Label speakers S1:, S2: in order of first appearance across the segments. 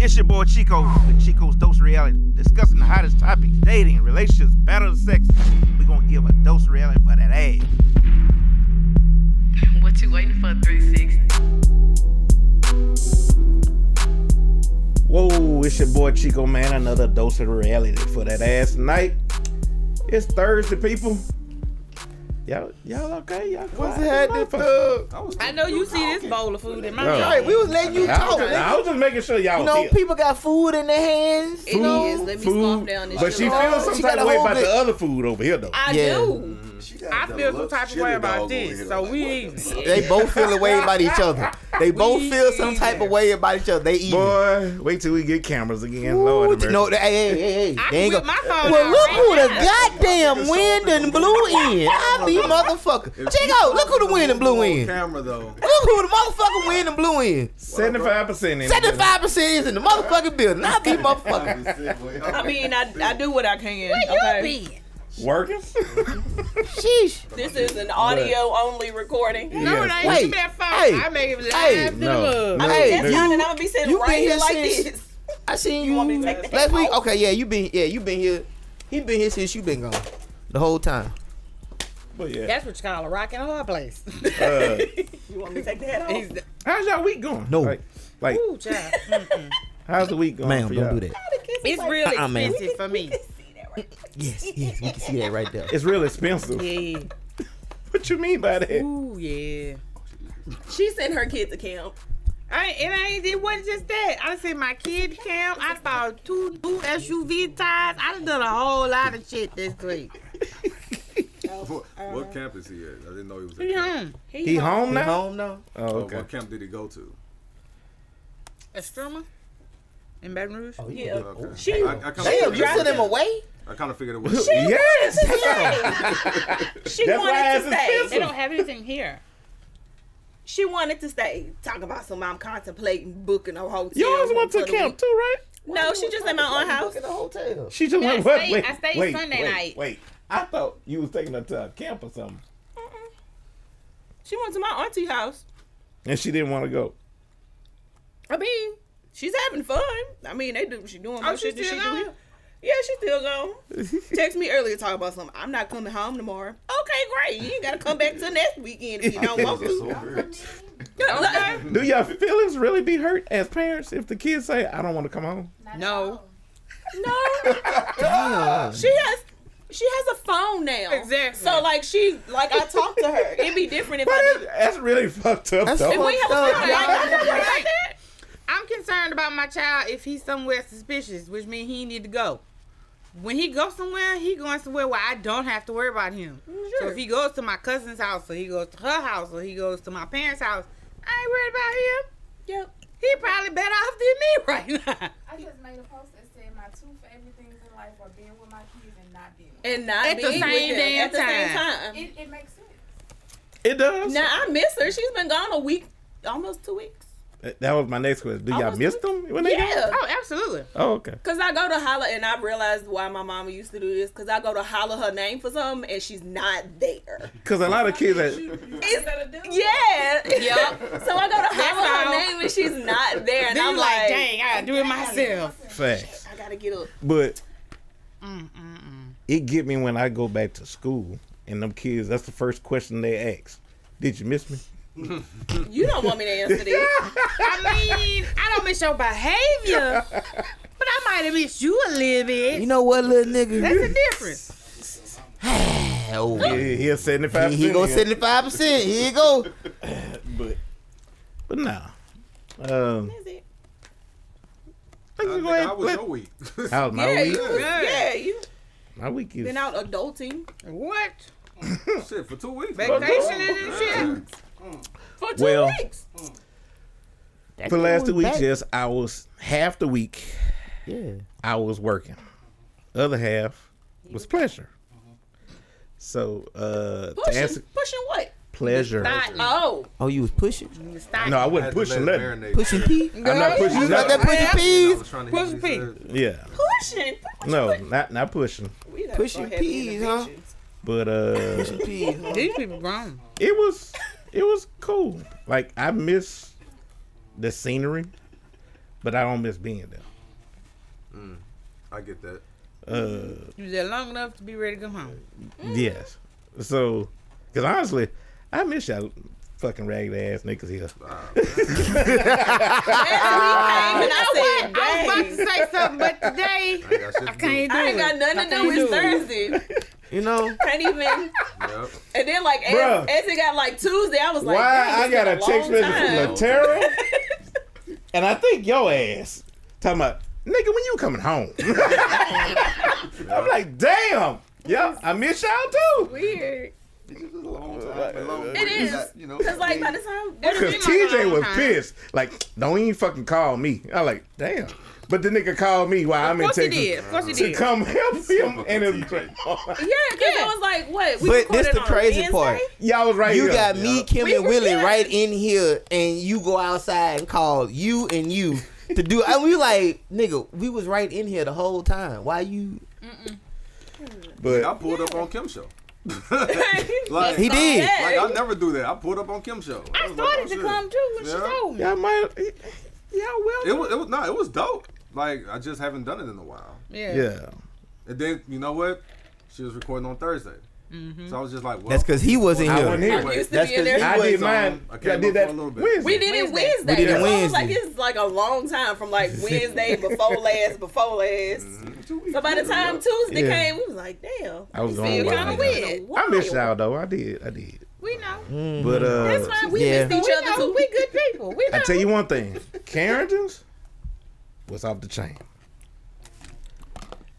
S1: It's your boy Chico with Chico's Dose of Reality, discussing the hottest topics dating, relationships, battle of the sexes. We're going to give a dose of reality for that ass.
S2: What you waiting for, 360?
S1: Whoa, it's your boy Chico, man. Another dose of reality for that ass night. It's Thursday, people. Y'all, y'all okay? Y'all
S3: What's
S1: quiet?
S3: happening, thug?
S4: I know you see this bowl of food in my
S1: Bro.
S4: mouth.
S3: Right, we was letting you
S1: I was,
S3: talk.
S1: just, I was just making sure y'all
S3: You know,
S1: here.
S3: people got food in their hands.
S4: It is. Let me scoff
S1: food,
S4: down this
S1: but
S4: shit.
S1: she
S4: off.
S1: feels some
S3: She
S1: type
S3: got a
S1: of way
S3: whole
S1: about
S3: bit.
S1: the other food over here, though.
S4: I
S3: Yeah.
S4: do. I feel some type of way about this,
S5: this,
S4: so we even.
S3: They both feel a way about each other. They both
S4: We
S3: feel some type of way about each other. They eat.
S1: Boy, wait till we get cameras again. Lord,
S3: Ooh,
S1: have mercy.
S3: no, hey, hey, hey, hey.
S4: I
S3: They ain't
S4: can whip
S3: go-
S4: my phone
S3: Well,
S4: out
S3: look
S4: right
S3: who the
S4: now.
S3: goddamn wind and blew in. I be motherfucker. Chico, look who the wind and blew in. Look
S5: Camera though.
S3: who the motherfucking wind and blew in.
S1: 75% in it.
S3: 75% is in the motherfucking building. I be motherfucker.
S4: I mean, I, I do what I can.
S6: Where
S4: okay?
S6: you be?
S1: Working?
S3: Sheesh.
S4: This is an audio only recording.
S1: Yes.
S6: No, it ain't.
S3: Wait.
S4: Give me that phone.
S3: Hey.
S4: I make it live
S3: Hey.
S4: to the
S1: No. No.
S4: mug. I mean, that's
S1: Hey.
S4: fine, and I'm gonna be sitting
S3: You
S4: right
S3: been
S4: here
S3: here
S4: like
S3: since-
S4: this.
S3: I seen
S4: You
S3: you
S4: want me to take that
S3: last week.
S4: off?
S3: Okay, yeah, you been yeah, you been here. He been here since you been gone. The whole time.
S1: But yeah.
S6: That's what you call a rock and a hard place.
S1: Uh,
S4: You want me to take that off?
S6: He's the-
S1: how's y'all week going?
S3: No.
S1: Like, like,
S6: Ooh, child.
S1: how's the week going?
S3: Ma'am,
S1: for
S3: don't
S1: y'all?
S3: do that.
S6: It's real
S3: Uh-uh, man.
S6: expensive for me.
S3: Yes, yes, we can see that right there.
S1: It's real expensive.
S6: Yeah.
S1: What you mean by that?
S6: Ooh, yeah.
S4: She sent her kid to camp.
S6: I ain't, it ain't. It wasn't just that. I seen my kid camp. I bought two new SUV tires. I done done a whole lot of shit this week.
S5: what, what camp is he at? I didn't know he was at camp.
S6: Hmm.
S1: He home
S3: You
S1: now?
S3: home now?
S1: Oh,
S5: Oh,
S1: okay.
S5: What camp did he go to?
S6: A strummer in Baton Rouge.
S4: Yeah.
S5: Okay.
S4: She-
S5: I, I kind of
S3: Damn, you
S5: figured,
S3: sent him away?
S5: I kinda figured it was.
S1: Yes!
S4: She
S1: That's why
S4: wanted
S1: it's
S4: to stay.
S1: expensive.
S4: They don't-
S6: have anything here.
S4: She wanted to stay. Talk about some. I'm contemplating booking a hotel.
S1: Yours
S4: room
S1: went
S4: for
S1: to
S4: the
S1: camp
S4: week.
S1: too, right?
S4: No, she just at my aunt house.
S3: the hotel.
S1: She just
S6: Yeah, I
S1: went, what?
S6: stayed-
S1: wait,
S6: I stayed
S1: wait,
S6: Sunday
S1: wait,
S6: night.
S1: Wait, I thought you was taking her to a camp or something.
S4: She went to my auntie house.
S1: And she didn't want to go.
S4: I mean, she's having fun. I mean, they do. She doing more
S6: Oh, she
S4: shit than she
S6: still
S4: do
S6: gone?
S4: here. Yeah, she still gone. Text me earlier talking about something. I'm not coming home tomorrow. Okay, great. You ain't gotta come back till next weekend if you don't want
S5: That's
S4: to.
S5: so weird.
S4: Okay.
S1: Do y'all feelings really be hurt as parents if the kids say, I don't want to come home?
S6: No,
S4: No, she has. She has a phone now.
S6: Exactly.
S4: So like she like I talked to her. It'd be different if I
S1: But
S4: did.
S1: that's really fucked up,
S3: That's
S1: though.
S3: fucked
S4: We have a
S3: up.
S4: phone. Like, I never
S6: Right.
S4: had that.
S6: I'm concerned about my child if he's somewhere suspicious, which means he need to go. When he goes somewhere, he going somewhere where I don't have to worry about him. So
S4: Sure.
S6: if he goes to my cousin's house, or he goes to her house, or he goes to my parents' house, I ain't worried about him. Yep. He probably better off than me right now.
S7: I just made a post that said my two favorite things in life are being with my kids and not being. with
S4: And not
S6: At the
S4: being with
S6: same
S4: them
S6: damn
S4: at the same
S6: time.
S4: time.
S7: them. It, it makes sense.
S1: It does.
S4: now I miss her. She's been gone a week, almost two weeks.
S1: That was my next question. Do y'all
S4: Almost
S1: miss them when they go?
S4: Yeah.
S6: Oh, absolutely.
S1: Oh, okay.
S4: Cause I go to holla and I realized why my mama used to do this. Cause I go to holla her name for something and she's not there.
S1: Because a lot of kids, that,
S4: It's, yeah,
S6: Yep.
S4: So I go to holla her
S6: all.
S4: name and she's not there, and
S6: Then
S4: I'm
S6: you
S4: like,
S6: like, dang, I gotta do it myself.
S1: facts.
S4: I gotta get up.
S1: But
S6: Mm, mm, mm.
S1: it get me when I go back to school and them kids, that's the first question they ask. Did you miss me?
S4: You don't want me to answer this.
S6: I mean, I don't miss your behavior, but I might have missed you a little bit.
S3: You know what, little
S6: That's the
S3: nigga?
S6: difference.
S3: Oh,
S1: Yeah, he'll 75.
S3: He, he go
S1: again.
S3: 75%. Here you go.
S1: But, but nah. Um,
S4: Is it?
S1: I
S5: I
S1: think
S5: think
S1: go ahead.
S5: I was
S1: let-
S5: your week.
S6: Oh,
S1: How was my
S4: Yeah,
S1: week?
S4: you, was-
S6: Good.
S4: yeah, you
S1: My week is.
S4: been out adulting
S6: What?
S5: Shit, for two weeks. Mm.
S6: Vacationing and shit.
S4: for two
S1: Well,
S4: weeks.
S1: For the last
S3: That's
S1: two weeks,
S3: back.
S1: yes, I was half the week
S3: Yeah.
S1: I was working. Other half was pleasure. So uh to
S4: Pushing,
S1: answer
S4: pushing what?
S1: pleasure.
S6: Thought-
S4: Oh,
S3: Oh, you was pushing?
S6: Stop.
S1: No, I
S5: I had
S1: wasn't
S5: to
S1: pushing
S5: let it
S1: nothing.
S5: marinate.
S3: Pushing P?
S1: I'm not pushing
S3: You got
S1: nothing.
S3: that pushing
S5: I
S3: peas?
S5: was trying to hear
S6: Pushing
S5: what he
S6: P.
S5: said.
S1: Yeah.
S4: pushing.
S1: No, not not pushing.
S4: We gotta
S3: Pushing
S4: go ahead and
S3: peas,
S4: get
S3: huh?
S4: evictions.
S1: But uh
S3: Peas, huh?
S6: These people grown.
S1: it was it was cool. Like I miss the scenery. but I don't miss being there.
S5: Mm, I get that.
S1: Uh,
S6: You was there long enough to be ready to come home.
S1: Yes. So, because honestly, I miss y'all fucking ragged ass niggas here.
S4: and I said,
S6: I was
S4: dang.
S6: about to say something, but today
S5: I got shit to
S6: I can't do
S4: I ain't got
S6: it.
S4: nothing to
S6: I
S4: do.
S6: can't
S4: It's
S6: do it.
S4: Thursday.
S3: You know,
S4: Can't even.
S5: Yep.
S4: And then like as,
S1: Bruh.
S4: as it got like Tuesday, I was like,
S1: Why
S4: dang,
S1: I
S4: it's
S1: got
S4: been
S1: a text
S4: long
S1: message from
S4: time.
S1: Latera, and I think your ass talking about nigga when you coming home. I'm like, damn. Yeah, I miss y'all too.
S4: Weird.
S5: It's a long time. a long-
S4: It is.
S5: that, You know,
S4: Cause like by the time
S1: Cause TJ was pissed. Like, don't even fucking call me. I like, damn. But the nigga called me while I'm
S6: Of
S1: in
S6: course he
S1: Texas
S6: did. Of course he
S1: to
S6: did.
S1: come help him. And
S5: TJ.
S1: his,
S4: Yeah, cause it was like what? We
S3: but
S4: recorded
S3: this the
S4: on
S3: crazy
S4: Wednesday?
S3: part.
S1: y'all was right
S3: You
S1: here.
S3: got me, Kim,
S4: We
S3: and
S4: were
S3: Willie
S4: good.
S3: right in here, and you go outside and call you and you to do. And we like, nigga, we was right in here the whole time. Why you?
S1: But
S5: I pulled up on Kim show. like,
S3: He did.
S4: Yeah.
S5: like I never do that. I pulled up on Kim show.
S6: I
S5: was like, oh,
S6: started to
S5: shit.
S6: come too when she
S5: Yeah.
S6: told me.
S1: Y'all might. Y'all will.
S5: It was it was no, it was dope. Like I just haven't done it in a while.
S6: Yeah.
S1: yeah.
S5: And then you know what? She was recording on Thursday, so I was just like, well,
S3: That's because he wasn't
S1: I
S3: here.
S1: wasn't here.
S4: Mm-hmm. I used to
S3: That's
S4: be in
S3: 'cause
S4: there.
S3: he
S1: I
S3: was
S1: did
S5: on-
S1: mine.
S5: I
S1: I,
S5: came
S1: did
S5: up for a
S1: that
S5: little bit.
S1: Wednesday.
S4: We did it
S6: Wednesday.
S4: Wednesday.
S3: We did it
S4: so I was like,
S3: Wednesday.
S4: it's like a long time from like Wednesday before last, before last. So by the time Tuesday
S1: Yeah.
S4: came, we was like, damn.
S1: I was
S4: we still
S1: going with
S4: kinda
S1: it.
S4: win.
S1: I missed y'all though. I did. I did.
S6: We know.
S1: But uh,
S4: That's fine. We
S3: Yeah.
S4: missed each
S6: we
S4: other
S6: know.
S4: too.
S6: We good people. We know.
S1: I tell you one thing. Carrington's was off the chain.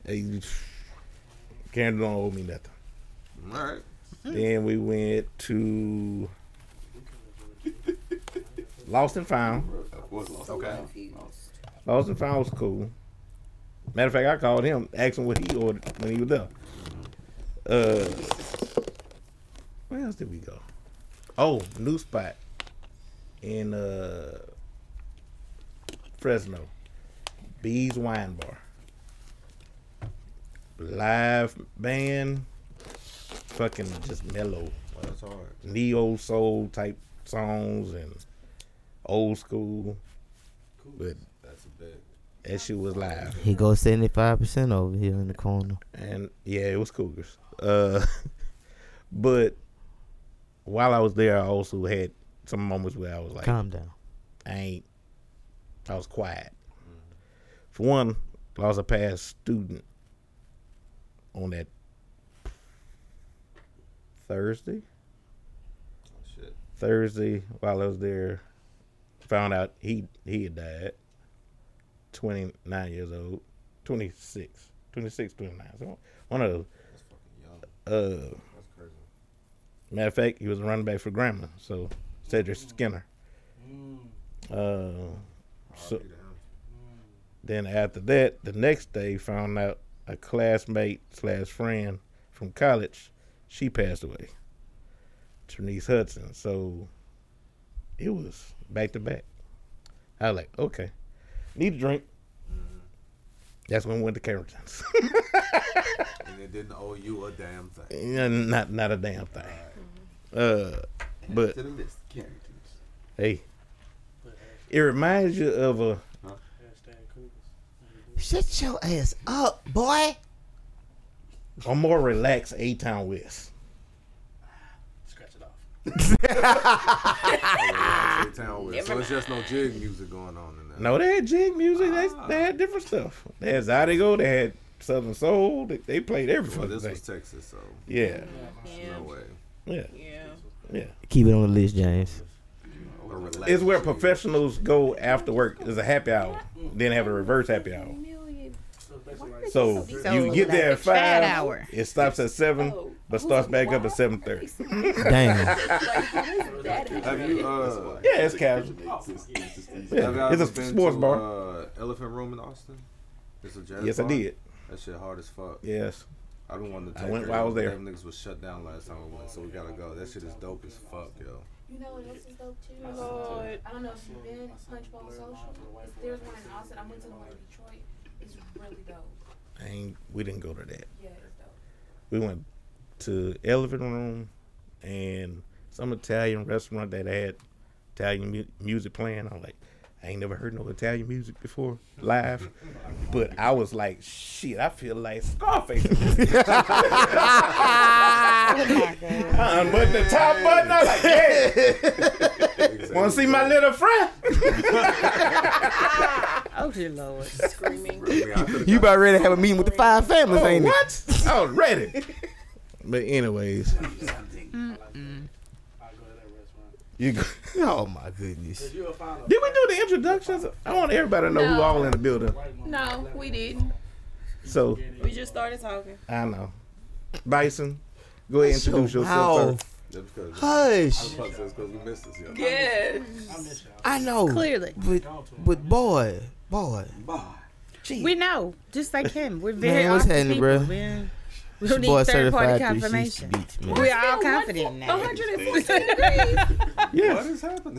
S1: They- Carrington don't owe me nothing.
S5: all right.
S1: Then we went to Lost and Found.
S5: Was lost. Okay.
S1: Lost and Found was cool. Matter of fact, I called him, asked him what he ordered when he was there. Uh, where else did we go? Oh, new spot in uh Fresno, Bees Wine Bar. Live band, fucking just mellow
S5: Well, Oh, that's hard.
S1: neo soul type songs and old school. But
S5: That's a big.
S1: that shit was live.
S3: He goes seventy five percent over here in the corner.
S1: and yeah, it was Cougars. Uh, but while I was there, I also had some moments where I was like,
S3: Calm down.
S1: I ain't. I was quiet. For one, I was a past student on that Thursday.
S5: Shit.
S1: Thursday while I was there, found out he he had died. Twenty nine years old, 26, 26, 29. So one of those. Uh,
S5: That's crazy.
S1: matter of fact, he was a running back for Grandma. So Cedric
S5: Mm.
S1: Skinner. Uh,
S5: Oh,
S1: so then after that, the next day, found out a classmate slash friend from college, she passed away. Trinice Hudson. So it was back to back. I was like, okay, need a drink. That's when we went to Carrington's.
S5: And it didn't owe you a damn thing.
S1: not not a damn thing. Uh, but
S5: To the list, Carringtons.
S1: hey, it reminds you of a
S3: Shut your ass up, boy.
S1: a more relaxed A Town West.
S5: Town with. So it's just no jig music going on in there.
S1: No, they had jig music. They,
S5: Ah.
S1: they had different stuff. They had Zydeco. They had Southern Soul. They, they played every
S5: Well,
S1: fucking
S5: this
S1: thing.
S5: was Texas, so
S1: Yeah,
S5: no way.
S1: yeah,
S4: Yeah.
S1: yeah.
S3: Keep it on the list, James.
S5: Or relax.
S1: It's where professionals go after work. It's a happy hour. Then have a reverse happy hour. So you get there at
S6: like a
S1: five.
S6: chat hour.
S1: It stops at seven, but starts back up at seven thirty.
S3: Damn.
S5: Have you uh?
S1: Oh, Yeah, it's casual.
S5: Have y'all
S1: It's a
S5: ever been
S1: sports
S5: to,
S1: bar.
S5: Uh, Elephant Room in Austin. It's a jazz
S1: Yes, I
S5: bar.
S1: did.
S5: That shit hard as fuck.
S1: Yes.
S5: I've been wanting to.
S1: I
S5: take
S1: went
S5: her.
S1: while I was there.
S5: Them niggas was shut down last time I went, so we gotta go. That shit is dope as fuck, yo.
S7: You know what else is dope too? I don't know if you've been Punch Bowl Social. It's- There's one in Austin. I went to the one in Detroit. It's really dope.
S1: I ain't, we didn't go to that.
S7: Yeah, it's dope.
S1: We went to Elephant Room and some Italian restaurant that had Italian mu- music playing. I'm like, I ain't never heard no Italian music before live, but I was like, shit, I feel like Scarface. Uh, I unbuttoned the top button. I was like, yeah. Want to see my little friend?
S6: Oh, dear Lord.
S4: Screaming.
S3: You about ready to have a meeting with the five families,
S1: Oh,
S3: ain't it?
S1: what? I was ready. But anyways, you. Go-
S3: Oh my goodness.
S1: Did we do the introductions? I want everybody to know who
S7: No.
S1: all in the building.
S7: No, we didn't.
S1: So
S4: We just started talking.
S1: I know. Bison, go ahead and introduce
S3: Wow.
S1: yourself. Sir.
S5: That's because
S3: Hush.
S5: because we missed this. Yeah.
S4: Yeah.
S3: I know.
S6: Clearly.
S3: But but boy, boy.
S6: We know. Just like him. We're very
S3: Man, what's
S6: honest
S3: happening,
S6: people.
S3: bruh?
S6: We're- We
S3: Your
S6: don't
S3: boy
S6: need third party
S3: certified three sixty
S6: confirmation.
S3: beats, man.
S6: We're all confident now.
S4: 114 degrees.
S5: What
S1: Yes,
S5: is happening?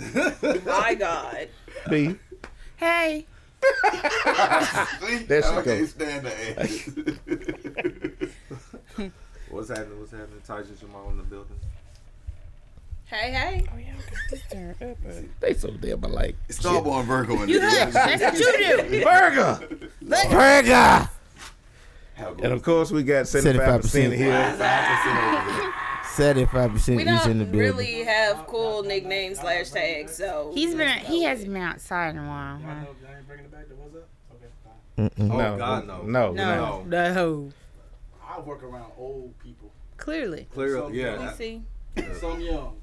S4: My God.
S1: B.
S6: Hey.
S1: There she
S5: I
S1: goes.
S5: can't stand that. What's happening? What's happening? Tyson Jamal in the building.
S4: Hey, hey.
S6: Oh,
S1: They so damn alike.
S5: Starborn Virgo in
S6: You hush. That's what you do.
S1: Burger.
S3: Burger.
S1: And of course, we got 75 percent
S3: 75%
S1: here.
S3: Seventy-five percent
S4: We
S3: is in the
S4: don't
S3: building.
S4: really have cool nicknames slash tags, so.
S6: He's been. He hasn't been outside in a while. Huh?
S3: Mm-mm.
S5: Oh
S1: No,
S5: God, no.
S1: no,
S5: No.
S6: No. No.
S8: I work around old people.
S6: Clearly.
S5: Clearly,
S4: You
S5: yeah.
S4: see?
S8: So I'm young.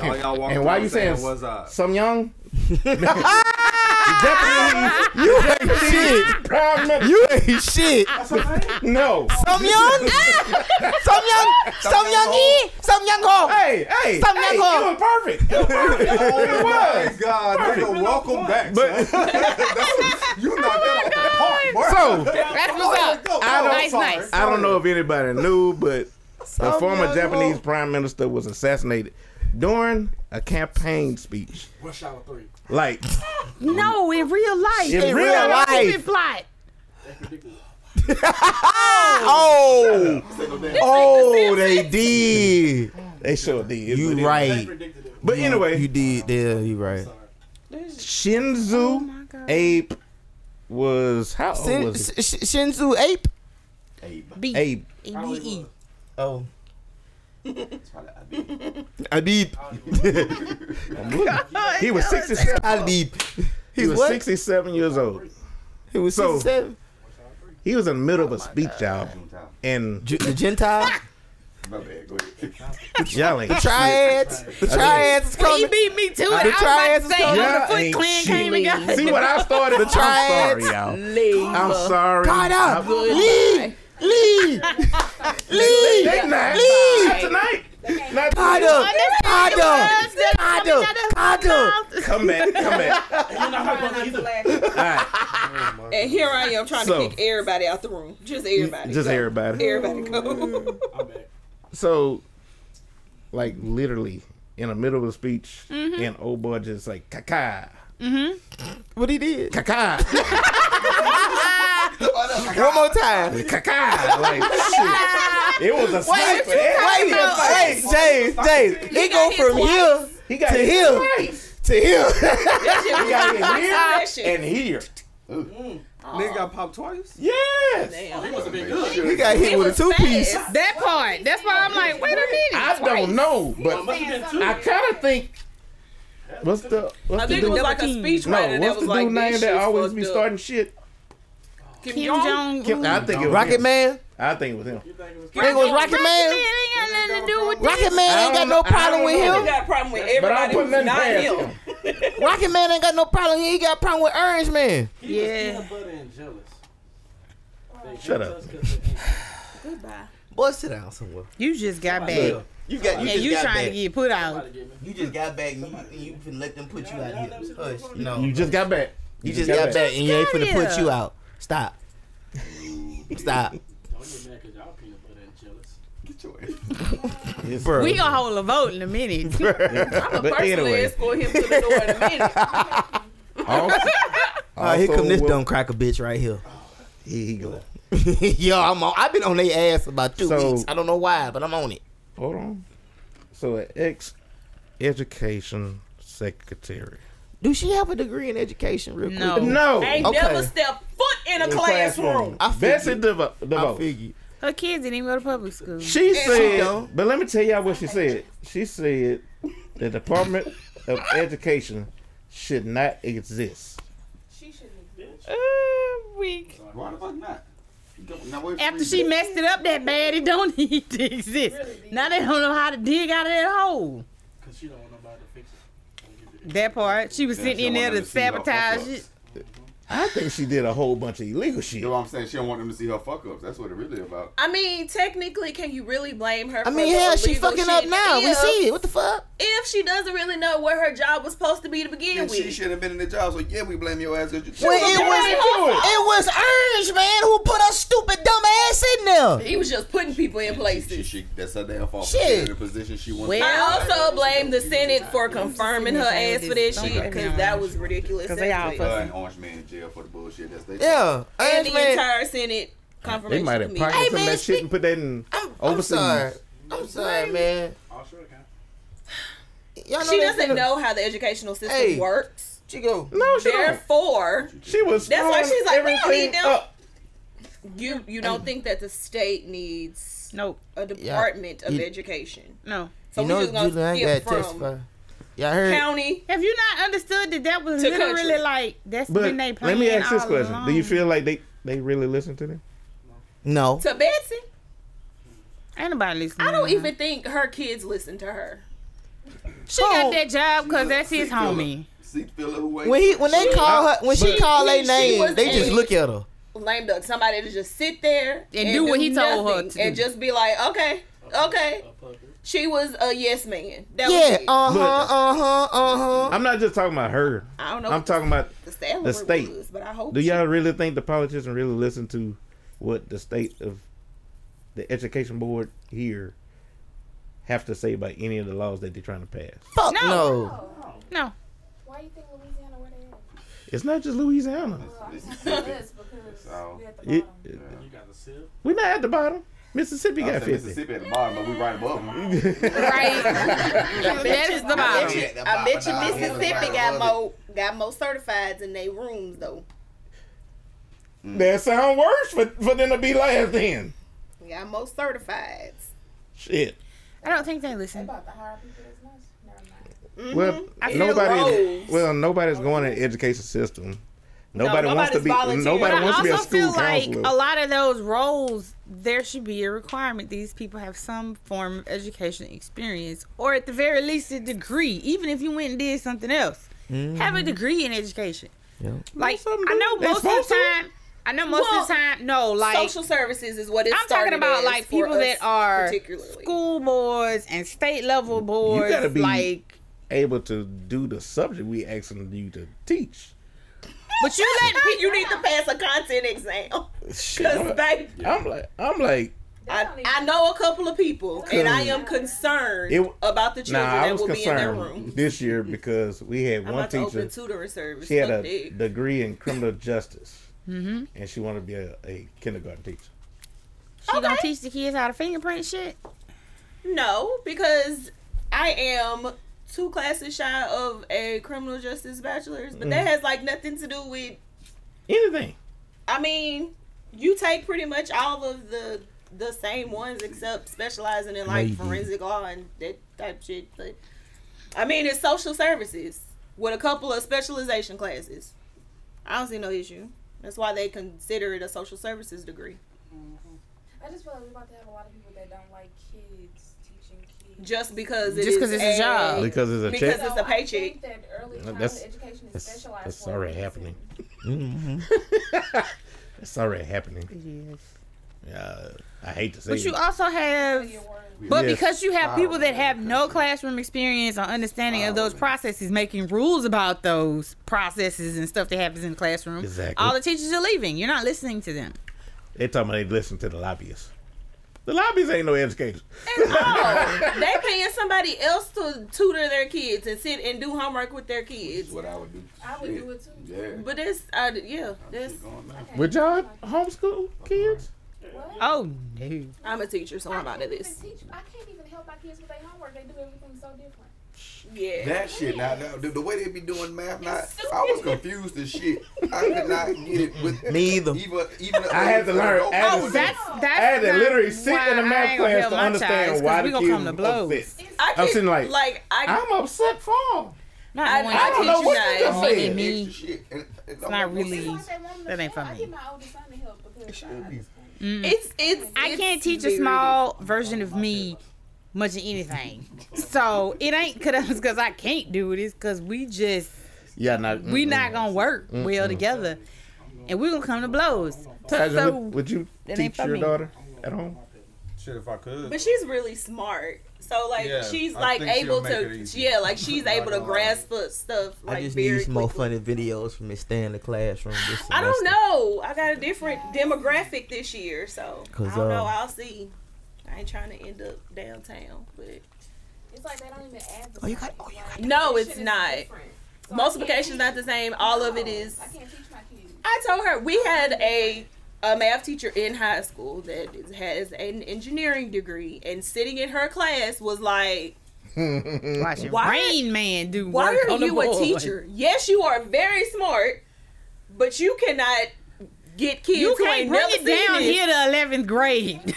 S5: All y'all walking
S1: And why
S5: around
S1: you saying
S5: "What's up?"
S1: some young? Japanese, you ain't shit. Prime Minister.
S3: You ain't shit.
S1: No.
S3: Some young, some young, some young E, some young ho.
S1: Hey, hey,
S3: Some
S1: hey, you
S3: young-
S1: were perfect. You were perfect.
S5: Oh
S1: It
S5: my
S1: was.
S5: God, nigga, welcome back. But you knocked that off the park, bro.
S1: So
S6: That's what's up.
S1: I don't-
S6: nice, nice.
S1: I don't know if anybody knew, but a former Japanese prime minister was assassinated during a campaign speech.
S8: Rush hour three.
S1: Like
S6: No, in real life.
S1: In real life.
S6: Private plot.
S3: Oh, oh, they did.
S1: they sure did. but it-
S3: You right.
S1: But
S3: You
S1: anyway,
S3: did. Yeah, you right.
S6: Oh
S1: Shinzu
S6: my God.
S1: Ape was how old
S3: Shin,
S1: was
S3: Sh-
S1: he?
S3: Sh- Shinzu ape.
S6: B.
S1: Ape.
S6: E. B. E.
S3: Oh. Adib.
S1: He was sixty-seven.
S3: Adib.
S1: He was
S3: what?
S1: sixty-seven years old.
S3: It was Oh
S1: So-
S3: so, 67.
S1: He was in the middle of a speech, y'all, and
S3: G- the Gentile,
S5: My bad, go ahead.
S1: y'all ain't
S3: triads, the triads is
S6: He
S3: coming.
S6: beat me to it. I
S3: The
S6: was about to
S3: triads
S6: say
S3: is
S6: when
S1: coming.
S6: the
S1: Yeah,
S6: Foot Clan
S1: ain't
S6: came and got
S1: See what I started? The I'm
S3: triads.
S1: sorry, y'all. I'm sorry.
S3: Carter,
S1: I'm-
S3: Lee, Lee,
S1: They
S3: Lee,
S1: not. Not
S3: Lee,
S1: tonight. Not
S3: Carter, Carter, Carter, Carter.
S1: Come back. Come back. All right.
S4: And here I am trying
S1: So-
S4: to kick everybody out the room. Just everybody.
S1: Just
S4: Go.
S1: everybody.
S4: Everybody go.
S1: So, like literally in the middle of a speech,
S6: Mm-hmm.
S1: and old boy just like kaka
S3: What he did?
S1: kaka
S3: One more time. Wait,
S1: kaka. Like shit. It was a sniper.
S3: wait, wait, James, James. It go
S4: got hit
S3: from here
S1: He got
S3: To
S1: hit
S3: him.
S1: twice.
S3: to here.
S4: That shit
S1: He
S4: was
S1: got hit here
S4: That shit.
S9: Oh.
S1: and here.
S5: Nigga got Oh, popped twice.
S1: Yes.
S4: Damn.
S3: He got hit with a two piece.
S6: That part. That's why I'm like, wait a minute.
S1: I don't know, but I kind of think. What's the what's
S4: I
S1: the
S4: think it was
S1: dude?
S4: like a speechwriter that
S1: No, what's the
S4: was
S1: dude
S4: like
S1: name
S4: this
S1: that
S4: shit's
S1: always
S4: fucked
S1: be
S4: up.
S1: starting shit?
S6: Kim Jong.
S1: Kim, I think it was
S3: Rocket
S1: him.
S3: Man.
S1: I think it was him.
S3: It was Rocket Man.
S6: ain't got nothing to do with this.
S3: Rocket Man ain't got no problem with
S4: You
S3: him.
S4: got a problem with
S1: But I
S4: everybody
S1: don't put
S4: who's
S1: nothing
S4: not
S1: past
S4: him.
S1: him.
S3: Rocket Man ain't got no problem. He got a problem with Orange Man.
S6: Yeah.
S1: Shut up.
S3: Boy, sit down somewhere.
S6: You just got back.
S3: You got.
S6: Yeah, you trying to get put out.
S3: You just got back and you, you finna let them put you out here. Hush. No.
S1: You just got back.
S3: You just got back and you ain't
S6: got
S3: finna put
S6: here.
S3: you out. Stop. Stop.
S1: Yes.
S6: We gonna hold a vote in a minute.
S4: I'm gonna
S1: But
S4: personally
S1: anyway.
S4: escort him to the door in a minute.
S1: Also,
S3: Oh, here come this
S1: will-
S3: dumb cracker bitch right here.
S1: Here he go.
S3: Yo, I'm on. I've been on their ass about two
S1: So-
S3: weeks. I don't know why, but I'm on it.
S1: Hold on. So, an ex education secretary
S3: Do she have a degree in education? Real
S6: No.
S3: quick?
S1: No.
S4: Ain't
S3: Okay.
S4: never stepped foot in a classroom.
S3: I
S1: Bessie
S3: figured.
S1: DeVoe.
S3: I
S1: DeVoe.
S3: figured.
S6: Her kids didn't even go to public school.
S1: She said,
S3: don't.
S1: but let me tell y'all what she said. She said the Department of Education should not exist.
S7: She shouldn't exist.
S6: Uh, weak.
S5: Why the fuck not? You go- Now, wait for
S6: After
S5: me
S6: she
S5: to-
S6: messed it up that bad, it don't need to exist. Now they don't know how to dig out of that hole.
S8: Cause she don't want nobody to fix it. Don't give it.
S6: That part, she was
S5: Yeah,
S6: sitting
S5: she
S6: in
S5: don't
S6: there
S5: want
S6: to
S5: them to see her
S6: sabotage
S5: fuck
S6: it.
S1: I think she did a whole bunch of illegal shit.
S5: You know what I'm saying? She don't want them to see her fuck ups. That's what it really about.
S4: I mean, technically, can you really blame her?
S3: I
S4: for
S3: mean,
S4: the
S3: hell, she
S4: illegal
S3: fucking
S4: shit
S3: up now. We
S4: if-
S3: see it. What the fuck?
S4: If she doesn't really know what her job was supposed to be to begin
S5: And
S4: with,
S5: she should have been in the job. So yeah, we blame your ass. 'cause you-
S3: Well, it
S4: She
S3: was
S4: ain't her fault.
S3: it was Ernst, man, who put her stupid dumb ass in there.
S4: he was just putting people in
S5: She,
S4: places.
S5: she, that's her damn fault.
S3: Shit.
S5: She in the position she wants.
S6: Well-
S4: I also blame the Senate for confirming her ass for that
S6: Don't
S4: shit
S6: get me
S4: because
S6: on.
S4: that was ridiculous.
S6: 'Cause they all
S5: her
S4: anyway.
S5: and Orange Man in jail for the bullshit. That's they.
S3: Yeah,
S4: And
S3: Ernst,
S4: the
S3: man.
S4: entire Senate confirmation
S1: They might have
S4: committee.
S1: pocketed
S3: Hey,
S1: some of
S3: man,
S1: that shit
S3: speak-
S1: and put that in.
S3: I'm, I'm
S1: Overseas.
S3: sorry. I'm sorry, man.
S8: All sure can.
S3: Y'all know
S4: She
S3: they
S4: doesn't
S3: finna-
S4: know how the educational system
S3: Hey.
S4: works.
S3: She go.
S1: No, she don't.
S4: Therefore,
S1: She was.
S4: That's why
S1: throwing
S4: she's like, we don't
S1: everything
S4: need them.
S1: up.
S4: you you don't think that the state needs
S6: Nope,
S4: a department of
S3: You-
S4: education.
S6: no.
S4: So
S3: you
S4: we
S3: know,
S4: just
S3: Julian
S4: gonna
S3: ain't
S4: skip
S3: got
S4: from
S3: testify. Y'all heard?
S4: county.
S6: Have you not understood that that was
S4: To
S6: literally
S4: country.
S6: like that's
S1: But
S6: been they plan
S1: let me ask this
S6: all
S1: question: Do you
S6: along.
S1: feel like they they really listen to them?
S3: No.
S4: To Betsy,
S6: Ain't nobody listening.
S4: I
S6: to
S4: don't
S6: her.
S4: even think her kids listen to her.
S6: She
S3: Oh.
S6: got that job because that's his homie.
S5: See, feel it away.
S3: When he when they call her when she
S4: But-
S3: call
S4: She-
S3: their
S4: she
S3: name,
S4: was
S3: they just
S4: a-
S3: look at her.
S4: Lame duck. Somebody to just sit there
S6: And do what he told her
S4: nothing
S6: to
S4: and
S6: do.
S4: just be like, okay, okay.
S8: A puppet.
S4: She was a yes man. That
S3: Yeah.
S4: was it.
S3: Uh huh.
S1: Look.
S3: Uh huh. Uh huh.
S1: I'm not just talking about her.
S4: Uh-huh, I don't know.
S1: I'm
S4: what the-
S1: talking about
S4: the, salary
S1: the state.
S4: was, but I hope.
S1: Do
S4: she-
S1: y'all really think the politicians really listen to what the state of the education board here have to say about any of the laws that they're trying to pass?
S3: Fuck
S6: No.
S3: no.
S6: No,
S7: Oh. Why you think Louisiana where they at?
S1: It's not just Louisiana.
S7: Well, I'm saying this because
S5: So-
S7: we at the
S1: It-
S7: bottom.
S8: You got the sip.
S1: we're not at the bottom. Mississippi
S5: I
S1: got
S5: said
S1: fifty.
S5: Mississippi at the bottom, but we right above them.
S6: right? that is the
S4: I bet
S6: bottom.
S4: you, I bet you Mississippi got more got more certifieds in their rooms though.
S1: That sound worse for, for them to be last then.
S4: Got more certifieds.
S1: Shit.
S6: I don't think they
S7: They
S6: listen.
S7: about to hire people that's nice. Never mind.
S4: Mhm.
S1: Well,
S6: I feel
S1: nobody.
S4: roles.
S1: Well, nobody's going in the education system. Nobody wants to
S4: nobody's
S1: be.
S4: volunteering.
S1: Nobody
S4: But
S6: I
S1: wants to be
S6: also
S1: a
S6: feel
S1: school
S6: like
S1: counselor.
S6: a lot of those roles, there should be a requirement. These people have some form of education experience, or at the very least, a degree. Even if you went and did something else, have
S1: Mm-hmm.
S6: a degree in education.
S3: Yeah.
S6: Like
S1: some
S6: I
S1: do.
S6: know
S1: They
S6: most of
S1: supposed
S6: the
S1: to.
S6: time, I know most of the
S4: Well,
S6: time. No, like
S4: Social services is what it's.
S6: I'm talking
S4: started
S6: about
S4: as
S6: like
S4: for
S6: people
S4: us
S6: that are
S4: particularly.
S6: school boards and state level boards.
S1: gotta be-
S6: like,
S1: Able to do the subject we asking you to teach.
S6: but you let people.
S4: You need to pass a content exam.
S1: Shit,
S4: Cause baby,
S1: I'm like, I'm like,
S7: They don't
S4: I,
S7: even-
S4: I know a couple of people, and I am concerned
S1: It-
S4: about the children
S1: nah, I
S4: that
S1: was
S4: will be in their
S1: concerned
S4: room.
S1: this year because we had
S4: I'm
S1: one
S4: about to open
S1: teacher.
S4: tutoring service. Mm-hmm.
S1: She had
S4: Fuck
S1: a
S4: that.
S1: degree in criminal justice, and she wanted to be a, a kindergarten teacher.
S6: She gonna teach the kids how to fingerprint shit.
S4: No, because I am two classes shy of a criminal justice bachelor's, but that has like nothing to do with.
S1: Anything.
S4: I mean, you take pretty much all of the the same ones except specializing in like
S3: you didn't.
S4: forensic law and that type shit. But I mean, it's social services with a couple of specialization classes. I don't see no issue. That's why they consider it a social services degree.
S6: Mm-hmm.
S7: I just feel like we're about to have a lot of people that don't like kids teaching kids.
S4: Just because it
S6: Just
S4: is
S6: 'cause it's a job.
S1: Because it's a
S4: Because
S1: check.
S4: it's a
S7: I
S4: paycheck.
S7: think that early
S1: Yeah,
S7: childhood
S1: that's-
S7: education is
S1: That's,
S7: specialized.
S1: that's
S7: for a
S1: already
S7: reason.
S1: happening. Mm-hmm.
S3: hmm
S1: That's already happening.
S6: Yes.
S1: Uh, I hate to say
S6: But you
S1: it.
S6: also have,
S7: Your word.
S6: but
S1: Yes.
S6: because you have people that have no classroom experience or understanding of those processes, making rules about those processes and stuff that happens in the classroom.
S1: Exactly.
S6: All the teachers are leaving. You're not listening to them.
S1: They talking about they listen to the lobbyists. The lobbyists ain't no educators.
S4: No, they paying somebody else to tutor their kids and sit and do homework with their
S5: That's
S4: kids.
S5: what I would do.
S7: I would do it too.
S5: Yeah.
S4: But it's, uh, yeah,
S5: Shit
S4: this.
S5: going down.
S7: Okay.
S1: Would y'all homeschool kids?
S7: What?
S6: Oh no.
S4: I'm a teacher, so I'm out of
S7: can't
S4: this.
S7: even teach- I can't even help my kids with their homework. They do everything so different.
S4: Yeah.
S5: That shit, now that, the, the way they be doing math, not I was confused as shit. I could not get it with
S3: Me either.
S5: Even, even
S1: I had to learn add
S6: Oh, that's that's.
S1: I had to
S6: not
S1: literally sit
S6: why
S1: in a
S6: I
S1: math
S6: ain't gonna
S1: class
S6: help
S1: to
S6: my child,
S1: understand
S6: 'cause
S1: why
S6: we
S1: the
S6: gonna
S1: kids
S6: come to blows.
S1: upset.
S4: I
S1: I'm sitting like-
S4: like I,
S1: I'm upset for them.
S6: Not
S4: I-
S6: knowing
S4: I
S6: I
S4: don't know what you
S6: teach
S1: just
S6: you
S1: said.
S5: me.
S6: not me.
S5: Shit. And, and it's
S6: not really-
S7: That's why I say woman
S6: That ain't
S7: to
S6: for
S7: help. I
S6: me. Mm.
S7: get my oldest son to help because I- I just can't.
S4: it's it's.
S6: I
S4: it's
S6: can't teach a
S4: very
S6: small version of me much of anything. So it ain't cause, cause I can't do it. It's cause we just
S1: Yeah, not
S6: we not gonna work well together, and we gonna come to blows.
S1: Taja,
S6: so
S1: would, would you
S6: that ain't
S1: teach
S6: for
S1: your
S6: me.
S1: daughter at home?
S5: Shit, if I could.
S4: But she's really smart. So like
S5: Yeah,
S4: she's
S5: I
S4: like
S5: think she'll
S4: able
S5: make it
S4: to
S5: easy.
S4: yeah, like she's
S5: Not
S4: able to
S5: gonna lie.
S4: grasp up stuff like
S3: I just
S4: very
S3: need some more
S4: quickly.
S3: funny videos from Miss Stay in the classroom. This
S4: I don't
S3: semester.
S4: know. I got a different demographic this year, so I
S3: 'Cause,
S4: don't know.
S3: uh,
S4: I'll see. I ain't trying to end up downtown, but
S7: It's like they don't even advertise.
S3: Oh, you got- oh, you got-
S7: Like,
S4: No,
S7: that
S4: it's
S7: shit is
S4: not.
S7: different. So I can't
S4: multiplication's not the same. All of it
S7: teach-
S4: is
S7: I can't teach my kids.
S4: I told her we had a a math teacher in high school that has an engineering degree, and sitting in her class was like,
S6: watching
S4: Why-
S6: Rain Man do
S4: "Why
S6: work
S4: are
S6: on the
S4: you a
S6: board.
S4: teacher? Yes, you are very smart, but you cannot get kids
S6: You
S4: who
S6: can't
S4: ain't
S6: bring
S4: never
S6: it
S4: seen
S6: down
S4: this,
S6: here to eleventh grade.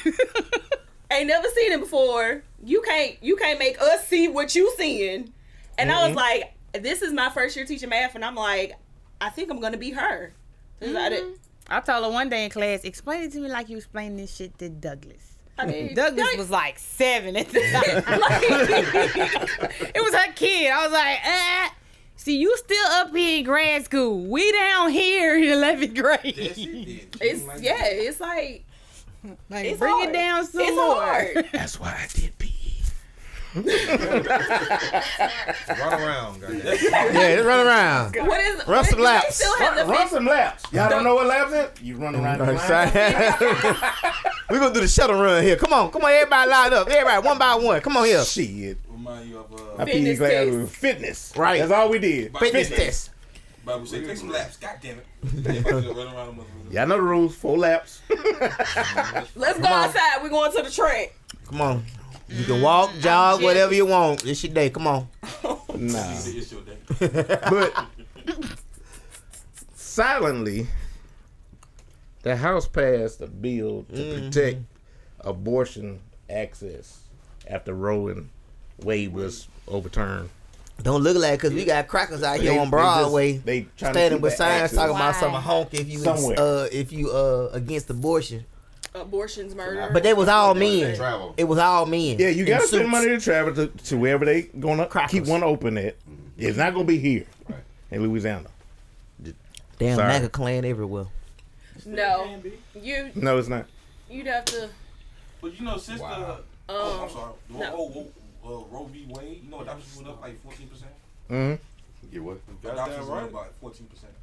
S4: ain't never seen it before. You can't you can't make us see what you seeing." And I
S6: Mm-hmm.
S4: was like, "This is my first year teaching math," and I'm like, "I think I'm gonna be her." I,
S7: Mm-hmm.
S4: did,
S6: I told her one day in class, explain it to me like you explained this shit to Douglas.
S4: I mean,
S6: Douglas
S4: like-
S6: was like seven at the time. it was her kid. I was like, ah. See, you still up here in grad school. We down here in 11th
S5: That's
S6: grade.
S5: it then.
S4: It's yeah, it's like
S6: Like,
S4: it's
S6: bring
S4: hard.
S6: it down some
S4: it's
S6: more.
S4: hard.
S1: That's why I did PE.
S5: Run around, goddamn.
S3: Yeah, run around.
S4: what is
S3: Run
S4: do
S3: some
S4: they
S3: laps.
S4: Still have the
S1: Run, run
S4: fifth-
S1: some laps. Y'all don't know what laps is? You run around the line.
S3: We're gonna do the shuttle run here. Come on, come on, everybody line up. Everybody one by one. Come on here.
S1: Shit.
S8: Remind you of uh,
S1: My PE
S4: Fitness
S1: E class
S4: test.
S1: was fitness.
S3: Right.
S1: That's all we did.
S3: Fitness test.
S8: Bible say take some laps. God damn it. Yeah, if I could run around the motherfucker.
S1: Y'all know the rules. Four laps.
S4: Let's go
S3: Come on.
S4: outside. We're going to the track.
S3: Come on. You can walk,
S4: Mm,
S3: jog, whatever you want. It's your day. Come on.
S1: nah.
S8: Say It's your day.
S1: But silently, the House passed a bill to
S3: Mm-hmm.
S1: protect abortion access after Roe and Wade was overturned.
S3: Don't look like because we got crackers out
S1: They-
S3: here on
S1: they
S3: Broadway.
S1: just- they trying to
S3: standing
S1: keep
S3: with
S1: that
S3: signs
S1: access.
S3: talking about
S6: Why?
S3: something honk if you
S1: Somewhere.
S3: uh if you uh against abortion.
S4: Abortions, murder.
S3: But they was all men.
S5: Travel.
S3: It was all men.
S1: Yeah, you
S3: In
S1: gotta
S3: suits.
S1: spend money to travel to, to wherever they gonna keep
S3: Crackers. Mm-hmm.
S1: one open at. It's not gonna be here
S5: Right.
S1: in Louisiana.
S3: Damn,
S1: Sorry.
S3: MAGA clan everywhere.
S4: no, you
S1: No, it's not.
S4: you'd have to. Um,
S8: But you know, since
S5: Wow.
S8: the oh, I'm sorry, the,
S4: no.
S8: oh, oh, uh, Roe v. Wade, you know adoptions went up like fourteen percent.
S1: hmm
S5: Get what?
S8: Adoptions went up about fourteen percent.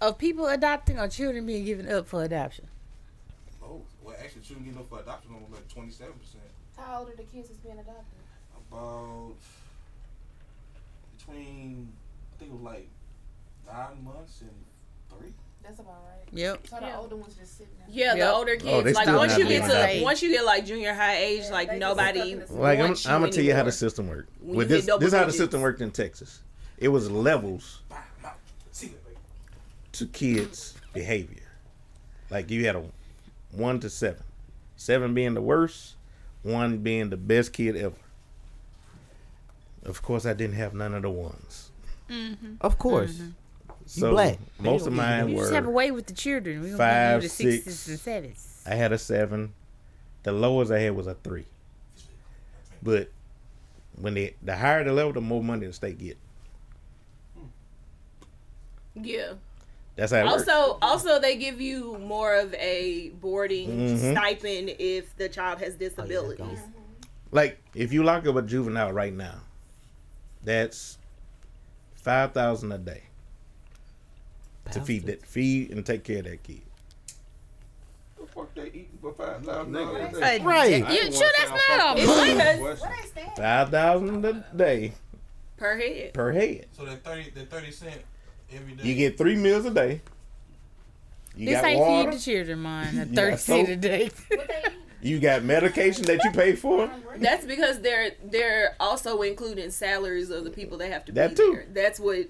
S6: Of people adopting or children being given up for adoption.
S8: Oh, well, actually, children getting up for adoption was like twenty-seven percent.
S7: How old are the kids that's being adopted?
S8: About between, I think it was like nine months and three.
S7: That's about right.
S6: Yep.
S7: So the older ones just sitting there.
S4: Yeah, the
S6: Yep.
S4: older kids.
S1: Oh, they
S4: like
S1: still
S4: once
S1: not
S4: you get
S1: doing
S4: to
S6: that.
S4: once you get like junior high age, like
S7: They just
S4: nobody.
S7: stuck in the-
S1: Like I'm,
S4: wants
S1: I'm gonna tell you how
S4: anymore.
S1: the system worked.
S4: When
S1: With
S4: you hit
S1: this,
S4: double
S1: this is how the
S4: digits.
S1: system worked in Texas. It was levels
S8: Bam, out. See it, baby.
S1: to kids' behavior. Like you had a one to seven, seven being the worst, one being the best kid ever. Of course, I didn't have none of the ones. Mm-hmm.
S3: Of course.
S1: So
S3: black.
S1: most of
S3: They don't
S1: mine
S6: You just have a
S1: were.
S6: way with the children. We gonna
S1: Five,
S6: give you the sixes
S1: six.
S6: and sevens.
S1: I had a seven. The lowest I had was a three. But when they the higher the level, the more money the state get.
S4: Yeah.
S1: That's how it works.
S4: Also, also they give you more of a boarding
S1: Mhm.
S4: stipend if the child has disabilities.
S1: Like if you lock up a juvenile right now, that's five thousand a day to feed that feed and take care of that kid.
S5: The fuck they eating for five thousand
S6: A
S5: dollars?
S3: Right.
S6: You sure that's not a
S7: What they stand?
S1: Five thousand a day
S4: per head.
S1: per head.
S8: So that thirty, that thirty cent every day.
S1: You get three meals a day. You
S6: This
S1: got
S6: ain't
S1: water.
S6: feed the children, mine.
S1: You
S6: A
S1: got
S6: 30 cent a
S1: soap.
S6: day.
S7: What they eating?
S1: You got medication that you pay for?
S4: That's because they're they're also including salaries of the people that have to
S1: That
S4: be
S1: too.
S4: there. That's what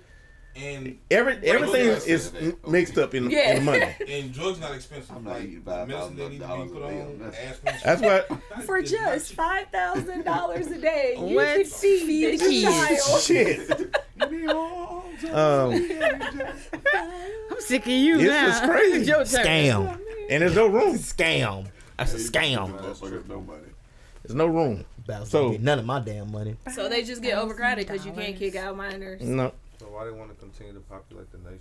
S8: And
S1: Every everything
S5: what did I
S1: is
S5: say today?
S1: mixed up in,
S4: Yeah.
S1: in the money.
S8: and drugs not expensive.
S5: I'm not eating
S8: like
S5: five
S8: medicine that
S5: thousand
S8: need to be
S5: dollars
S8: put
S5: a day on
S8: on.
S5: medicine.
S8: aspirin.
S1: That's why
S4: for
S8: It's not
S4: just
S8: cheap.
S4: five thousand dollars a day. You
S6: What?
S4: can feed
S6: Feed the
S4: the child.
S1: shit. Um,
S6: I'm sick of you
S1: It's-
S6: now.
S1: it's crazy.
S6: Your turn.
S3: Scam.
S1: and there's no room.
S3: Scam. That's a scam.
S5: Motherfuckers, no money.
S1: There's no room. So-
S3: So none of my damn money.
S4: So they just get overcrowded because you can't kick out minors.
S1: No.
S5: So why they want to continue to populate the nation?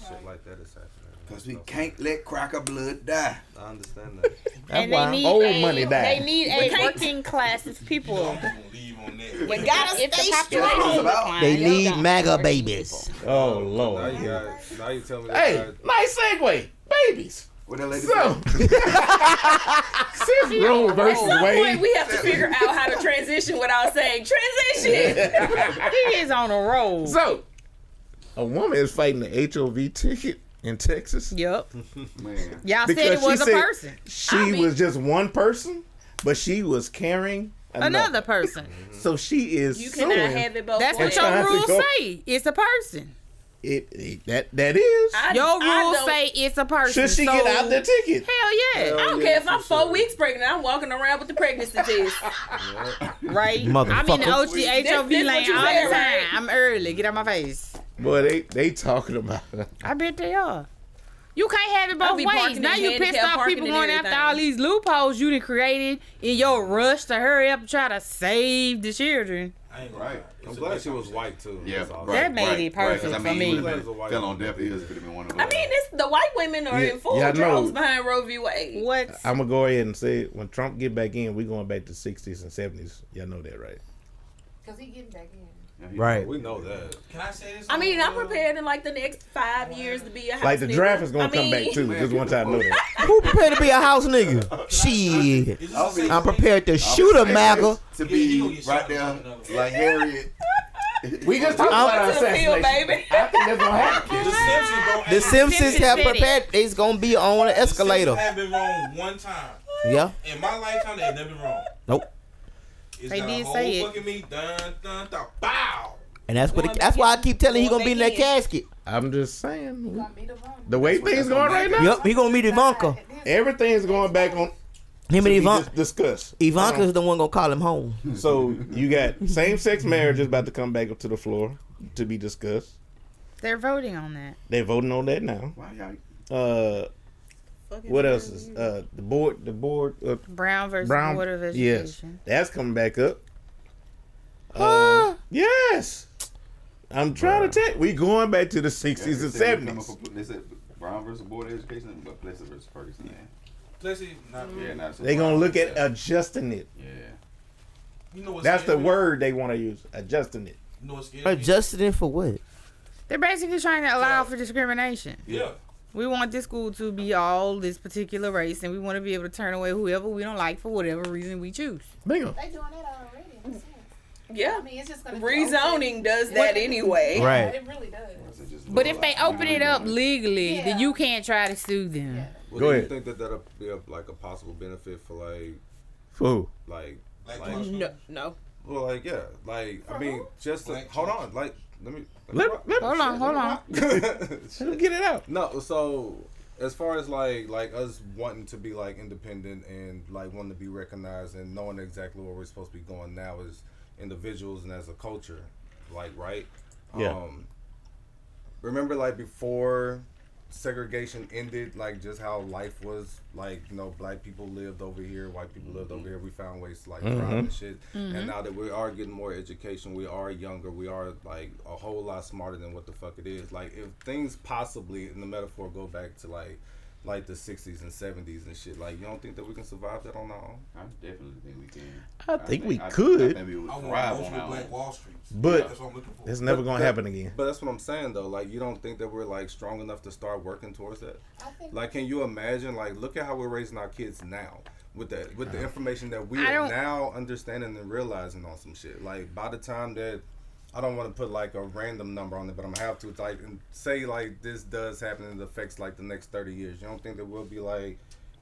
S5: If Shit like that is happening.
S10: Because we can't let cracker blood die.
S5: I understand that.
S1: That's
S6: And they
S1: why
S6: need
S1: old
S6: a,
S1: money
S6: They
S1: die.
S6: need a working class of people.
S8: I'm gonna leave on that.
S6: You gotta stay
S10: strong.
S3: They need MAGA babies.
S1: Oh
S5: Now
S1: lord.
S5: you got. Now you tell me. That
S1: Hey, nice segue. Babies.
S10: What that lady
S1: So since Roe versus
S4: At some point,
S1: Wade,
S4: we have to figure out how to transition without saying transition.
S6: He is on a roll.
S1: so a woman is fighting the HOV ticket in Texas.
S6: Yep.
S10: Man.
S6: Y'all said
S1: Because
S6: it
S1: she
S6: was a
S1: said-
S6: person.
S1: She
S4: I mean-
S1: was just one person, but she was carrying another.
S6: Another person.
S1: So she is
S4: You
S1: suing.
S4: cannot have it both
S6: That's
S4: ways.
S6: what
S1: trying
S6: your
S1: to
S6: rules
S1: go-
S6: say. It's a person.
S1: it, it- That that is.
S4: I-
S6: Your
S4: I
S6: rules
S4: don't-
S6: say it's a person.
S1: Should she
S6: so-
S1: get out the ticket?
S6: Hell yeah.
S4: I
S7: Oh,
S4: don't care if I'm four weeks pregnant. I'm walking around with the pregnancy test.
S6: Right? I'm in the
S3: Motherfucker.
S6: OT, HOV
S4: this
S6: lane
S4: what
S6: all the
S4: you
S6: time.
S4: said, right?
S6: I'm early. Get out my face.
S1: Boy, they they talking about it.
S6: I bet they are. You can't have it
S4: I'll
S6: both
S4: be
S6: ways.
S4: parking
S6: Now
S4: in
S6: you pissed
S4: handicap
S6: off
S4: parking
S6: people
S4: and
S6: going after
S4: everything.
S6: all these loopholes you done created in your rush to hurry up and try to save the children.
S8: I ain't
S10: Right.
S5: I'm glad she was white too.
S10: Yeah,
S5: That's all.
S10: right,
S6: That made
S10: right, right,
S6: it
S10: 'cause
S6: perfect
S10: I
S6: for
S10: mean,
S6: me.
S10: you would've been- fell on deaf ears if it'd been one of
S4: I
S10: us.
S4: mean, it's the white women are
S1: Yeah,
S4: in full
S1: yeah, I
S4: droves
S1: know.
S4: behind Roe v. Wade.
S6: What?
S1: I'm gonna go ahead and say it. when Trump get back in, we going back to 60s and 70s. Y'all know that, right?
S7: Cause he getting back in.
S10: Yeah, he-
S3: Right.
S5: We know that.
S8: Can I say this?
S4: I mean, I'm
S8: Uh,
S4: prepared in like the next five years to be a house
S1: Like the draft
S4: nigga.
S1: is gonna
S4: I
S1: come
S4: mean,
S1: back too.
S10: Man,
S1: Just one
S10: get the
S1: time, know that.
S3: Who prepared to be a house nigga? Shit.
S8: is this the same
S3: I'm
S8: thing?
S3: prepared to shoot a MAGA.
S10: To
S8: Yeah, he gonna
S10: be
S8: get
S10: right
S8: shot with
S10: there,
S8: another one.
S10: like Harriet.
S1: We just talked
S3: I'm-
S1: about
S4: To the field,
S1: assassination.
S4: baby.
S1: I think that's gonna happen.
S8: The Simpsons don't
S3: The
S8: act-
S3: Simpsons have
S6: Simpsons
S3: prepared. It's gonna be on an
S8: The Simpsons
S3: escalator.
S8: have been wrong one time
S3: Yeah.
S8: in my lifetime. They've never been wrong.
S3: Nope.
S8: It's
S6: They
S8: not
S6: did
S8: a whole
S6: say it.
S8: fucking me. Dun dun dun. Bow.
S3: And that's what. It, that's why I keep telling he gonna be in that casket.
S1: I'm just saying.
S7: Gonna be the one.
S1: The way things going right now,
S3: Yep. He gonna meet Ivanka.
S1: everything's going back on.
S3: Him and
S1: we
S3: Ivanka.
S1: just discussed.
S3: Ivanka's the one gonna call him home.
S1: Um, So you got same-sex marriage is about to come back up to the floor to be discussed.
S6: They're voting on that.
S1: They're voting on that now.
S10: Why y'all?
S1: Uh, what else is uh the board? The board uh,
S6: Brown versus
S1: Brown.
S6: Board of
S1: Yes,
S6: Education.
S1: that's coming back up. Uh, yes, I'm trying to take. We going back to the
S10: y'all
S1: sixties and
S10: said we come up
S1: seventies.
S10: with- They said Brown versus Board of Education, but Plessy versus Ferguson. Yeah,
S8: Plessy, not
S10: yeah nah, so
S1: They gonna look at
S10: Yeah.
S1: adjusting it.
S8: You know what's
S1: That's the
S8: scary?
S1: word they want to use. Adjusting it.
S8: You know what's scary?
S3: Adjusted in for what?
S6: They're basically trying to allow for discrimination.
S8: Yeah.
S6: We want this school to be all this particular race, and we want to be able to turn away whoever we don't like for whatever reason we choose.
S1: Bingo.
S7: They doing that already. in a sense.
S4: Yeah.
S7: I mean, it's just gonna be open.
S4: Rezoning does that anyway.
S3: Right.
S7: It really does.
S10: So just
S6: But
S10: look
S6: if they
S10: like-
S6: open it up legally, then
S7: Yeah.
S6: you can't try to sue them.
S1: Go
S5: Well, do
S1: ahead.
S5: you think that that'll be a, like a possible benefit for like
S1: Fool.
S5: like
S8: Like,
S5: Like-
S8: Clark Schools.
S4: No, no.
S5: well like yeah like I mean just to,
S8: Black
S5: hold
S8: church.
S5: on like let me
S1: Let, let,
S6: Hold on, hold on.
S4: Oh,
S1: let me get it out.
S5: no so as far as like like us wanting to be like independent and like wanting to be recognized and knowing exactly where we're supposed to be going now as individuals and as a culture like right
S1: Yeah.
S5: um remember like before segregation ended like just how life was like you know black people lived over here white people
S1: Mm-hmm.
S5: lived over here we found ways to like thrive and shit and now that we are getting more education we are younger we are like a whole lot smarter than what the fuck it is like if things possibly in the metaphor go back to like like the 60s and 70s and shit like you don't think that we can survive that on our own
S10: I definitely think we can.
S1: I think we
S10: I- I
S1: could,
S10: think we would
S8: I want
S10: thrive
S8: most
S10: on
S8: of
S10: our
S8: Black
S10: own.
S8: Wall Street.
S1: But-
S8: that's what I'm looking for.
S1: it's never gonna happen again.
S5: but that's what i'm saying though like you don't think that we're like strong enough to start working towards that
S7: I think
S5: Like, can you imagine? Like, look at how we're raising our kids now with the with the information that we
S6: I
S5: are
S6: don't-
S5: now understanding and realizing on some shit. Like, by the time that I don't want to put like a random number on it, but I'm gonna have to like and say like this does happen and it affects like the next thirty years. You don't think that we'll be like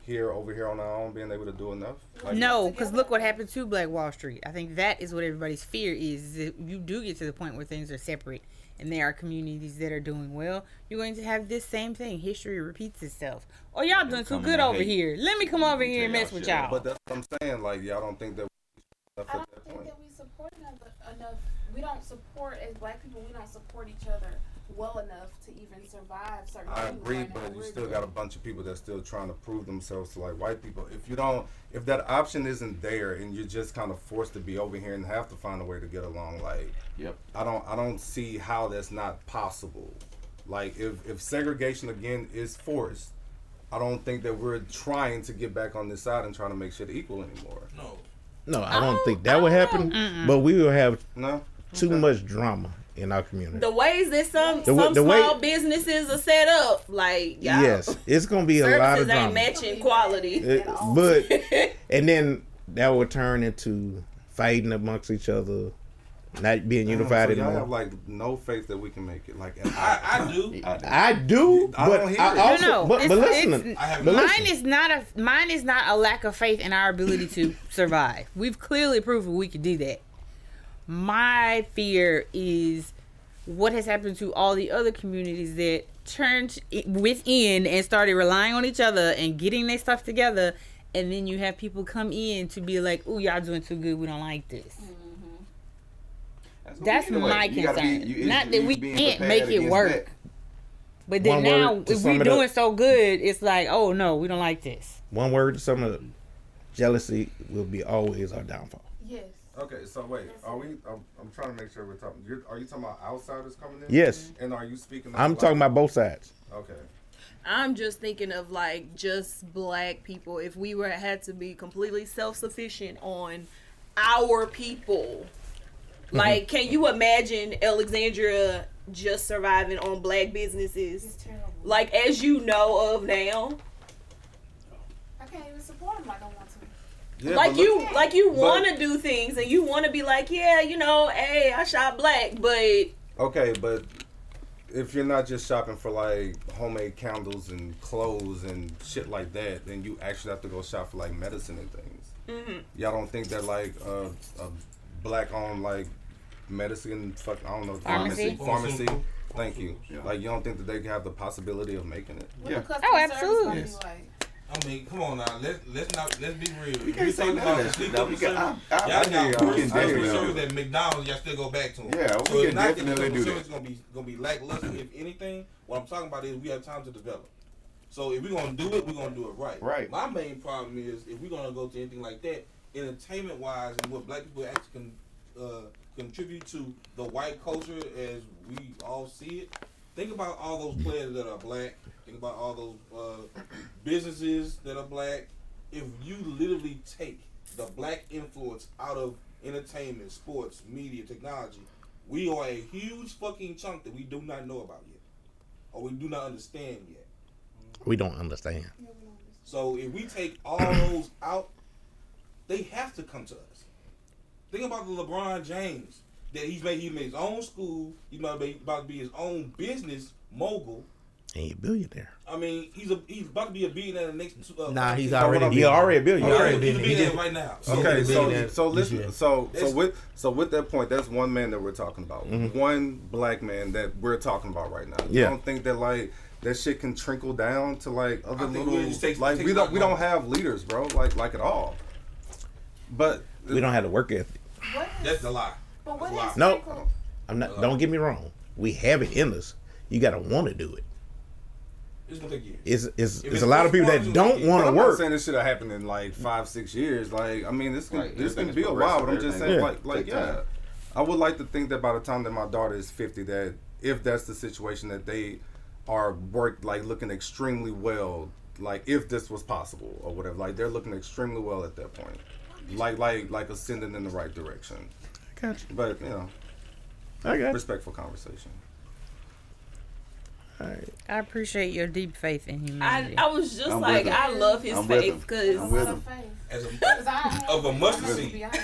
S5: here over here on our own being able to do enough? Like,
S6: No, because look what happened to Black Wall Street. I think that is what everybody's fear is. is that you do get to the point where things are separate, and there are communities that are doing well. You're going to have this same thing. History repeats itself. Oh, y'all doing too
S10: coming
S6: good
S10: to
S6: over
S10: hate.
S6: here. Let me come over here and
S10: Tell
S6: mess
S10: y'all
S6: with
S10: shit.
S6: y'all.
S5: But that's what I'm saying. Like y'all don't think that we enough
S7: I
S5: at
S7: don't
S5: that
S7: think
S5: point.
S7: that we support enough, enough. We don't support as black people. We don't support each other well enough to even survive certain.
S5: I
S7: things
S5: agree,
S7: right now.
S5: but you
S7: We're
S5: still
S7: just-
S5: got a bunch of people that's still trying to prove themselves to like white people. If you don't, if that option isn't there, and you're just kind of forced to be over here and have to find a way to get along, like
S10: Yep.
S5: I don't, I don't see how that's not possible. Like if if segregation again is forced, I don't think that we're trying to get back on this side and trying to make shit equal anymore.
S8: No.
S1: No, I don't think that would happen. But we will have
S5: No,
S1: too much drama in our community.
S4: The ways that some
S1: The wa-
S4: some
S1: the way-
S4: small businesses are set up, like y'all,
S1: yes, it's gonna be a lot
S4: services
S1: of drama.
S4: ain't matching quality.
S1: It- but and then that will turn into fighting amongst each other, not being unified
S5: so y'all
S1: anymore.
S5: have like no faith that we can make it. Like, and I,
S8: I, I do.
S10: I, I,
S1: I do,
S5: I
S1: but
S5: don't hear
S1: I
S5: it.
S1: also,
S6: No, no,
S1: but, but
S6: it's-
S1: listen,
S6: it's-
S8: I have
S1: but
S8: no-
S1: listen,
S6: Mine is not a mine is not a lack of faith in our ability to survive. We've clearly proven we can do that. My fear is what has happened to all the other communities that turned i- within and started relying on each other and getting their stuff together, and then you have people come in to be like, "Ooh, y'all doing too good. We don't like this."
S10: Mm-hmm. what
S6: That's
S10: we do,
S6: my
S10: like, you gotta
S6: concern.
S10: you-
S6: Not
S10: you-
S6: that
S10: you
S6: we
S10: being
S6: can't
S10: prepared
S6: make it
S10: against
S6: work.
S10: that.
S6: But then
S1: One
S6: now,
S1: word to
S6: if
S1: sum
S6: we're
S1: it up.
S6: doing so good, it's like, "Oh no, we don't like this."
S1: one word to sum it up: jealousy will be always our downfall.
S7: Yes.
S5: okay, so wait, are we? I'm, I'm trying to make sure we're talking. You're, are you talking about outsiders coming in?
S1: Yes,
S5: And are you speaking? of,
S1: I'm
S5: like-
S1: talking about both sides.
S5: Okay.
S4: I'm just thinking of like just black people. If we were had to be completely self sufficient on our people,
S5: Mm-hmm.
S4: like, can you imagine Alexandria just surviving on black businesses?
S7: It's terrible.
S4: Like as you know of now,
S7: I can't even support them. I don't want to.
S5: Yeah,
S4: like
S5: but look-
S4: you, like you
S5: but-
S4: want to do things and you want to be like, yeah, you know, hey, I shot black, but
S5: Okay, but if you're not just shopping for like homemade candles and clothes and shit like that, then you actually have to go shop for like medicine and things.
S6: Mm-hmm.
S5: Y'all don't think that like a, a black owned like medicine fuck I don't know
S6: Pharmacy?
S5: pharmacy.
S8: Pharmaceutical.
S5: Thank you.
S10: Yeah.
S5: Like you don't think that they can have the possibility of making it?
S7: What
S10: Yeah.
S7: the customer service
S6: absolutely.
S7: gonna be
S10: Yes.
S7: like?
S8: I mean, come on now. Let's let's not let's be real.
S10: We can't say none of
S8: talking about
S10: that shit.
S8: sleep
S10: though. We can, I,
S8: service.
S10: I, I,
S8: Y'all got
S10: think we
S8: worse
S10: can
S8: customer service
S10: definitely.
S8: at McDonald's. Y'all still go back to them.
S10: Yeah, we
S8: so
S10: can
S8: it's not that the
S10: definitely
S8: customer
S10: do
S8: service
S10: that.
S8: Gonna be gonna be lackluster if anything. What I'm talking about is we have time to develop. So if we're gonna do it, we're gonna do it right.
S10: Right.
S8: My main problem is if we're gonna go to anything like that, entertainment wise, and what black people actually can uh, contribute to the white culture as we all see it. Think about all those players that are black. Think about all those uh, businesses that are black. If you literally take the black influence out of entertainment, sports, media, technology, we are a huge fucking chunk that we do not know about yet, or we do not understand yet.
S1: We don't understand.
S8: So if we take all those out, they have to come to us. Think about the LeBron James that he's made. He made his own school. He's about to be, about to be his own business mogul.
S1: Ain't a billionaire.
S8: I mean, he's a he's about to be a billionaire in the next. Two, uh,
S3: Nah, he's
S8: five years.
S3: already.
S1: He already a
S8: He's
S1: billionaire.
S8: a-
S3: already
S8: he's a
S3: billionaire.
S8: billionaire right now. So
S5: Okay,
S3: He's a
S5: so
S3: billionaire
S5: so
S3: this
S5: listen,
S3: year.
S5: so so
S8: That's-
S5: with so with that point, that's one man that we're talking about,
S3: Mm-hmm.
S5: one black man that we're talking about right now.
S1: Yeah.
S5: I don't think that like that shit can trickle down to like other
S8: think
S5: little
S8: we just take-
S5: like
S8: take
S5: we don't
S8: black
S5: we don't
S8: money.
S5: have leaders, bro, like like at all. But
S1: We don't have the work ethic.
S7: What is,
S8: that's the lie.
S7: but what
S8: Wow.
S7: is
S1: No.
S7: sprinkled-
S1: I'm not. Don't get me wrong. We have it in us. You gotta want to do it.
S8: It's gonna take years.
S1: It's it's,
S8: If
S1: it's
S8: it's
S1: a lot of people that
S8: performance,
S1: don't
S8: it's-
S5: but
S1: want to
S5: I'm not
S1: work.
S5: saying this should have happened in like five six years. Like I mean, this can
S10: Right,
S5: this
S10: everything
S5: can
S10: is
S5: be a while. But I'm just
S10: progressive,
S5: saying,
S1: everything
S5: like like
S10: takes
S5: yeah,
S10: time.
S5: I would like to think that by the time that my daughter is 50, that if that's the situation that they are work like looking extremely well, like if this was possible or whatever, like they're looking extremely well at that point, like like like ascending in the right direction.
S1: I got you.
S5: But you know,
S1: I got you.
S5: respectful conversation.
S1: All right.
S6: I appreciate your deep faith in
S4: I,
S6: humanity.
S4: I was just
S10: I'm
S4: like,
S10: with him.
S4: I love his
S10: I'm with him.
S4: faith because
S10: I'm
S7: a
S10: with
S7: lot
S10: him.
S7: of faith?
S8: As a,
S7: 'Cause I don't
S8: Of a
S7: I'm
S8: mustard
S7: gonna
S8: seed.
S7: Be honest.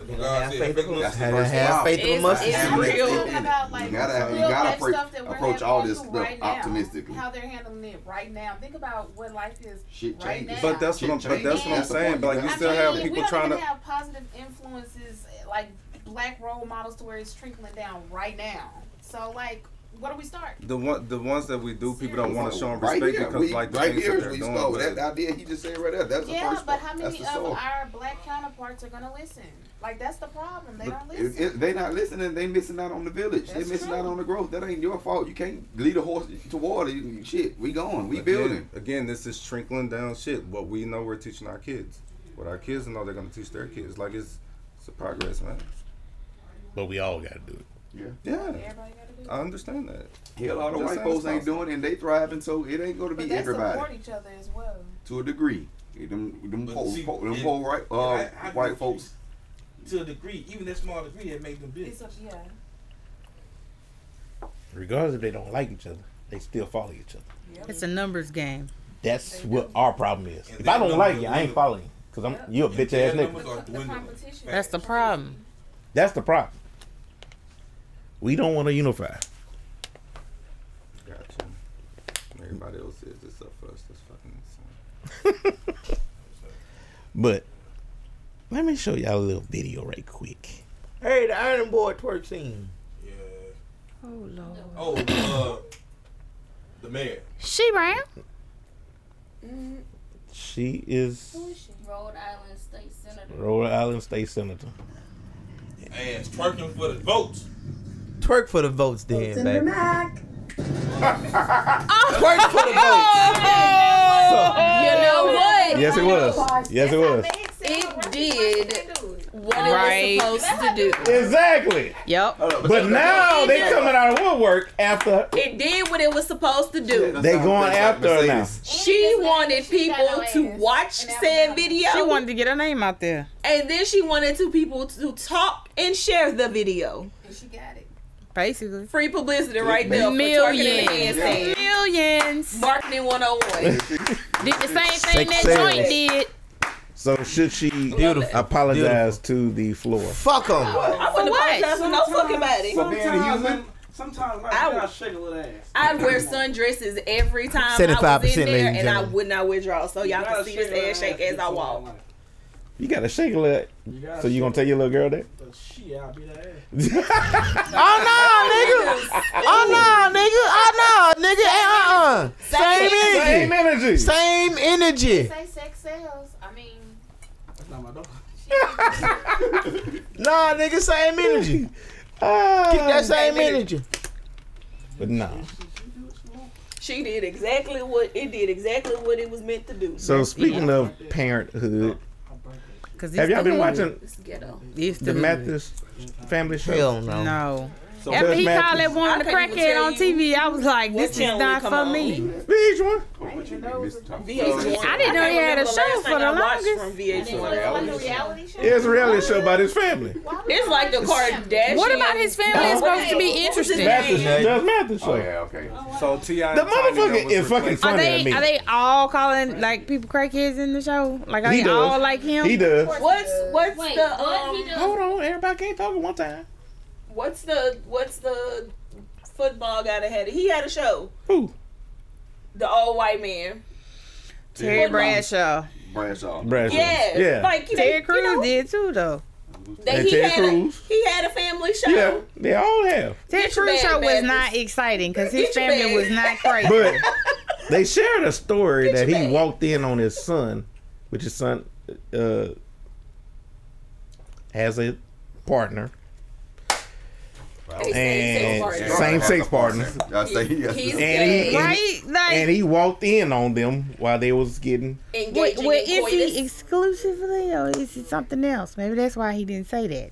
S8: as
S3: Did I have
S8: God said,
S3: faith?
S8: faithful is the
S3: Did I
S10: first
S3: have
S10: love.
S3: faith in the
S4: It's-
S3: mustard
S4: it's
S3: seed?
S10: real.
S7: talking about like
S10: You gotta have- you
S7: real
S10: gotta
S7: life
S10: appro-
S7: stuff that we're
S10: approach all
S7: having
S10: this
S7: going
S10: stuff
S7: right now,
S10: optimistically.
S7: How they're handling it right now. Think about what life is
S10: Shit
S7: right now.
S10: changes.
S5: But that's what I'm. But that's what I'm saying. But like you
S10: I
S5: still
S7: I mean,
S5: have
S7: we
S5: people
S7: don't
S5: trying
S7: even
S5: to.
S7: have positive influences like black role models to where it's trickling down right now. So like, where do we start?
S5: The one, the ones that we do, people don't want to show them
S10: Right
S5: respect
S10: here,
S5: because
S10: we-
S5: like the
S10: right
S5: things
S10: here
S5: that
S10: is
S5: they're
S10: we
S5: doing.
S10: stole.
S5: but-
S10: That idea he just said right there. That's the
S7: yeah,
S10: first
S7: but
S10: one.
S7: how
S10: That's
S7: many
S10: the
S7: of
S10: soul.
S7: our black counterparts are gonna listen? Like that's the problem. They don't listen.
S10: If, if they not listening, they missing out on the village. they
S7: That's
S10: missing
S7: true.
S10: out on the growth. That ain't your fault. You can't lead a horse to water. You- Shit, we gone. We
S5: again-
S10: building.
S5: Again, this is trickling down shit. What we know, we're teaching our kids. What our kids know, they're gonna teach their kids. Like it's, it's a progress, man.
S1: But we all got to do it.
S5: Yeah,
S7: Everybody gotta do. it.
S5: I understand that.
S10: Hell, all the
S5: Just
S10: white
S5: saying
S10: folks
S5: it's
S10: ain't doing it and they thriving, so it ain't gonna
S7: But
S10: be
S7: they
S10: everybody
S7: support each other as well.
S10: to a degree. Them, them,
S8: But
S10: po,
S8: see,
S10: po, them
S8: it-
S10: po, right, uh,
S8: I- I
S10: white
S8: think
S10: folks.
S8: to a degree, even that small degree, that make them big.
S7: It's a, yeah.
S1: Regardless if they don't like each other, they still follow each other.
S6: It's a numbers game.
S1: That's what our problem is.
S8: And
S1: If
S8: they
S1: I don't
S8: know
S1: like
S8: the
S1: you, I ain't
S8: nigga.
S1: following you. Because I'm you a
S8: And
S1: bitch
S8: their
S1: ass nigga.
S8: numbers
S7: The,
S8: are
S7: the
S8: dwindling.
S7: competition.
S6: That's the problem.
S1: That's the problem. We don't want to unify.
S5: Gotcha. Everybody else says this up first. That's fucking insane.
S1: But let me show y'all a little video right quick.
S3: Hey, the iron board twerk scene.
S8: Yeah.
S6: Oh lord.
S8: Oh, uh, the mayor.
S6: She brown.
S1: She is
S7: Rhode Island State Senator.
S1: Rhode Island State Senator.
S8: Ass twerking for the votes.
S3: Twerk for the votes, then, baby.
S1: Twerk for the
S4: Oh,
S1: votes.
S4: You know what?
S1: Yes, it was. Yes, it was.
S4: It did what
S6: Right.
S4: it was supposed to do.
S1: Exactly.
S6: Yep.
S1: But now they coming out of woodwork after
S4: It did what it was supposed to do.
S1: they going after her now.
S4: She wanted people to watch said video,
S6: She wanted to get her name out there.
S4: and then she wanted two people to talk and share the video.
S7: And she got it.
S6: Basically.
S4: Free publicity right there for twerking in the
S6: Millions.
S4: handstand.
S6: Millions.
S4: Marketing 101.
S6: Did the same thing
S1: Sex
S6: that
S1: sales.
S6: joint did.
S1: So should she
S4: Beautiful.
S1: apologize to the floor?
S3: Fuck them.
S4: I wouldn't
S6: For what?
S4: apologize for no fucking body.
S10: For being a human,
S9: Sometimes
S4: I
S9: life
S4: would-
S9: gotta shake a little ass.
S4: I'd wear sundresses every time I
S3: 75%,
S4: was in
S3: ladies
S4: there,
S3: and
S4: and I
S3: gentlemen.
S4: would not withdraw. So y'all
S9: You
S4: can
S9: gotta
S4: see this
S9: shake her
S4: ass shake as I
S9: before
S4: walk.
S9: life.
S1: You gotta shake a little.
S9: You gotta
S1: So you gonna
S9: shake
S1: tell your little girl that?
S9: the shit out of that ass.
S3: Oh, no, nigga. Oh, no, nigga. Oh, no, nigga. Uh uh Same
S1: Same
S3: energy.
S1: energy.
S3: Same energy.
S7: Say sex sells. I mean,
S9: That's not my dog.
S3: Nah, nigga, same energy.
S1: Ah.
S3: Keep that same
S4: Same
S3: energy.
S1: But no.
S4: She did exactly what it did exactly what it was meant to do.
S1: So speaking of parenthood,
S9: I burnt that shit.
S6: Cause
S1: have
S6: it's
S1: y'all been
S6: the-
S1: watching
S4: It's ghetto.
S6: it's
S1: the Mathis family show?
S3: Hell no.
S6: No.
S1: So
S6: After
S1: Judge
S6: he
S1: Mathis-
S6: called that
S4: I
S6: woman a
S4: couldn't even
S6: crackhead
S4: tell
S6: on
S4: you
S6: TV, I was like,
S4: what
S6: this is
S4: channel
S6: not
S4: it come
S6: for
S4: on.
S6: me.
S1: Which
S9: Oh,
S1: one?
S4: VH1.
S6: I didn't know
S4: can't
S6: they had a
S4: remember last
S6: show for
S4: thing
S6: the
S4: I watched
S6: longest.
S4: From VH1.
S7: like a reality show.
S1: It's a reality show about his family.
S4: It's like the Kardashians.
S6: What about his family is supposed to be
S4: What was his
S6: interesting?
S1: Mathis,
S4: name?
S1: Judge Mathis show.
S10: Oh, yeah, okay.
S5: So Ti,
S1: The motherfucker is fucking
S6: Are
S1: funny to
S6: they
S1: me.
S6: are they all calling like people crackheads in the show? Like are
S1: He
S6: they all
S1: does.
S6: like him?
S1: he does.
S4: What's what's
S7: Wait,
S4: the
S7: what?
S4: um,
S7: He does-
S1: Hold on, everybody can't talk at one time.
S4: what's the what's the football guy that had it? He had a show.
S1: Who?
S4: The old white man.
S6: Terry Bradshaw.
S10: Bradshaw.
S1: Bradshaw.
S4: Yeah.
S1: Yeah.
S4: Like you know,
S6: Terry Crews
S4: you know,
S6: did too though.
S4: They,
S1: And
S4: he,
S1: Ted
S4: had a,
S1: Cruz.
S4: he had a family show.
S1: yeah. They all have.
S6: Terry
S4: Get your
S6: Crews
S4: bag,
S6: show was
S4: Mathis.
S6: not exciting because his
S4: Get your
S6: family
S4: bag.
S6: was not crazy.
S1: But they shared a story
S4: Get
S1: that
S4: your
S1: he
S4: bag.
S1: walked in on his son, which his son uh, has a partner.
S4: They say
S1: And-
S4: sex parties.
S1: Same sex partner.
S10: I say yes.
S4: He's
S10: He's
S1: And he, and,
S6: right? Like
S1: and he walked in on them while they was getting.
S6: Wait,
S4: Engaging
S6: well,
S4: in
S6: is
S4: coitus.
S6: he exclusively or is it something else? Maybe that's why he didn't say that.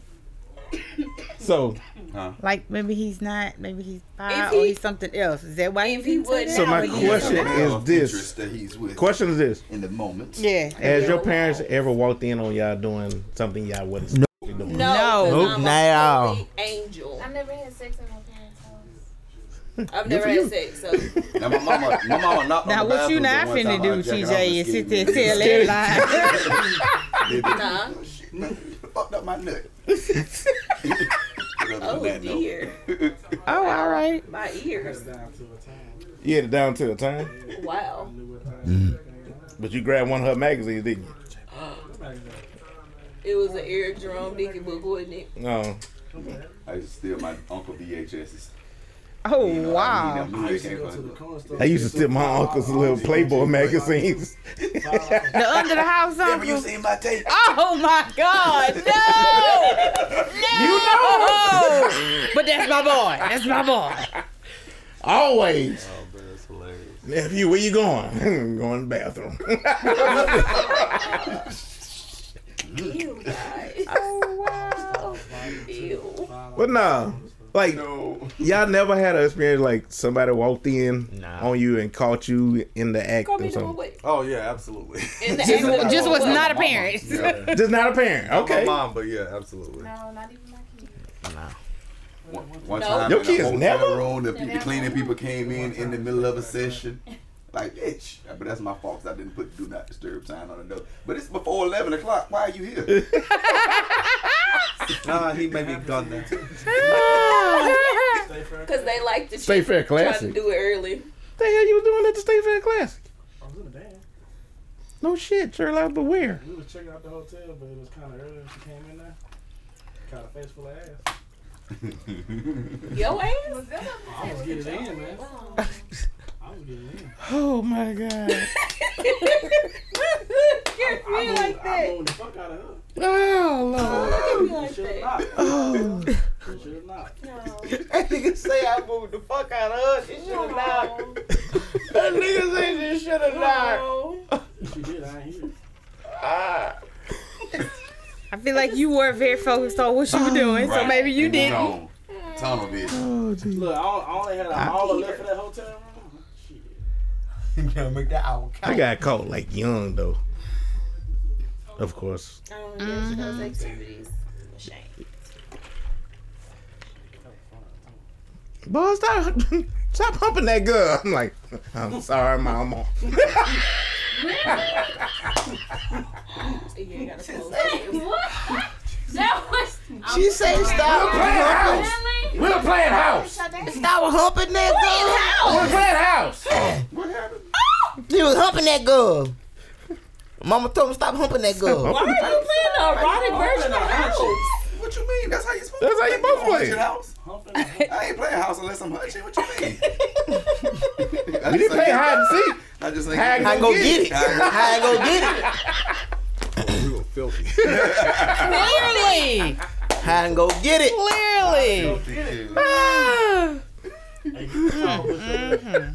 S1: So
S6: Like maybe he's not. Maybe he's bi
S4: If
S6: or
S4: he-
S6: he's something else. Is that why
S4: if he
S6: didn't say
S4: wouldn't-
S6: that?
S1: So my
S6: Or he-
S1: question is this.
S10: interest that he's with
S1: question is this:
S10: in the moment.
S6: Yeah.
S1: Has your parents ever walked in on y'all doing something y'all wasn't supposed to be doing?
S4: No,
S6: No.
S4: 'cause
S6: Nope,
S4: I'm a
S3: not at all.
S4: holy Angel.
S7: I never had sex in my parents' house.
S4: I've never
S1: for
S4: had
S1: you.
S4: sex, so
S10: Now, my mama, my mama knocked
S6: Now
S10: on the
S6: what you
S10: bathroom
S6: not
S10: door one
S6: finna
S10: time,
S6: do,
S10: I jacked off
S6: TJ, is
S10: skin
S6: sit there
S10: and
S6: and tell that lie.
S10: Did
S4: nah.
S10: this. Fucked up my nut.
S4: Oh dear.
S6: Oh, all right.
S4: My ears.
S9: Down to a time.
S1: You had it down to a time,
S4: Wow.
S1: Mm. but you grabbed one of her magazines, didn't you?
S4: It was an eardrum, Nicky Boo, wasn't it?
S1: No.
S10: I used to steal my uncle VHS's.
S6: Oh,
S10: You know, I
S6: wow.
S10: didn't even know where they came
S9: Go to the
S10: from.
S9: corner store.
S1: I used to steal my uncle's little Playboy magazines.
S6: The under the house
S10: Remember you
S6: uncle.
S10: seen my tape?
S6: Oh my God! No, no. But that's my boy. That's my boy.
S1: Always.
S5: Oh, man, that's hilarious.
S1: Nephew, where you going? going to the bathroom.
S4: Ew, guys. Oh, Ew.
S1: but nah, like
S10: No.
S1: y'all never had an experience like somebody walked in
S3: Nah.
S1: on you and caught you in the act
S4: Call me
S1: or
S4: the one
S1: something.
S4: with.
S5: Oh yeah, absolutely.
S4: in the
S6: Just,
S4: act of-
S6: just was
S4: Well,
S6: not apparent.
S5: Yeah.
S1: Just not a parent.
S5: Okay. My
S1: Okay.
S5: mom, but yeah, absolutely.
S7: No, not even my kid.
S10: One, one
S4: No.
S10: time
S1: Your
S10: in a
S1: kids
S10: hotel
S1: never?
S10: Room, the, pe- the cleaning people came in in the middle of a session. Like, bitch. But that's my fault 'cause I didn't put do not disturb sign on the door. But it's before 11 o'clock. Why are you here?
S5: Nah, he made me done that.
S9: Stay fair.
S4: Cause they like to
S1: Stay
S4: shit.
S1: Fair
S4: Try
S1: Classic.
S4: to do it early.
S1: the hell you was doing at the State Fair Classic?
S9: I was in the band.
S1: No shit, Sherlock, but where?
S9: We was checking out the hotel, but it was kind of early when she came in there. Got a face full of ass.
S4: Yo ass.
S9: I was getting in, man. I was getting in.
S1: Oh my god.
S4: Can't
S9: I
S4: be
S9: moved,
S4: like
S9: I
S4: that.
S9: moved the fuck out of her.
S1: oh
S4: Can't be like
S9: Should have
S4: that.
S9: not.
S1: lord.
S9: Should have not.
S3: That nigga say I moved the fuck out of her. She should have knocked. That nigga say she should have knocked.
S4: No.
S9: If she did, I ain't here.
S3: Ah.
S6: I feel like you were very focused on what you were doing, so
S10: Right.
S6: maybe you
S10: And went
S6: didn't.
S10: on. Tunnel vision.
S1: Oh geez.
S9: Look, I on- I only had a hour left for that hotel room. Shit.
S1: I got caught like young though. Of course.
S4: I don't engage in those activities.
S9: Mm.
S4: Shame.
S1: Boy, stop stop humping that girl. I'm like, I'm sorry, mama.
S4: You ain't gotta close. it.
S7: That was.
S3: She say stop
S1: playing house.
S7: Really?
S1: We're playing house.
S3: Stop humping that
S1: We're playing house.
S3: girl. She was humping that girl. Mama told him stop humping that girl.
S4: Why are you playing the erotic version of house?
S10: What you mean? That's how you supposed
S1: That's how you
S10: play.
S1: supposed to
S10: don't
S1: play.
S10: hunch it house.
S9: Humping the hotel
S10: I ain't playing house unless I'm hunching. What you mean? I
S1: We
S10: just
S1: didn't play
S10: ain't-
S1: hide and seek.
S10: I just ain't.
S1: Hide
S3: I
S1: and
S3: go get it. I go get it.
S5: We were filthy.
S6: Clearly,
S3: I go get it.
S6: clearly. Ah.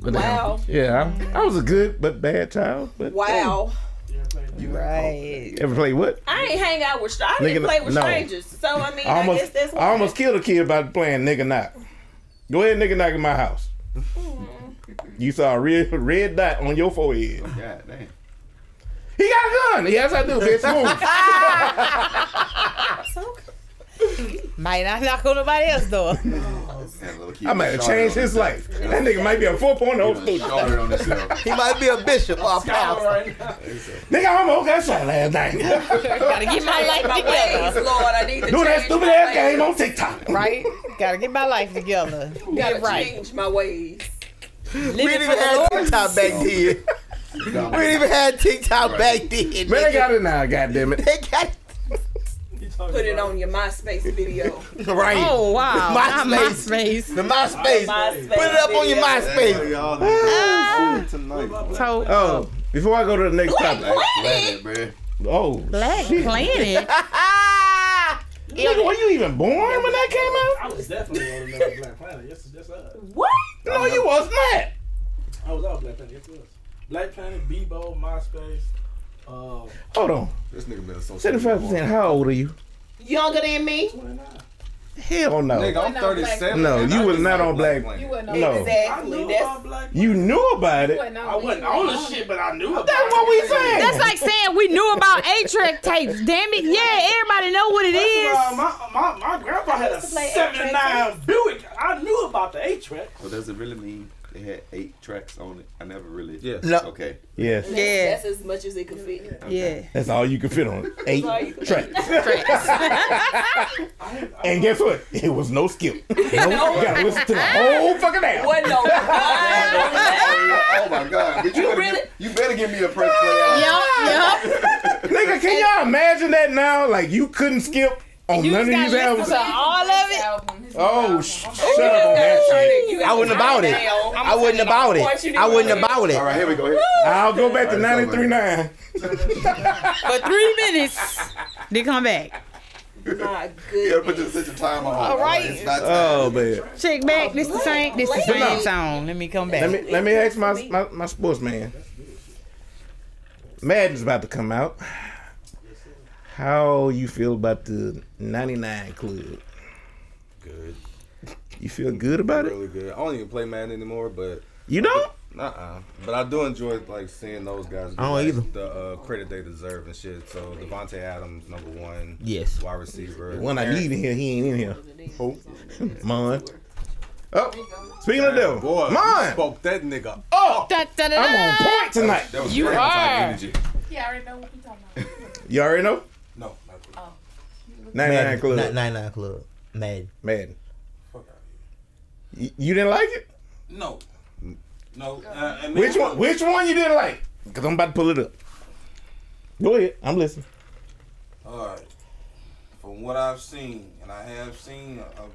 S1: But
S4: Wow.
S1: Yeah, I, I was a good but bad child. But
S4: Wow.
S6: Right.
S1: Ever play what?
S4: I ain't hang out with. str- I
S1: Nigga,
S4: didn't play with
S1: no.
S4: strangers. So I mean,
S1: I
S4: I
S1: almost,
S4: guess that's.
S1: I almost killed a kid about playing nigga knock. Go ahead, nigga knock in my house.
S4: Mm-hmm.
S1: You saw a red red dot on your forehead.
S10: God damn.
S1: He got a gun. Yes, I do, bitch. Move.
S6: Ah! Might not knock on nobody else's door.
S10: That little kid
S1: I might have
S10: shorted
S1: changed
S10: on
S1: his life. That nigga might be a oh. 4.0
S10: He
S1: student.
S10: shorted on himself.
S3: He might be a bishop or a pastor.
S9: right now.
S1: Nigga, I almost got shot last night.
S6: Gotta get my life
S4: my ways,
S6: together.
S4: Lord. I need to
S1: Doing
S4: change
S1: that stupid
S4: my ways.
S1: ass game on TikTok.
S6: Right? Gotta get my life together.
S4: Gotta
S6: Get right.
S4: change my ways.
S3: We
S6: Living
S3: didn't
S6: for
S3: even
S6: the
S3: have
S6: Lord.
S3: TikTok back then. We didn't even have TikTok back then.
S1: Man, they
S3: nigga.
S1: got it now. Goddamn it.
S3: They got
S9: He talking
S4: Put it
S9: about
S4: on your MySpace video.
S3: it right.
S6: Oh wow!
S3: MySpace.
S6: Not MySpace.
S3: The MySpace.
S4: MySpace
S3: Put it up on your
S4: video.
S3: MySpace.
S5: Hey, y'all need to see it tonight.
S9: Black
S6: So
S1: Oh, before I go to the next topic.
S10: Planet, bruh.
S1: Oh,
S6: Black
S1: shit.
S6: Planet.
S1: Nigga, were you even born when that
S9: I was definitely on another Black Planet. Yes, yes, uh,
S4: What?
S1: came out? No, you was not.
S9: I was on Black Planet. Yes, it was. Black Planet, Bebo, MySpace. Uh,
S1: Hold on.
S5: This nigga been a social. media
S1: Seventy-five percent. How old are you?
S4: Younger than me?
S9: 29.
S1: Hell
S5: Nigga,
S1: no.
S5: I'm 37.
S1: No, you was not on Black
S5: Planet.
S1: No.
S9: I knew
S4: Exactly.
S9: about
S4: That's
S9: Black Planet.
S1: You knew about it.
S9: I wasn't on the shit, but I knew about
S1: That's what
S9: it.
S1: we saying.
S6: That's like saying we knew about A Track tapes. Damn it! Yeah, everybody know what it
S9: First of all,
S6: is.
S9: my, my, my grandpa had a
S4: Play
S9: 79 Buick. I knew about the eight track.
S10: Well, does it really mean they had eight tracks on it? I never really.
S5: Yeah.
S3: No.
S10: Okay.
S1: Yes.
S6: Yeah.
S4: That's as much as it could fit.
S6: Yeah.
S1: That's all you can fit on it. Eight
S4: all you can
S1: tracks.
S9: I, I,
S1: And guess what? It was no skip. No, you gotta listen to the whole fucking album.
S4: What no?
S10: oh my God! But you,
S4: You
S10: better
S4: really-
S10: give, you better give me a press play. album.
S6: Yup, yup.
S1: Nigga, can y'all imagine that now? Like you couldn't skip on none of these albums.
S6: all of it.
S1: Oh, sh- shut up on that shit.
S3: I wouldn't about it. I wouldn't about it. I wouldn't about
S10: All right,
S3: it.
S10: here we go. Here.
S1: I'll go back to
S10: All right, so
S1: 93.9.
S6: For three minutes, they come back.
S4: My
S10: You gotta put
S4: goodness.
S10: this such a time on. All
S6: right.
S10: It's not time.
S1: Oh man.
S6: Check back. This the same. This the
S4: Hold
S6: same
S4: on.
S6: song. Let me come back.
S1: Let me let me ask my my, my sportsman. Madden's about to come out. How you feel about the 99 club?
S5: Good.
S1: You feel good about it?
S5: Really good. I don't even play Madden anymore, but
S1: You don't?
S5: uh-uh. But I do enjoy like seeing those guys.
S3: I don't
S5: like,
S3: either.
S5: The uh, credit they deserve and shit. So Devonte Adams, number one.
S3: Yes.
S5: Wide receiver.
S1: The one I
S5: Aaron-
S1: need in here, he ain't in here.
S5: Who?
S1: Mon. Oh, speaking of the devil,
S5: Boy, you
S1: Mon,
S5: spoke that nigga.
S1: oh,
S6: Dun, dun, dun,
S1: I'm on
S6: dun.
S1: point tonight.
S10: That was
S6: You
S10: great type
S6: are.
S10: of energy.
S7: Yeah, I already know what we talking about.
S1: You already know?
S5: No. not-
S1: 99 Club.
S3: Not 99 Club. Mad.
S1: Madden. You, you didn't like it?
S8: No. No. Uh, and
S1: Which
S8: maybe-
S1: one? Which one you didn't like? Cause I'm about to pull it up. Go ahead, I'm listening.
S8: All right. From what I've seen, and I have seen a, a-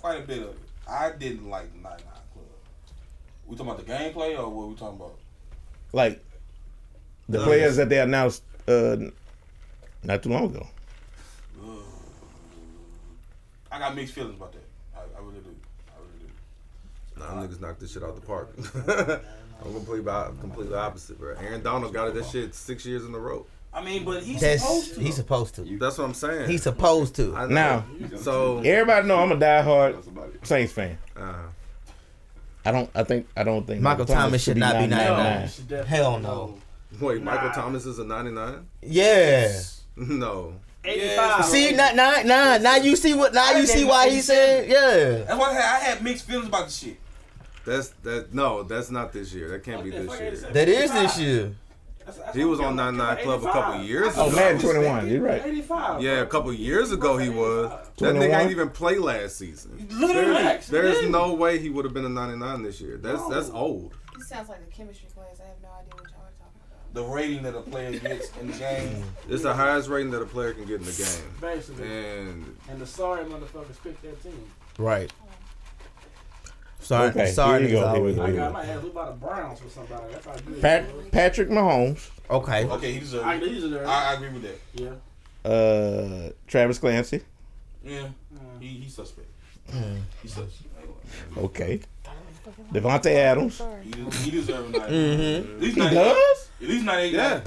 S8: quite a bit of it, I didn't like the 99 Club. We talking about the gameplay or what we talking about?
S1: Like the players that they announced uh, not too long ago.
S8: I got mixed feelings about that. I, I really do. I really do.
S5: Nah, them niggas knocked this shit out the park. I'm completely, by, completely opposite, bro. Aaron Donald got it that shit six years in a row.
S8: I mean, but he's
S3: That's
S8: supposed to.
S3: he's supposed to.
S5: That's what I'm saying.
S3: He's supposed to.
S5: I know.
S1: Now,
S5: so
S1: everybody know I'm a diehard
S10: Somebody.
S1: Saints fan.
S5: uh,
S1: I don't. I think. I don't think
S3: Uh-huh. Michael Thomas should not be 99.
S9: no, she definitely-
S3: Hell no.
S5: wait, Michael Thomas is a 99?
S3: Yeah.
S5: No,
S9: 85.
S3: See, now, now, now, now you see what? Now you see why he said, yeah.
S8: That's why I had, I had mixed feelings about the shit.
S5: that's that. No, that's not this year. That can't be this year.
S3: That is this year.
S9: That's- that's
S5: He was on
S9: what I'm
S5: 99
S9: talking about,
S5: Club a couple
S9: 85.
S5: years
S1: Oh,
S5: ago.
S1: Madden 21. You're right.
S9: 85.
S5: Yeah, a couple years ago he was. That
S1: 21?
S5: nigga ain't even play last season.
S9: Look at
S5: There,
S9: Relax.
S5: there's no way he would have been a 99 this year. That's that's old.
S7: This sounds like a chemistry class. I have no idea what y'all are talking about.
S8: The rating that a player gets in the game.
S5: It's the highest rating that a player can get in the game.
S9: Basically.
S5: And
S9: And the sorry motherfuckers picked that team.
S3: Right. Sorry,
S1: Okay,
S3: sorry.
S1: here you
S3: niggas
S1: go, here we
S3: always-
S1: go.
S9: I got my ass whooped by the Browns or somebody. That's how good it was.
S1: Pat, Patrick Mahomes,
S3: Okay.
S8: Okay, he deserves
S9: I,
S8: it.
S9: these are their,
S8: I, I agree with that.
S9: yeah.
S1: uh, Travis Clancy.
S8: Yeah.
S5: Mm.
S8: He, he's suspect. He's suspect.
S1: Okay. Devontae Adams. Mm-hmm.
S8: He, he deserves a 99.
S3: Mhm.
S8: At least
S1: Mm. He
S8: 99.
S1: does?
S8: At least 99.
S5: yeah,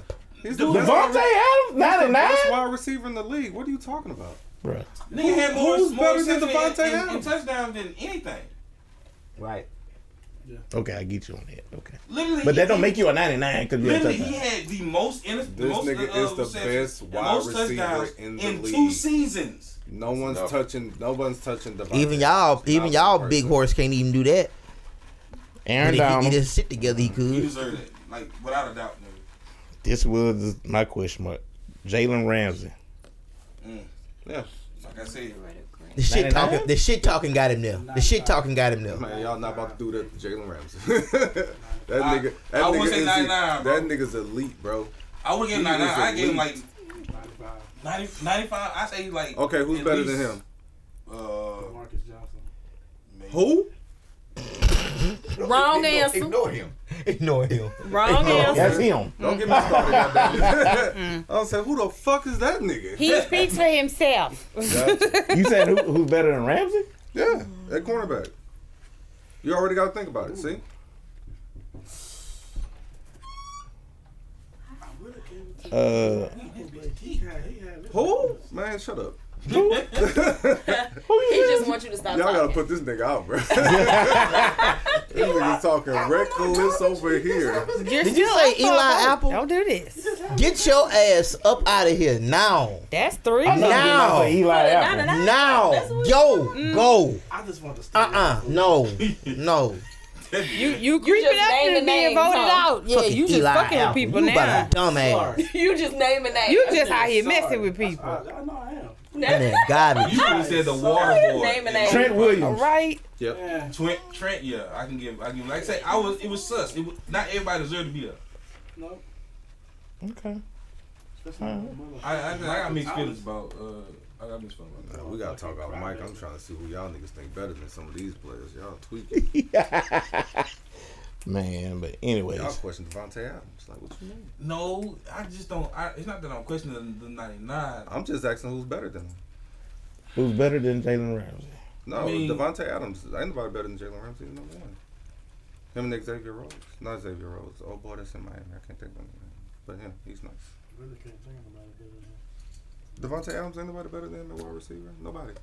S5: he's the best,
S1: Devontae Adams?
S5: he's the
S1: 99?
S5: best wide receiver in the league. What are you talking about?
S1: Bruh.
S8: Nigga had more,
S5: who's
S8: more
S5: better than
S8: receptions
S5: Devontae
S8: and- and- and
S5: Adams?
S8: touchdowns than anything.
S3: Right.
S1: Okay, I get you on that. Okay.
S8: Literally,
S1: But
S8: he-
S1: that don't make you a 99 because you're a
S8: Literally, he
S1: touchdown.
S8: had the most. In, the
S5: This
S8: most
S5: nigga
S8: uh,
S5: is the
S8: receptions
S5: best
S8: and
S5: wide
S8: most
S5: receiver
S8: touchdowns
S5: in the
S8: two
S5: league.
S8: seasons.
S5: No one's
S10: enough.
S5: touching. No one's touching Devontae.
S3: Even y'all,
S5: It's
S3: even
S5: not
S3: y'all,
S5: worth
S3: big
S5: it.
S3: horse can't even do that. But
S1: Aaron
S3: if he
S1: Donald.
S3: get his shit together, he
S8: He
S3: could.
S8: deserved it, like without a doubt, nigga.
S1: This was my question mark. Jalen Ramsey.
S5: Yeah,
S8: Like I said,
S3: The shit
S1: 99?
S3: talking, the shit talking got him there. The shit talking got him there.
S5: man, y'all not about to do that to Jalen Ramsey. that
S8: I-
S5: nigga, that
S8: I
S5: nigga
S8: wouldn't say
S5: is
S8: 99, bro.
S5: that nigga's elite, bro.
S8: I would give him
S5: He was
S8: 99. I gave him like
S5: elite.
S9: 95.
S8: 90, 95. I say like.
S5: Okay, who's
S8: at
S5: better
S8: least,
S5: than him?
S8: Uh,
S9: Marcus Johnson.
S8: maybe.
S5: Who?
S6: Wrong
S10: Ignore-
S6: answer.
S10: Ignore him.
S3: Ignore him.
S6: Wrong answer.
S1: That's him.
S5: Don't get me started. goddamn. I was saying, who the fuck is that nigga?
S6: He speaks for himself.
S1: You said who, who's better than Ramsey?
S5: yeah, that cornerback. You already got to think about it. See,
S1: Uh,
S9: He had, he had it.
S5: who? Man, shut up.
S4: He just wants you to stop
S5: Y'all gotta
S4: talking.
S5: put this nigga out, bro. this nigga talking reckless over here.
S6: Did
S3: you say Eli Apple?
S6: Don't do this.
S3: Get your ass up out of here now.
S6: That's three.
S1: I'm not getting off
S3: Now.
S1: of Eli Apple.
S4: Nah, nah, nah.
S3: Now.
S4: That's what-
S3: Yo,
S4: Mm.
S5: Mm.
S3: go.
S9: I just want to stay.
S3: Uh-uh. No. No.
S6: You you creeping
S4: just
S6: up
S4: naming
S6: and being
S4: names,
S6: voted
S4: huh?
S6: out. Yeah, you just
S3: Eli
S6: fucking with
S3: Apple.
S6: people
S3: you
S6: now.
S3: About a dumbass.
S9: Sorry.
S4: You just naming names.
S6: You just out here
S9: Sorry.
S6: messing with
S9: I,
S6: people,
S9: I know I am.
S3: That is garbage.
S8: You could said the water
S4: Why you
S8: boy.
S4: naming names?
S1: Trent Williams.
S6: right?
S8: Yep.
S9: Yeah.
S8: Trent, Trent, yeah, I can give, I can like I say, I was, it was sus. It was, not everybody deserved to be there.
S9: No.
S1: Okay.
S9: That's not my
S8: I, I, I got mixed
S9: I
S8: feelings
S9: was-
S8: about, uh, I got mixed feelings about that.
S5: Nah, we gotta talk off mic. I'm trying to see who y'all niggas think better than some of these players. Y'all tweaking.
S1: Man, but
S5: y'all
S1: anyways.
S5: question Devontae Adams. Like, what you mean?
S8: No, I just don't. I, it's not that I'm questioning the, the 99.
S5: I'm just asking who's better than him.
S1: Who's better than Jalen Ramsey?
S5: No,
S8: I mean-
S5: Devontae Adams. Ain't nobody better than Jalen Ramsey. Number one. Him and Xavier Rhodes. Not Xavier Rhodes. Oh boy, that's in Miami. I can't think of him. But him, he's nice.
S9: Really can't think about it. better than
S5: Devontae Adams ain't nobody better than him at wide receiver. Nobody.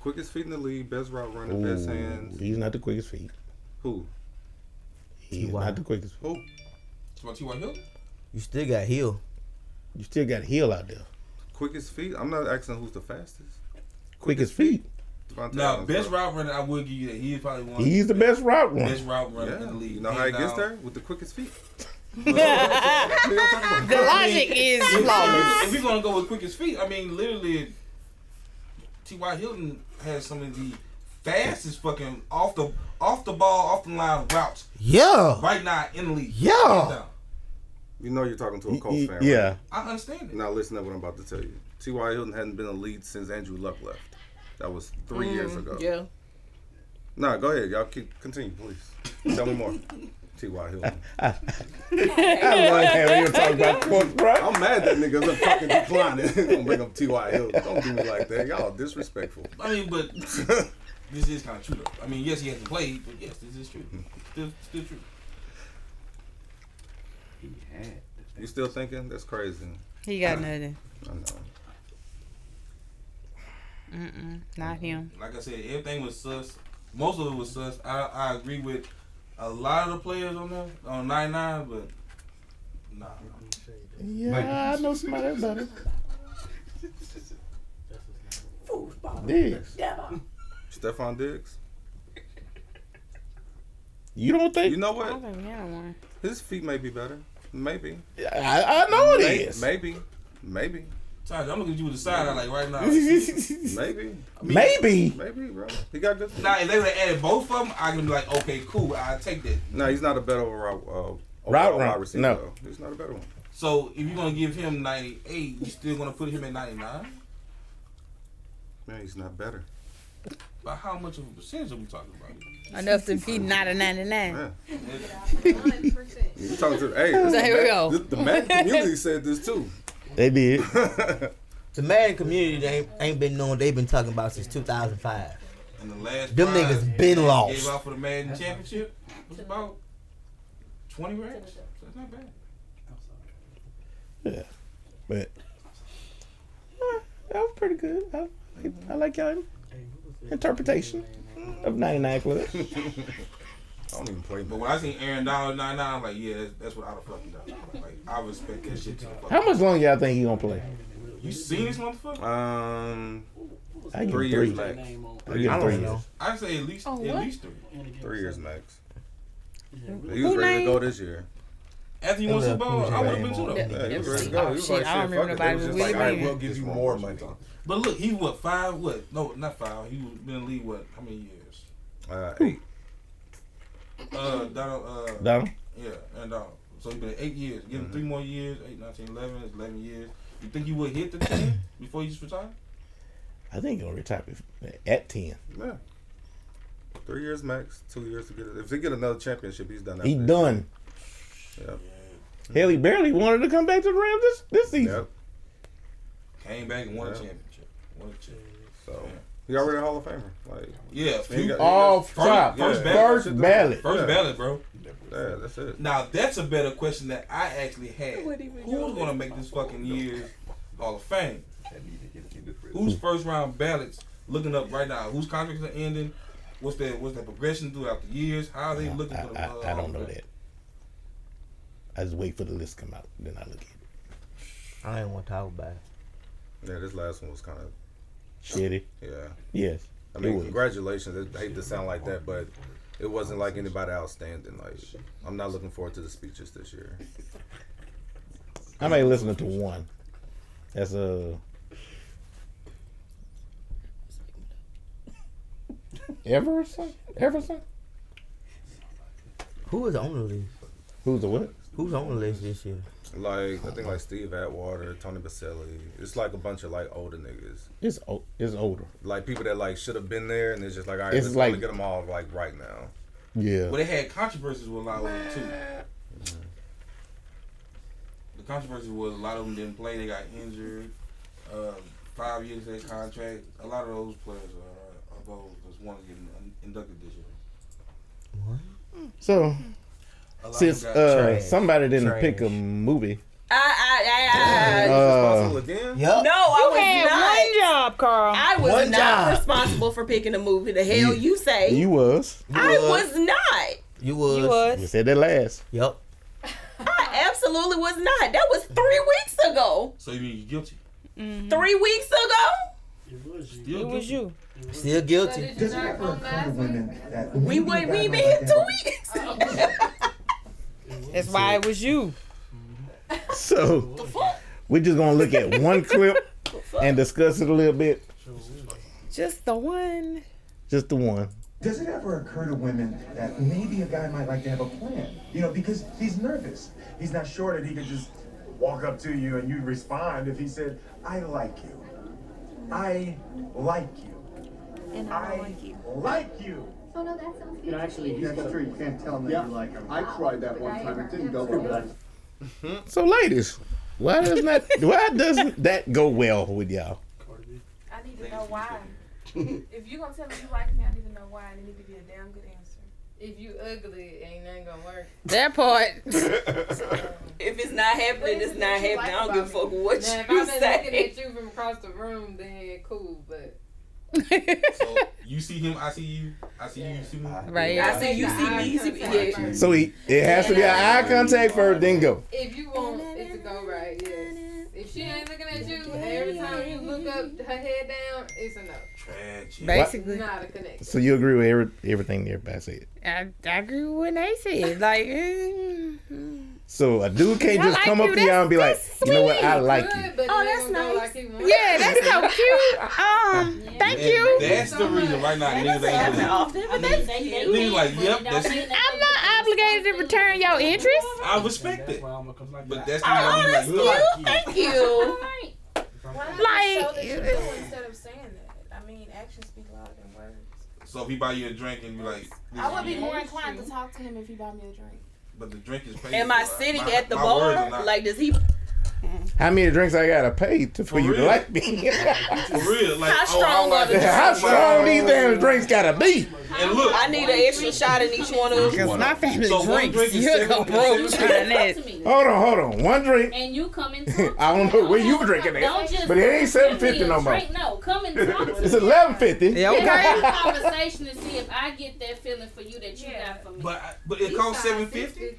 S5: Quickest feet in the league, best route runner, best
S1: Ooh,
S5: hands.
S1: He's not the quickest feet.
S5: Who?
S1: He's
S3: T.Y.
S1: not the quickest feet.
S5: Who?
S8: It's about T.Y. Hill.
S3: You still got heel.
S1: You still got heel out there.
S5: Quickest feet? I'm not asking who's the fastest.
S1: Quickest feet.
S5: Devontae
S8: No,
S5: Adams,
S8: best
S5: bro.
S8: route runner, I would give you that. He is probably one.
S1: He's the best route
S8: best
S1: runner.
S8: route runner
S5: Yeah,
S8: in the league.
S5: you know how
S8: hands
S5: he gets
S8: down.
S5: there? With the quickest feet.
S6: The logic is
S8: If-
S6: flawless.
S8: If we're gonna go with quickest feet, I mean, literally, T.Y. Hilton has some of the fastest fucking off the off the ball, off the line routes
S3: Yeah.
S8: right now in the league.
S3: Yeah.
S8: Hands down.
S5: You know you're talking to a
S1: Y-
S5: Colts
S1: y-
S5: fan. right?
S1: Yeah.
S8: I understand it.
S5: Now listen to what I'm about to tell you. T.Y. Hilton hadn't been a lead since Andrew Luck left. That was three years ago.
S4: Yeah.
S5: Nah, go ahead. Y'all keep continue, please. Tell me more. T.Y. Hilton.
S1: I love how you talking about Cook, bro.
S5: I'm mad that niggas are fucking declining. Don't bring up T.Y. Hilton. Don't do me like that. Y'all disrespectful.
S8: I mean, but this is kind of true though. I mean, yes, he hasn't played, but yes, this is true. Still, still true.
S10: He had.
S5: You still thinking? That's crazy.
S6: He got nothing.
S5: I know.
S6: Mm-mm, not him.
S8: Like I said, everything was sus. Most of it was sus. I, I agree with a lot of the players on there on nine nine, but nah.
S1: Yeah, I know somebody that's better. Diggs.
S5: Stephon Diggs.
S1: You don't
S5: You
S1: think?
S5: know
S6: I don't
S5: what?
S6: think we had one.
S5: His feet may be better. Maybe.
S1: I, I know it
S5: May-
S1: is.
S5: Maybe. Maybe.
S8: Taj, I'm looking at you with the side eye like right now.
S5: Maybe.
S1: Maybe.
S5: Maybe, bro. He got good feet.
S8: now, if they would have added both of them, I could be like, okay, cool, I take that.
S5: No, he's not a better route,
S1: Route
S5: uh, overall
S1: runner,
S5: wide receiver.
S1: no.
S5: though. he's not a better one.
S8: So if you're gonna give him 98, you still gonna put him at 99?
S5: Man, he's not better.
S8: But how much of a percentage are we talking about?
S6: Enough to be not a 99.
S5: Man,
S7: Hundred percent.
S5: you talking to hey? this
S6: So
S5: the
S6: here we
S5: Mac-
S6: go.
S5: this- the Mac community said this too.
S1: They did.
S3: The Madden community they ain't, ain't been known they've been talking about since 2005.
S8: And the last
S3: Them
S8: prize
S3: niggas been
S8: gave
S3: lost.
S8: out for the Madden Championship was about 20 racks. So That's not bad.
S1: But uh, that was pretty good. I, I
S8: Mm-hmm.
S1: like y'all interpretation of 99 Club.
S5: I don't even play.
S8: But
S5: Mac.
S8: when I seen Aaron Donald 99, I'm like, yeah, that's, that's what I'd have fucking done. Like, I respect that shit to the fuck.
S1: How much longer y'all think he gonna play?
S8: You seen this motherfucker?
S5: Um,
S1: I give him
S5: three
S1: three.
S5: years max.
S9: Name on
S1: I give him
S5: I
S1: three
S5: don't
S1: years.
S5: know.
S8: I say at least,
S6: Oh,
S8: at least three.
S5: Three years max.
S9: Yeah,
S5: He was
S6: Who
S5: ready to
S6: named-
S5: go this year.
S8: After you won Super Bowl, I would have been too though.
S5: Yeah, he was ready
S6: That was-
S5: to go. He
S6: oh,
S5: was
S6: shit,
S5: like,
S6: I don't
S5: shit, fuck
S6: remember
S5: it. They
S6: nobody
S5: was
S6: was
S5: just
S6: with
S5: like, all
S6: me.
S5: right, we'll
S8: This
S5: give you
S8: one
S5: more
S8: was
S5: money.
S8: like- But look, he what five? What? No, not five. He was been in the league what? How many years?
S5: Uh, eight.
S8: Uh, Donald. Uh,
S1: Donald?
S8: Yeah, and uh, so it's been eight years. Give him
S5: Mm-hmm.
S8: three more years, eight, 19, 11, it's 11 years. You think you would hit the 10 before you just retire?
S1: I think he gonna retire bef- at 10.
S5: Yeah. Three years max. Two years to get it. If they get another championship, he's done.
S1: He
S5: after
S1: done.
S5: this. Yep.
S1: Hell, he barely wanted to come back to the Rams this, this season.
S5: Yep.
S8: Came back and won a
S5: Yeah.
S8: championship. Won a championship.
S5: So he already a Hall of Famer. Like,
S8: Yeah,
S5: he
S8: few-
S5: got- he
S1: Off
S5: got-
S1: top,
S5: yeah.
S1: first,
S5: Yeah.
S1: ballot.
S8: first
S5: yeah.
S8: ballot, bro.
S5: Yeah, that's it.
S8: Now, that's a better question that I actually had.
S4: What even
S8: Who's
S4: y'all
S8: going to make this fucking year's Hall of Fame? Who's first round ballots looking up right now? Whose contracts are ending? What's their, what's their progression throughout the years? How are they looking
S1: I,
S8: for the
S1: I,
S8: uh,
S1: I
S8: Hall
S1: don't
S8: of
S1: know
S8: Fame?
S1: that. I just wait for the list to come out, then I look at it.
S3: I ain't want to talk about it.
S5: Yeah, this last one was kind of
S1: Shitty.
S5: yeah.
S1: Yes.
S5: I
S1: It
S5: mean,
S1: was.
S5: congratulations. I hate to sound like that, but it wasn't like anybody outstanding. Like, I'm not looking forward to the speeches this year.
S1: I may listen to one. That's a. Everson? Everson?
S3: Who is on the list?
S1: Who's the what?
S3: Who's on the list this year?
S5: Like, I think like Steve Atwater, Tony Baselli. It's like a bunch of like older niggas,
S1: It's o- it's older.
S5: like people that like should have been there, and it's just like, all right,
S1: It's
S5: let's
S1: like-
S5: like, get them all like right now.
S1: Yeah.
S8: Well, they had controversies with a lot of them too. The controversy was a lot of them didn't play. They got injured. Um, five years they contract. A lot of those players are, are those that's one getting un- inducted this year.
S1: So
S8: A lot
S1: since
S8: of them got
S1: uh,
S3: trash.
S1: somebody didn't
S3: Trash.
S1: pick a movie,
S4: Uh, I, I, I,
S1: uh,
S5: Possible again?
S3: Yup.
S4: no, I
S6: You
S4: was
S6: had
S4: not.
S6: one job, Carl.
S4: I was
S3: One
S4: not
S3: job.
S4: responsible for picking a movie. The hell
S1: You-
S4: you say?
S1: you was
S4: I was not.
S3: You was.
S6: you
S1: you
S6: was.
S1: said that last.
S3: Yup.
S4: I absolutely was not. That was three weeks ago.
S8: So you mean you're guilty?
S6: Mhm.
S4: Three weeks ago,
S9: It was you.
S8: Still
S6: It was
S8: guilty.
S6: you.
S3: Still guilty.
S7: Did you not come last week?
S4: we wouldn't we been here two weeks.
S6: That's why it was you.
S1: So we're just gonna look at one clip and discuss it a little bit.
S6: Just the one.
S1: Just the one.
S11: Does it ever occur to women that maybe a guy might like to have a plan? You know, because he's nervous. He's not sure that he could just walk up to you and you'd respond if he said, I like you. I like you.
S7: And
S11: like you.
S7: Oh, no, that sounds
S11: You know, actually, he's got true. You can't tell him that you like him.
S10: I tried that one time. It didn't go well.
S1: So ladies, why does not why doesn't that go well with y'all?
S7: I need to know why. if you're gonna tell me you like me, I need to know why, and it need to be a damn good answer.
S12: If you ugly, ain't nothing gonna work.
S6: That part.
S4: If it's not happening, it's not happening. I don't give a fuck what
S12: Now, if
S4: you
S12: I've been looking
S4: say.
S12: at you from across the room, then cool, but
S8: So you see him, I see you. I see you, you see me.
S6: right.
S4: I see you see me. You see me. Yeah.
S1: So he, it has to be an eye contact first, then go.
S12: if you want it to go right, yes. If she ain't looking at you, every time you look up, her head down, it's a no.
S8: Tragic.
S6: Basically,
S12: Not a connection.
S1: So you agree with every, everything everybody said.
S6: I, I agree with what they said. Like, mm, mm.
S1: So a dude can't
S6: I
S1: just
S6: like
S1: come up
S6: you.
S1: to y'all and be like,
S6: That's
S1: you know what, I
S6: sweet.
S1: like you.
S12: Good, but
S4: Oh,
S12: it
S4: that's
S12: don't go
S4: nice.
S12: Like he wants.
S6: yeah, that's so cute. Um, thank
S8: And
S6: you.
S8: That's the reason right now niggas ain't
S4: That's
S8: doing it.
S4: off. But that's cute.
S8: Niggas like, yep, that's it.
S6: I'm not obligated to return your interest.
S8: I
S9: And
S8: respect
S9: that's
S8: it.
S9: why I'm gonna come like
S8: But
S9: that.
S8: that's the reason I'm like, look,
S4: Thank you.
S7: Why not just show that you
S6: Like-
S7: do instead of saying that? I mean, actions speak louder than words.
S8: So if he buy you a drink and be like, this
S7: I would
S8: is
S7: be more inclined to talk to him if he bought me a drink.
S8: But the drink is paid.
S4: Am I
S8: for.
S4: sitting
S8: My-
S4: at the
S8: my words are
S4: bar?
S8: not-
S4: Like, does he?
S1: How many drinks I gotta pay to, for,
S8: For
S1: you to
S8: real?
S1: like me?
S8: for real? Like,
S4: How
S8: oh,
S4: strong
S8: I
S4: are the
S8: like-
S1: How strong these damn drinks gotta be?
S8: And look,
S4: I need an extra shot in each one of them.
S6: Because my family
S8: So one
S6: drinks.
S8: drink is
S6: You're
S8: seven-
S6: going broke
S8: is
S6: trying that.
S1: Hold on, hold on. One drink.
S12: And you come and
S1: I don't know where you drinking
S12: Don't
S1: at,
S12: just
S1: but it ain't seven fifty no more.
S12: no, come and
S1: It's eleven fifty.
S6: Yeah, okay.
S12: conversation to see if I get that feeling for you that you got for me.
S8: but I- but it costs seven fifty.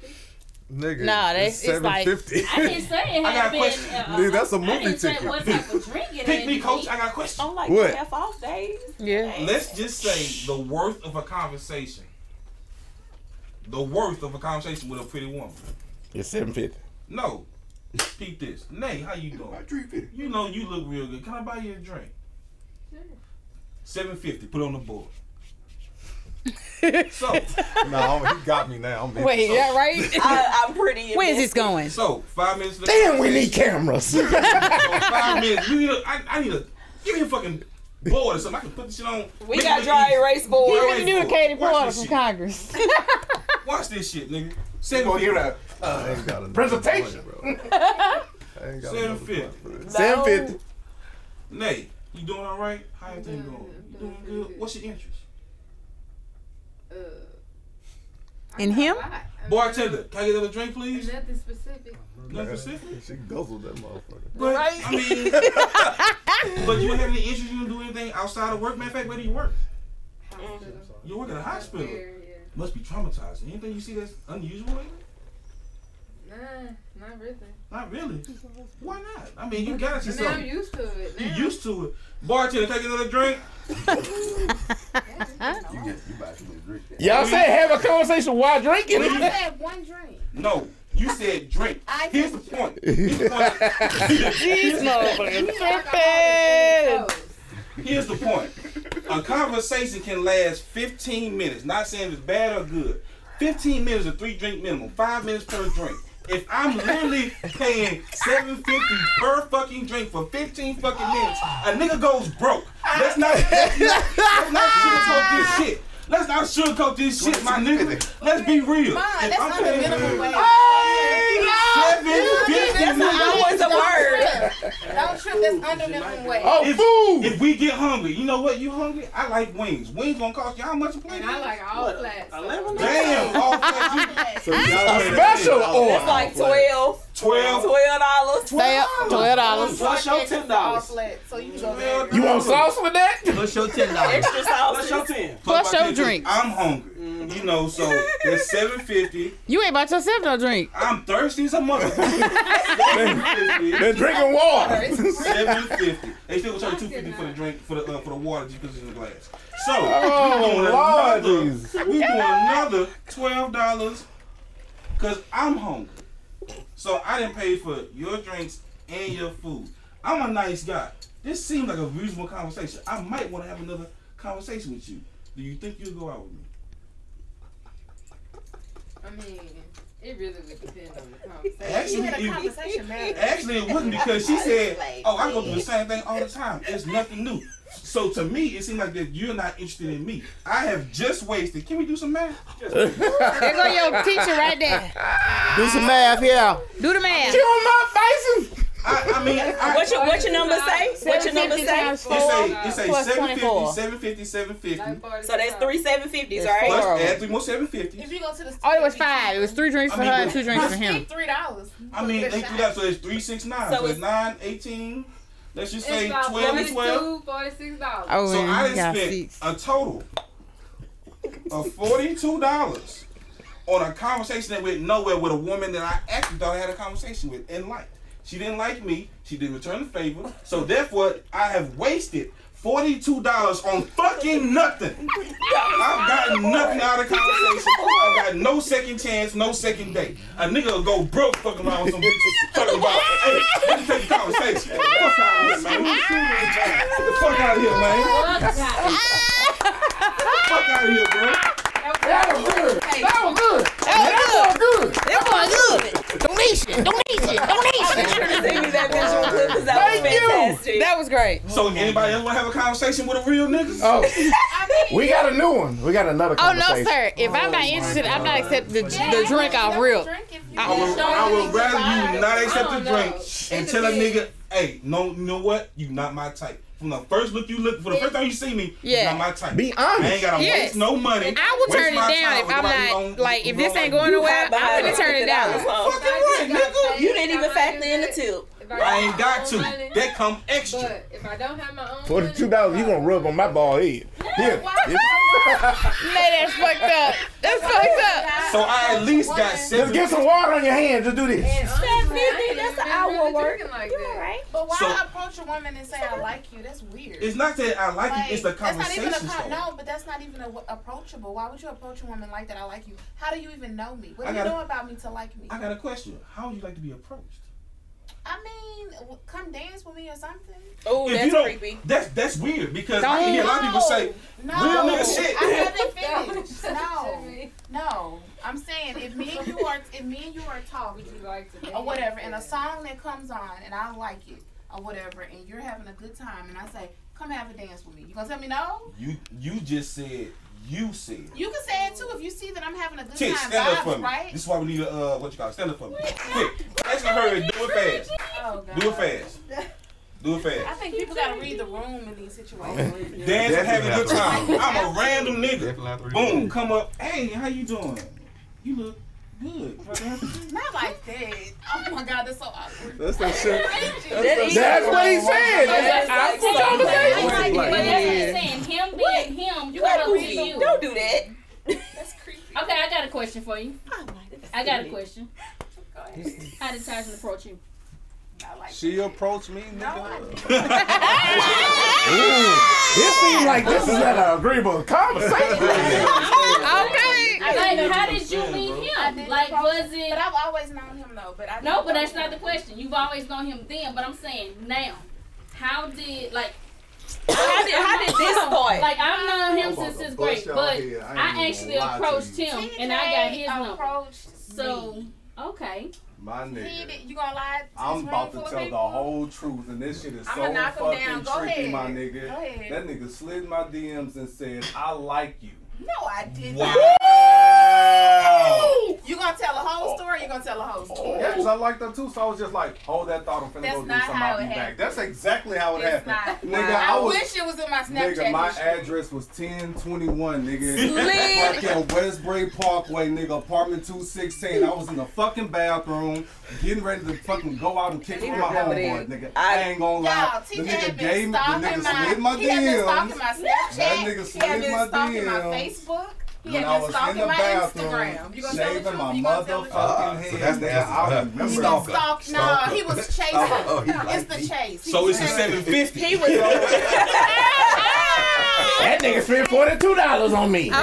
S5: Nigga,
S6: Nah, that's- it's like-
S12: I didn't say it
S8: I got a
S12: had been.
S8: question.
S12: uh,
S5: Dude, that's a
S12: I didn't
S5: movie
S12: say
S5: ticket.
S12: What type of drink it
S8: Pick
S12: had
S8: me,
S12: to
S8: coach.
S12: be.
S8: I got a question.
S4: I'm like
S1: What?
S4: half off days.
S6: Yeah.
S8: Let's just say the worth of a conversation. The worth of a conversation with a pretty woman.
S1: It's seven fifty.
S8: No, peep this. Nay, how you doing?
S10: I drink it.
S8: You know you look real good. Can I buy you a drink? Seven fifty. Put it on the board. so
S5: No, he got me now. I'm
S6: Wait,
S5: so,
S6: yeah, right?
S4: I, I'm pretty.
S6: Where's this going?
S8: so five minutes. left.
S1: Damn, we need cameras.
S8: So five minutes. We need a, I, I need a give me a fucking board or something. I can put this shit on.
S4: We
S8: Make it
S4: got
S8: look
S4: dry
S8: easy.
S4: erase board.
S8: Dry erase
S6: Do the
S8: board.
S6: Katie Porter
S8: Watch
S6: from
S8: this shit.
S6: Congress.
S8: Watch this shit, nigga.
S10: Oh,
S8: Seven
S10: you're
S8: fifty.
S10: not.
S1: Uh,
S5: I ain't got another
S1: Presentation.
S5: Point, bro. I ain't got
S8: Seven
S5: another
S8: fifty.
S5: point for this.
S1: Seven fifty.
S8: Nay, you doing all right? How everything going? You doing good? What's your interest?
S12: Uh,
S6: And him?
S12: a lot. I mean,
S8: Bartender, can I get another drink, please?
S12: Nothing specific.
S8: Nothing specific.
S5: She guzzled that motherfucker.
S8: But I mean, but you don't have any interest. You don't do anything outside of work. Matter of fact, where do you work?
S12: Hospital.
S8: You work at a hospital.
S12: There, yeah.
S8: Must be traumatizing. Anything you see that's unusual? Lately?
S12: Nah, not really.
S8: Not really. Why not? I mean, you got you
S12: But now I'm
S8: something.
S12: used to it.
S8: You
S12: Now.
S8: used to it. Bartender, take another drink.
S10: You get you buy too many drinks.
S1: Y'all said have a conversation while drinking.
S12: I had one drink.
S8: No, you said drink.
S12: I
S8: Here's the point. Here's the point.
S6: These motherfuckers
S12: tripping.
S8: Here's the point. A conversation can last 15 minutes. Not saying it's bad or good. 15 minutes a three drink minimum. Five minutes per drink. If I'm literally paying 750 per fucking drink for 15 fucking minutes, a nigga goes broke. Let's not, let's not, let's not sugarcoat this shit. Let's not sugarcoat this shit, my nigga. Let's be real.
S12: Fine,
S8: If
S12: that's
S8: I'm
S12: under
S8: paying
S12: minimum wage.
S8: $7.50
S4: What's the word?
S12: Don't trip. That's under minimum wage.
S6: Oh,
S8: if, If we get hungry, you know what? You hungry? I like wings. Wings gonna cost you how much a plate?
S12: And I like all flats. so-
S8: Damn, all flats. you-
S1: A special
S9: Oh,
S4: It's
S1: or
S4: like 12
S8: Twelve.
S4: dollars.
S6: Twelve dollars.
S9: Plus your ten
S12: All
S9: dollars.
S12: flats. So you can go there.
S8: Twelve
S1: you want sauce with that?
S3: Plus your ten dollars.
S4: Extra
S9: Plus your
S4: sauce.
S9: ten.
S6: Plus
S8: But my
S6: your
S8: nigga,
S6: drinks.
S8: I'm hungry. You know, so it's seven fifty.
S6: You ain't bought yourself no drink.
S8: I'm thirsty as a motherfucker.
S1: They're drinking water.
S8: Seven fifty. They still gonna charge two fifty for the drink for the uh, for the water just because it's in the glass. So we doing
S1: Oh, Lord, Jesus.
S8: another, we doing another twelve dollars because I'm hungry. So I didn't pay for your drinks and your food. I'm a nice guy. This seems like a reasonable conversation. I might want to have another conversation with you. Do you think you'll go out with me?
S12: I mean, it really would depend on the conversation.
S8: Actually, it,
S4: Conversation matters.
S8: actually it wouldn't because she said, "Oh, I go through the same thing all the time. It's nothing new." So to me, it seems like that you're not interested in me. I have just wasted. Can we do some math?
S6: There go your teacher right there.
S3: Do some math, yeah.
S6: Do the math.
S8: I, I mean, I,
S4: What your, what your number say? What your number say?
S6: times
S8: It
S6: four.
S8: say, it say
S6: Plus
S8: 750,
S6: 24.
S8: 750, 750.
S4: So that's three seven fifties, all
S8: Plus,
S4: right?
S8: add three more 750.
S12: If you go to the
S6: Oh, it was five. It was three drinks for
S8: I
S6: her
S8: mean,
S6: and two drinks for him.
S12: Three dollars.
S8: I mean, they do that, so it's 369.
S4: So
S8: So it's
S4: it's-
S8: 9, 18. Let's just say
S12: It's about
S8: 12 and 12.
S12: forty-two, forty-six dollars.
S6: Oh,
S8: So
S6: and
S8: I
S6: he
S8: done
S6: got
S8: spent
S6: six.
S8: a total of $42 on a conversation that went nowhere with a woman that I actually thought I had a conversation with and liked. She didn't like me. She didn't return the favor. So therefore, I have wasted $42 on fucking nothing. I've gotten nothing out of the conversation. I've got no second chance, no second date. A nigga will go broke fucking around with some bitches talking about, hey, let's take the conversation. Fuck out of here, man. Get the fuck out of here, man. Fuck out of here, bro.
S1: That was good. That was good.
S4: I should have seen you that visual clip because that was
S1: Thank you.
S4: fantastic.
S6: That was great.
S8: So anybody else want to have a conversation with a real nigga?
S1: Oh, we got a new one. We got another
S6: Oh no,
S1: conversation.
S6: sir. If I'm not interested, I'm not accepting the, the drink off real.
S8: I would, I would rather you not accept
S12: I
S8: the
S12: don't
S8: drink
S12: know.
S8: and
S12: It
S8: tell a
S12: depends.
S8: nigga, hey, no, you know what? You not my type. From the first look you look, for the first time you see me, you
S6: Yeah.
S8: not my type.
S1: Be
S8: I
S1: honest.
S8: ain't gotta
S6: Yes.
S8: waste no money.
S6: I will
S8: waste
S6: turn it
S8: my
S6: down
S8: time
S6: if
S8: with
S6: I'm
S8: nobody who
S6: not
S8: don't-
S6: like
S8: who
S6: if this
S8: don't
S6: ain't
S8: like
S6: going
S8: you.
S6: nowhere. I'm
S4: High
S6: gonna
S4: five.
S6: turn it down.
S4: Huh?
S8: Fucking right, nigga.
S4: You didn't even factor in the tip.
S8: I ain't got to. That come extra.
S12: But if I don't have my own
S1: Forty-two dollars. You gonna rub on my bald head? Yeah.
S6: Man, that's fucked up. That's fucked up.
S8: So I at least got
S1: Just
S8: seven.
S1: get some water on your hands. Just do this.
S4: That's an hour work.
S12: Like
S4: You all
S12: that.
S4: right?
S7: But why
S8: So-
S7: approach a woman and say I like you? That's weird.
S8: It's not that I like,
S7: Like,
S8: you. It's the
S7: that's not
S8: conversation.
S7: even a con- no, but that's not even a w- approachable. Why would you approach a woman like that? I like you. How do you even know me? What
S8: I
S7: do
S8: gotta-
S7: you know about me to like me?
S8: I got a question. How would you like to be approached?
S7: I mean, w- come dance with me or something.
S4: Oh,
S8: If
S4: that's
S8: you don't-
S4: creepy.
S8: That's that's weird because I can hear a lot of people say,
S7: No,
S8: Real nigga shit.
S7: I haven't finished. No, no. I'm saying if me and you are if me and you are talking or whatever, and a song that comes on and I like it or whatever, and you're having a good time, and I say, "Come have a dance with me," you gonna tell me no?
S8: you you just said you said.
S7: You can say it too if you see that I'm having a good
S8: Tick,
S7: time.
S8: stand up for
S7: vibes,
S8: me.
S7: right?
S8: This is why we need a uh, what you call it? stand up for me. Quick, that's gonna hurry. Do it fast.
S7: Oh God.
S8: Do it fast. Do it
S7: I
S8: fast.
S7: think people gotta read the room in these situations.
S8: Dance and having a good time.
S10: Definitely
S8: I'm a random nigga.
S10: Definitely not
S8: Boom, come up. Hey, how you doing? You look good. brother.
S7: Not like that. Oh my God, that's so awkward.
S10: That's that shit.
S1: That's what he
S4: That's
S1: said.
S4: like-
S10: Black, black.
S13: But that's what I'm saying. Him being him,
S4: You
S13: you
S4: got
S13: gotta
S4: to
S13: read you.
S4: you. Don't do that.
S13: Okay, I got a question for you. I got a question. How did Tyson approach you?
S5: She approached me, nigga.
S1: This seems like this is at an agreeable conversation.
S13: Like,
S7: didn't
S13: how did you
S7: understand,
S13: meet
S7: bro. I
S13: him?
S7: didn't
S13: Like,
S7: approach-
S13: was it?
S7: But I've always known him though. But I
S13: No, but that's not the question. You've always known him then, but I'm saying now. How did like?
S4: How did- how did this start?
S13: Like I've known him
S4: I'm about
S13: since
S4: to
S13: his
S4: bust
S13: grade,
S4: y'all
S13: but
S4: head. I ain't even
S13: I, actually
S5: gonna lie to
S13: approached
S5: you.
S13: him and I got his
S7: TJ
S13: number. So okay,
S5: My
S7: He
S5: nigga.
S7: did- you gonna lie? To
S5: I'm
S7: this
S5: about
S7: room full
S5: to
S7: of
S5: tell the
S7: people?
S5: whole truth, and this shit is
S7: I'ma
S5: so
S7: knock 'em down. Go
S5: fucking tricky, my
S7: ahead.
S5: nigga.
S7: Go ahead.
S5: That nigga slid my DMs and said, "I like you."
S7: No, I did
S5: Wow.
S7: not. You gonna tell a
S5: Oh.
S7: whole story? You gonna tell a whole story?
S5: Yeah, 'cause I liked them too, so I was just like, hold that thought, I'm finna
S7: That's
S5: go do
S7: not
S5: something,
S7: how
S5: I'll be
S7: it
S5: back.
S7: happened.
S5: That's exactly how it
S7: It's
S5: happened.
S7: not.
S5: Nigga,
S7: I
S5: I, was,
S7: wish it was in my Snapchat
S5: Nigga, my
S7: history.
S5: address was 1021, nigga.
S7: Slid.
S5: fucking Westbury Parkway, nigga, apartment 216. I was in the fucking bathroom, getting ready to fucking go out and kick it
S7: He
S5: with my
S7: remember
S5: homeboy,
S7: that.
S5: nigga. I, ain't gonna lie.
S7: Y'all,
S5: the
S7: TJ
S5: nigga
S7: had been
S5: gave me, the
S7: stalking
S5: nigga
S7: my,
S5: slid my
S7: he had been
S5: DMs.
S7: stalking my Snapchat.
S5: That nigga
S7: he had
S5: slid
S7: been
S5: my
S7: stalking my
S5: DMs.
S7: Facebook. He
S5: when
S7: had been
S5: I was in
S7: stalking
S5: the
S7: my
S5: bathroom,
S7: Instagram. You gonna tell the
S5: shaving
S7: truth?
S5: my
S7: You gonna tell the
S5: motherfucking
S7: truth?
S5: head. nigga. I remember
S7: He been stalking. No, he was chasing.
S5: Oh, oh, he
S7: it's the chase.
S5: So
S7: He
S5: it's the
S7: was-
S5: 750.
S7: He was.
S1: that nigga spent forty two dollars on me.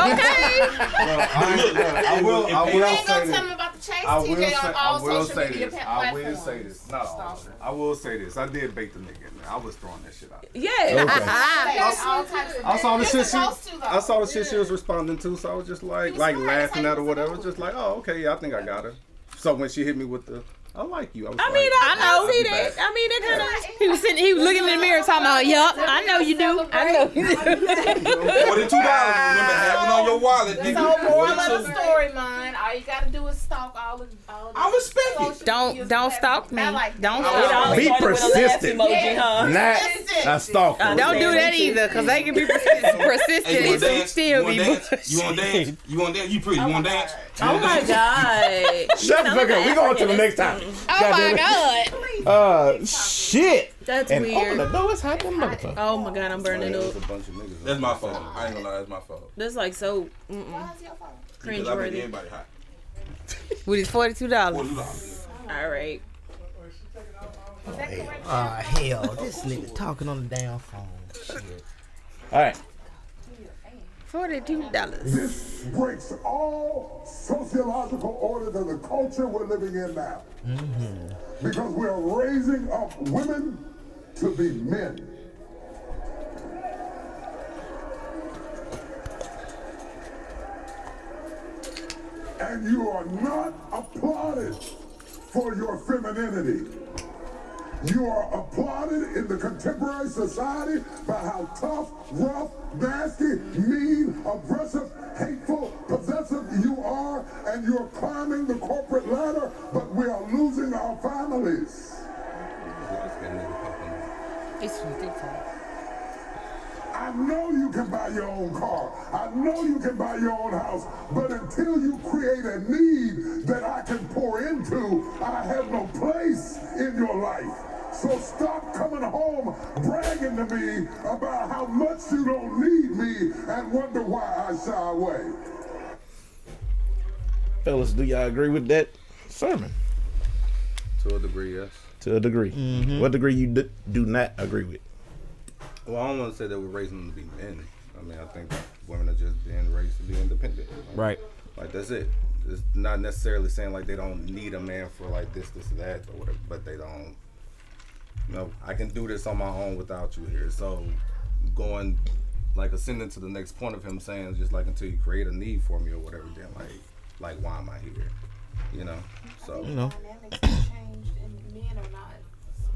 S5: I will, I
S7: You
S5: will
S7: ain't
S5: say
S7: gonna tell him
S5: this.
S7: about the chase
S5: I will say,
S7: TJ on
S5: I
S7: all
S5: will
S7: social
S5: say
S7: media pa-
S5: this. I
S7: platforms.
S5: will say this. Not all of them. I will say this. I did bait the nigga. in there. I was throwing that shit out. there.
S4: Yes.
S5: Okay.
S7: Like, all types of
S5: I saw the
S7: You're
S5: shit she,
S7: supposed to, though.
S5: I saw the shit she was responding to, so I was just like, like laughing at her, whatever. Just like, oh, okay, yeah, I think I got her. So when she hit me with the, I like you. I, was
S6: I
S5: like,
S6: mean, I,
S5: I'll
S6: know.
S5: be
S6: See
S5: back.
S6: that? I mean, that kind of. He was sitting. He was looking in the mirror, talking about, "Yup, I know you do. I know you do."
S8: Forty-two dollars. Remember, have it on your wallet.
S7: So
S8: nigga.
S7: moral of the
S8: $42.
S7: story, man. All you gotta do is stalk all of all. The
S8: I respect it.
S6: Don't don't stalk me. Don't
S1: all
S6: stalk me.
S1: Be started with a laugh persistent. emoji, huh? Not a stalker.
S6: Don't do that either, cause they can be persistent.
S8: Hey, you wanna dance? You
S6: persistent and still
S8: wanna
S6: be.
S8: dance? You want to dance? You want to dance? You pretty? You want to dance?
S4: Oh my god.
S1: Shut the fuck up. We going to the next time.
S4: Oh my
S1: God. Uh, shit.
S4: That's
S1: and
S4: weird.
S1: Open the door. It's hot than a motherfucker.
S4: Oh my god, I'm burning up.
S8: That's my fault. I ain't gonna lie. That's my fault.
S4: That's like so. Mm-mm.
S8: Because I made
S4: Cringeworthy.
S8: everybody hot.
S6: With his forty two dollars.
S4: All right.
S3: Ah, hell, this nigga talking on the damn phone. Shit.
S1: All right.
S6: Forty two dollars.
S14: This breaks all sociological orders of the culture we're living in now.
S5: Mm-hmm.
S14: Because we are raising up women to be men. And you are not applauded for your femininity. You are applauded in the contemporary society by how tough, rough, nasty, mean, aggressive, hateful, possessive you are, and you're climbing the corporate ladder, but we are losing our families.
S6: It's ridiculous.
S14: I know you can buy your own car. I know you can buy your own house. But until you create a need that I can pour into, I have no place in your life. So stop coming home bragging to me about how much you don't need me and wonder why I shy away.
S1: Fellas, do y'all agree with that sermon?
S5: To a degree, yes.
S1: To a degree.
S8: Mm-hmm.
S1: What degree you d- do not agree with?
S5: Well, I don't want to say that we're raising them to be men. I mean, I think women are just being raised to be independent. Like,
S1: Right.
S5: Like that's it. It's not necessarily saying like they don't need a man for like this, this, and that, or whatever. But they don't. You know, I can do this on my own without you here. So, going like ascending to the next point of him saying just like until you create a need for me or whatever, then like like why am I here? You know. So
S3: You know.
S7: Dynamics have changed, and men are not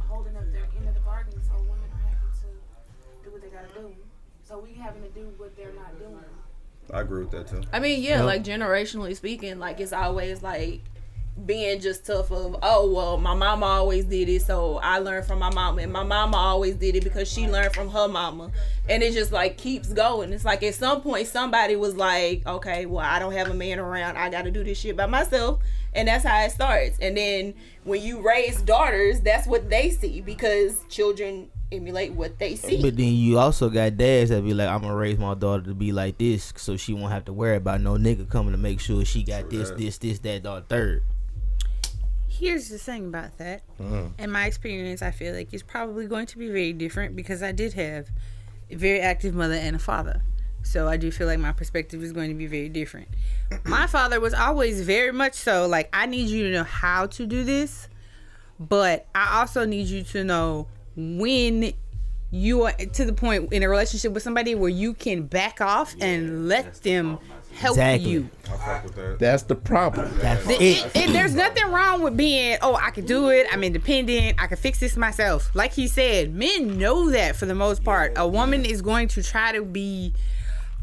S7: holding up their end of the bargain, so women are having to do what they gotta do. So we having to do what they're not doing.
S5: I agree with that too.
S4: I mean, yeah, like generationally speaking, like it's always like being just tough of oh well my mama always did it so i learned from my mama and my mama always did it because she learned from her mama and it just like keeps going it's like at some point somebody was like okay well i don't have a man around i gotta do this shit by myself and that's how it starts and then when you raise daughters that's what they see because children emulate what they see
S3: But then you also got dads that be like, I'm gonna raise my daughter to be like this, so she won't have to worry about no nigga coming to make sure she got this,
S5: that.
S3: this, this, that, dog third.
S6: Here's the thing about that.
S1: Mm.
S6: In my experience, I feel like it's probably going to be very different because I did have a very active mother and a father. So I do feel like my perspective is going to be very different. my father was always very much so like, I need you to know how to do this, but I also need you to know when you are to the point in a relationship with somebody where you can back off and let them help
S1: Exactly.
S6: you.
S1: That's the problem. That's
S6: The- it- it- there's nothing wrong with being, oh, I can do it. I'm independent. I can fix this myself. Like he said, men know that for the most part. A woman is going to try to be,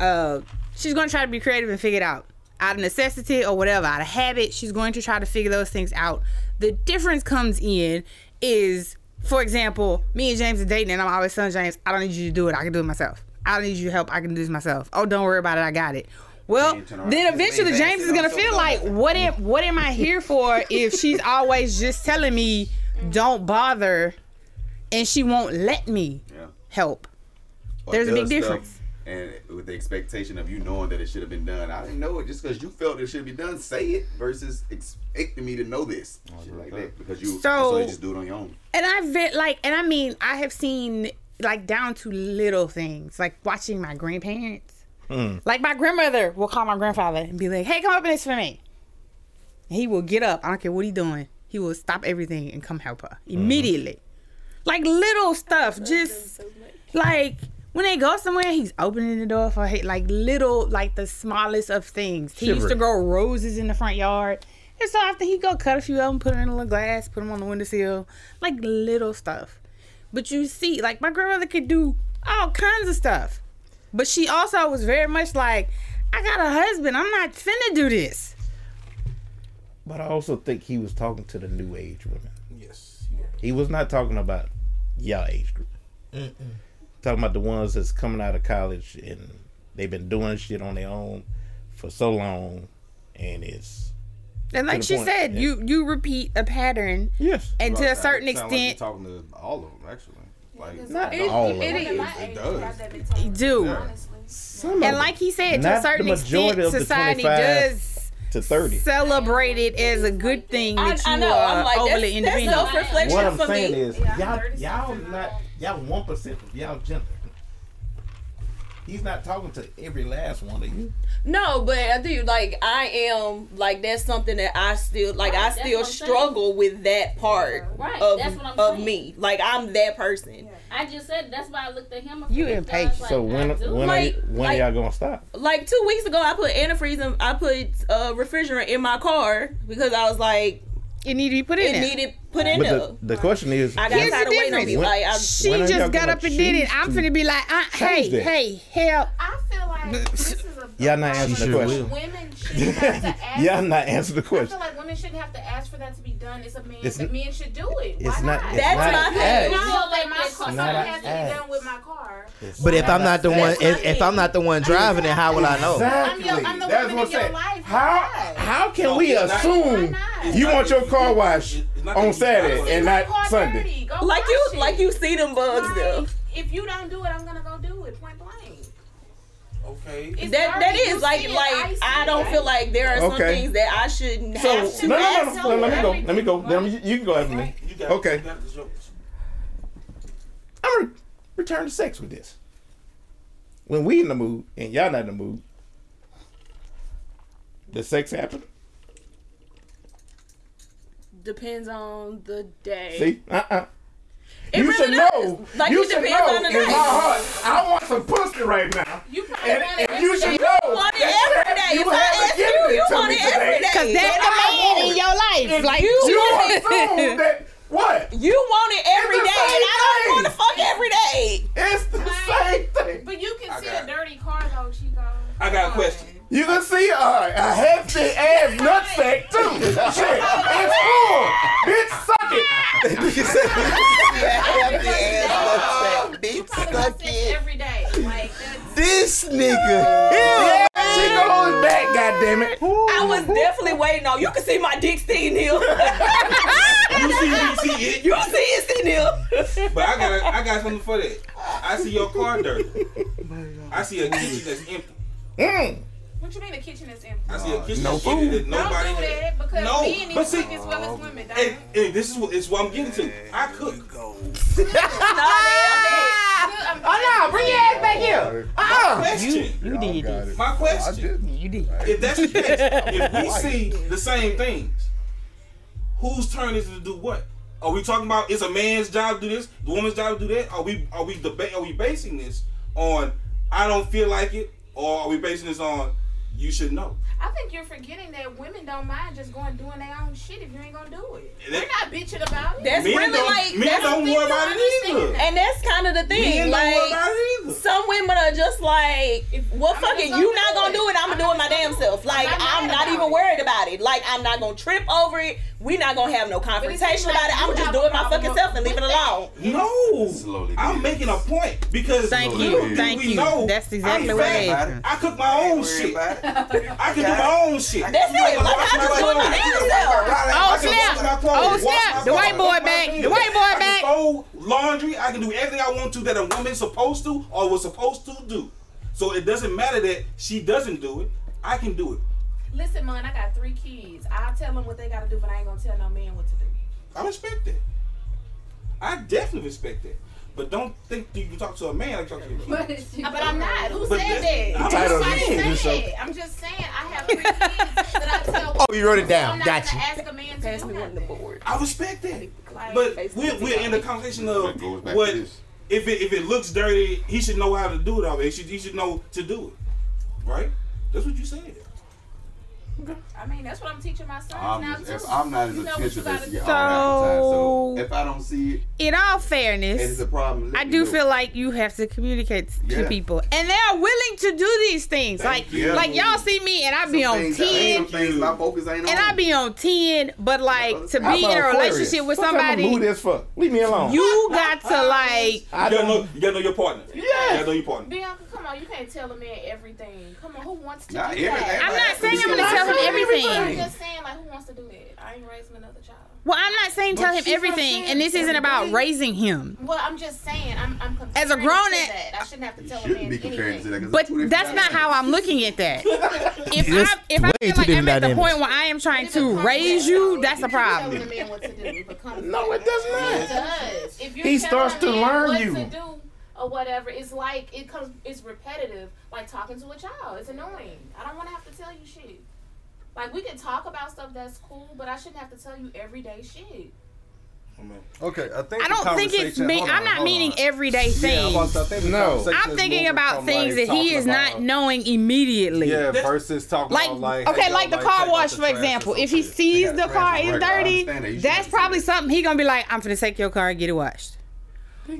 S6: uh, she's going to try to be creative and figure it out. Out of necessity or whatever, out of habit, she's going to try to figure those things out. The difference comes in is, for example, me and James are dating, and I'm always telling James, I don't need you to do it. I can do it myself. I don't need your help. I can do this myself. Oh, don't worry about it. I got it. Well, then eventually James is gonna feel like, what am what am I here for if she's always just telling me don't bother, and she won't let me help.
S10: or
S6: There's a
S10: does
S6: big
S10: stuff
S6: difference.
S10: And with the expectation of you knowing that it should have been done, I didn't know it just because you felt it should be done. Say it versus expecting me to know this,
S1: Oh,
S10: Shit like that, because you
S6: So-
S10: so you just do it on your own.
S6: And I've been like, and I mean, I have seen like down to little things, like watching my grandparents.
S1: Hmm.
S6: Like my grandmother will call my grandfather and be like, "Hey, come up and this for me." And he will get up. I don't care what he's doing. He will stop everything and come help her immediately. Like little stuff, just like when they go somewhere, he's opening the door for her. Like little, like the smallest of things. He used to
S15: Chivalry.
S6: grow roses in the front yard, and so after he go cut a few of them, put them in a little glass, put them on the windowsill, like little stuff. But you see, like my grandmother could do all kinds of stuff. But she also was very much like, I got a husband. I'm not finna do this.
S1: But I also think he was talking to the new age women.
S8: Yes.
S1: He was not talking about y'all age group. Talking about the ones that's coming out of college and they've been doing shit on their own for so long, and it's
S6: And
S1: to
S6: like
S1: the
S6: she
S1: point,
S6: said,
S1: yeah.
S6: you you repeat a pattern.
S1: Yes.
S6: And to a certain
S5: Sound like you're
S6: extent,
S5: talking to all of them actually. Like
S6: Not
S5: to
S6: it-
S5: all of
S6: it
S5: them.
S6: is.
S5: It does.
S6: you do.
S1: of
S6: And like he said, to a
S1: Not the
S6: certain extent,
S1: majority of the
S6: society
S1: 25
S6: does
S1: to thirty.
S6: celebrate it as a good thing
S4: I-
S6: that you
S4: I know,
S6: are
S4: I'm like, that's-
S6: overly
S4: that's
S6: independent.
S4: self-reflection
S1: What I'm saying is, y'all, y'all not y'all one percent of y'all gender. He's not talking to every last one of you.
S4: No, but I do like I am like that's something that I still like I
S13: Right, that's
S4: still
S13: what I'm saying.
S4: struggle with that part
S13: Right,
S4: of
S13: that's what I'm
S4: of
S13: saying.
S4: me. Like I'm that person.
S13: I just said that's why I looked at him.
S4: You impatient.
S1: so when when are
S4: Like-
S1: you, when
S4: like-
S1: are y'all gonna stop?
S4: Like two weeks ago, I put antifreeze and I put uh, refrigerant in my car because I was like,
S6: it needed to be put
S4: in. It needed put in
S1: but
S4: there.
S1: the, the question is,
S4: I got tired of waiting on people. Like, I,
S6: she just got up and did it. I'm finna be like, uh, hey,
S1: change that?
S6: hey, help.
S7: I feel like this is a
S1: Y'all not answering the question.
S7: women shouldn't have to ask.
S1: Y'all not answering the
S7: I feel
S1: question.
S7: like women shouldn't have to ask for that to be done. It's a man.
S1: It's
S7: It's
S1: n-
S7: men should do it.
S1: it's
S7: Why
S1: not-
S7: not?
S1: it's That's not my an thing. ask.
S7: No, like my
S13: It's
S7: something
S3: not an
S7: has to be
S3: ask.
S7: done with my car.
S3: But if I'm not the one, if, if I'm not the one driving it, how will I know?
S7: I'm your, I'm the woman
S1: That's
S7: in
S1: what I'm
S7: your
S1: saying.
S7: life.
S1: How how can we assume you want your car washed on Saturday and not Sunday?
S4: like you like you see them bugs though.
S7: If you don't do it, I'm gonna go do it. Point blank.
S8: Okay.
S4: That that is like like I don't feel like there are some
S1: Okay.
S4: things that I shouldn't have
S1: So
S4: to
S1: no, no,
S4: ask
S1: no, no, let me go.
S4: someone.
S1: Let me go. Let me, you can go after me. Okay. I'm gonna return to sex with this. When we in the mood and y'all not in the mood, does sex happen?
S4: Depends on the day.
S1: See, uh, uh
S4: It
S1: You
S4: really
S1: should
S4: does.
S1: know.
S4: Like,
S1: you
S4: it
S1: should
S4: depends
S1: know.
S4: on the
S1: in
S4: night.
S1: my heart, I want some pussy right now.
S7: You
S1: and, and you should know.
S4: want it
S1: that
S4: every day.
S1: You
S4: If I
S1: haven't
S4: ask
S1: given
S4: you,
S1: it
S4: you
S1: to
S4: want
S1: me
S4: it every
S1: today.
S4: day. 'Cause that's
S1: And
S4: the
S1: I
S4: man
S1: want
S4: in
S1: it.
S4: your life.
S1: If
S4: Like,
S1: you,
S4: you-
S1: assume that what?
S4: You want it every day, and
S1: It's the
S4: I
S1: same
S4: don't want to fuck every day.
S1: It's the same thing.
S7: But you can see a dirty car though, Chico.
S8: I got a question.
S1: You can see uh, a hefty ass nutsack too. Shit, it's full. Bitch, suck it.
S3: Bitch,
S7: suck it. Every day, like that's
S3: This nigga.
S1: Yeah, she goes back, goddammit.
S4: I was definitely waiting on. You can see my dick sitting here.
S8: You see, you see it.
S4: You see it sitting here.
S8: But I got, I got something for that. I see your car dirty. I see a kitchen that's empty.
S1: Mm.
S7: What you mean the kitchen is empty?
S8: I see a kitchen
S10: Oh, No
S8: shit in
S10: food.
S8: it that nobody.
S7: Don't do that because
S8: no,
S7: men need
S8: but
S7: to
S8: see,
S7: cook as well as women. don't.
S8: and, and this is what it's what I'm getting to. I cook.
S3: Oh no, bring your ass back here.
S9: Ah.
S8: My
S3: Uh-uh.
S8: question.
S6: You did this.
S8: My question.
S6: You did.
S8: If that's the case, if we see the same things, whose turn is it to do what? Are we talking about it's a man's job to do this, the woman's job to do that? Are we are we deba- are we basing this on I don't feel like it, or are we basing this on you should know?
S7: I think you're forgetting that women don't mind just going doing their own shit if you ain't gonna do it.
S8: And
S7: We're
S8: that-
S7: not bitching about it.
S4: That's
S8: Men
S4: really
S8: don't-
S4: like
S8: men
S4: that's
S8: don't
S4: the
S8: worry
S4: thing
S8: about
S4: I
S8: it
S4: understand.
S8: either.
S4: and that's kind of the thing.
S8: Men don't worry
S4: Like
S8: about it either.
S4: some women are just like, well,
S7: I'm
S4: fuck
S7: just
S4: it,
S7: gonna
S4: you
S7: do
S4: not gonna
S7: it.
S4: do it. I'm gonna do it my damn self. Like
S7: not mad
S4: I'm not
S7: about
S4: even
S7: it.
S4: worried about it. Like I'm not gonna trip over it. We not gonna have no
S7: But it seems
S4: confrontation
S7: like
S4: about it. I'm
S7: you
S4: just
S7: have
S4: do
S7: a
S4: it my
S7: problem
S4: fucking self and leave it
S7: with
S4: alone.
S8: No,
S10: Slowly
S8: I'm
S10: build.
S8: making a point because
S6: Thank
S8: little
S6: you,
S8: do
S6: thank
S8: we
S6: you.
S8: know
S6: That's
S8: I'm
S6: exactly what
S8: fat.
S6: it is.
S8: I cook my own shit. I can do my own shit.
S4: That's
S8: I
S4: it.
S8: can
S4: Like
S8: wash
S4: I just do it
S8: clothes.
S4: my damn self.
S8: I
S6: Oh,
S8: can wash
S6: snap.
S8: my clothes,
S6: Oh,
S8: wash my
S6: snap. The
S8: clothes,
S6: white boy
S8: wash my
S6: back. The
S8: meals.
S6: white boy
S8: I can
S6: back.
S8: fold laundry. I can do everything I want to that a woman's supposed to or was supposed to do. So it doesn't matter that she doesn't do it. I can do it.
S7: Listen, man, I got three kids. I'll tell them what they gotta do, but I ain't gonna tell no man what to do.
S8: I respect that. I definitely respect that. But don't think you can talk to a man like you talk to a kid.
S12: But it's you.
S7: Uh, But I'm not. Who
S8: But
S7: said
S8: this-
S7: that?
S8: I'm Title
S7: Nobody
S8: of this
S7: said it. I'm just saying I have three kids that I tell.
S3: Oh, you wrote it
S7: I'm
S3: down.
S7: not
S3: Got you.
S7: gonna ask a man to
S4: Pass
S7: do
S4: me one of the
S7: nothing.
S4: board.
S8: I respect that.
S7: Like,
S8: But
S4: basically,
S8: we're, we're in the conversation of
S10: That goes back
S8: what
S10: to this.
S8: if it if it looks dirty, he should know how to do it already. He should, he should know to do it. Right? That's what you said.
S7: I mean, that's what I'm teaching my sons now
S10: I'm,
S7: too.
S10: just, I'm not as
S7: You know what you
S10: attentive
S7: gotta
S10: as
S7: do.
S10: y'all all
S6: So-
S10: the time. So if I don't see it,
S6: In all
S10: and
S6: fairness,
S10: it's a problem. let
S6: I
S10: me
S6: do
S10: know.
S6: feel like you have to communicate to
S10: Yeah.
S6: people, and they are willing to do these things. like,
S10: you.
S6: like y'all see me, and I be
S10: Some
S6: on
S10: things- there ain't
S6: ten,
S10: Some things my focus ain't on.
S6: and I be on ten. But like to
S10: I'm
S6: be in a relationship with
S1: I'm moody
S6: somebody,
S1: as fuck. Leave me alone.
S6: you got to like.
S1: I
S8: You gotta, know,
S1: don't.
S8: you gotta know your partner. Yeah. You gotta know your partner.
S7: Bianca, come on, you can't tell a man everything. Come on, who wants to
S10: Not
S7: do
S10: everything.
S7: that?
S6: I'm not saying I'm gonna tell him
S7: I'm
S6: everything.
S7: just saying, like, who wants to do that? I ain't raising another child.
S6: Well, I'm not saying tell him
S7: she's
S6: everything,
S7: upset
S6: and this isn't about
S7: everybody.
S6: raising him.
S7: Well, I'm just saying, I'm, I'm comparing
S6: As a
S7: it
S6: grown
S7: to
S6: a-
S7: that. I shouldn't have to
S10: You
S7: tell a
S10: shouldn't
S7: man
S10: be comparing to
S7: anything.
S10: that. 'cause
S6: But
S10: it's two different
S6: that's not
S10: dynamics.
S6: how I'm looking at that. If
S3: Yes,
S6: I if I
S3: way
S6: feel
S3: too
S6: like I'm
S3: different
S6: at the
S3: dynamics.
S6: point where I am trying
S7: It
S6: to
S7: becomes
S6: raise
S7: that,
S6: you,
S7: though.
S6: that's a
S7: If you tell
S6: problem.
S7: a man what to do, it becomes
S1: No,
S7: that.
S1: it does not.
S7: It does. If you're telling
S1: He starts
S7: a
S1: to
S7: man
S1: learn
S7: what
S1: you.
S7: To do or whatever, it's like it comes. It's repetitive, like talking to a child. It's annoying. I don't want to have to tell you shit. Like we can talk about stuff that's cool, but I shouldn't have to tell you everyday shit.
S5: Okay, I think
S6: I
S5: the
S6: don't think it's
S5: conversation-
S6: me.
S5: hold
S6: I'm
S5: on,
S6: not
S5: hold
S6: meaning
S5: on.
S6: everyday
S5: Yeah, I'm
S6: things.
S5: about to- I think the
S1: No.
S5: conversation
S6: I'm
S5: is
S6: thinking
S5: moving
S6: about
S5: from,
S6: things
S5: like,
S6: that he
S5: talking
S6: is not
S5: about-
S6: knowing immediately.
S5: Yeah, versus talking
S6: Like,
S5: about like
S6: okay,
S5: hey,
S6: like the
S5: y'all,
S6: car
S5: take out
S6: wash,
S5: the
S6: for
S5: trash or
S6: example.
S5: some
S6: If he
S5: shit.
S6: sees
S10: got
S6: the
S10: trash
S6: car
S10: on
S6: is
S10: record. I
S6: dirty,
S10: understand that. You shouldn't
S6: that's
S10: say
S6: probably
S10: that.
S6: something he gonna be like, "I'm gonna take your car and get it washed."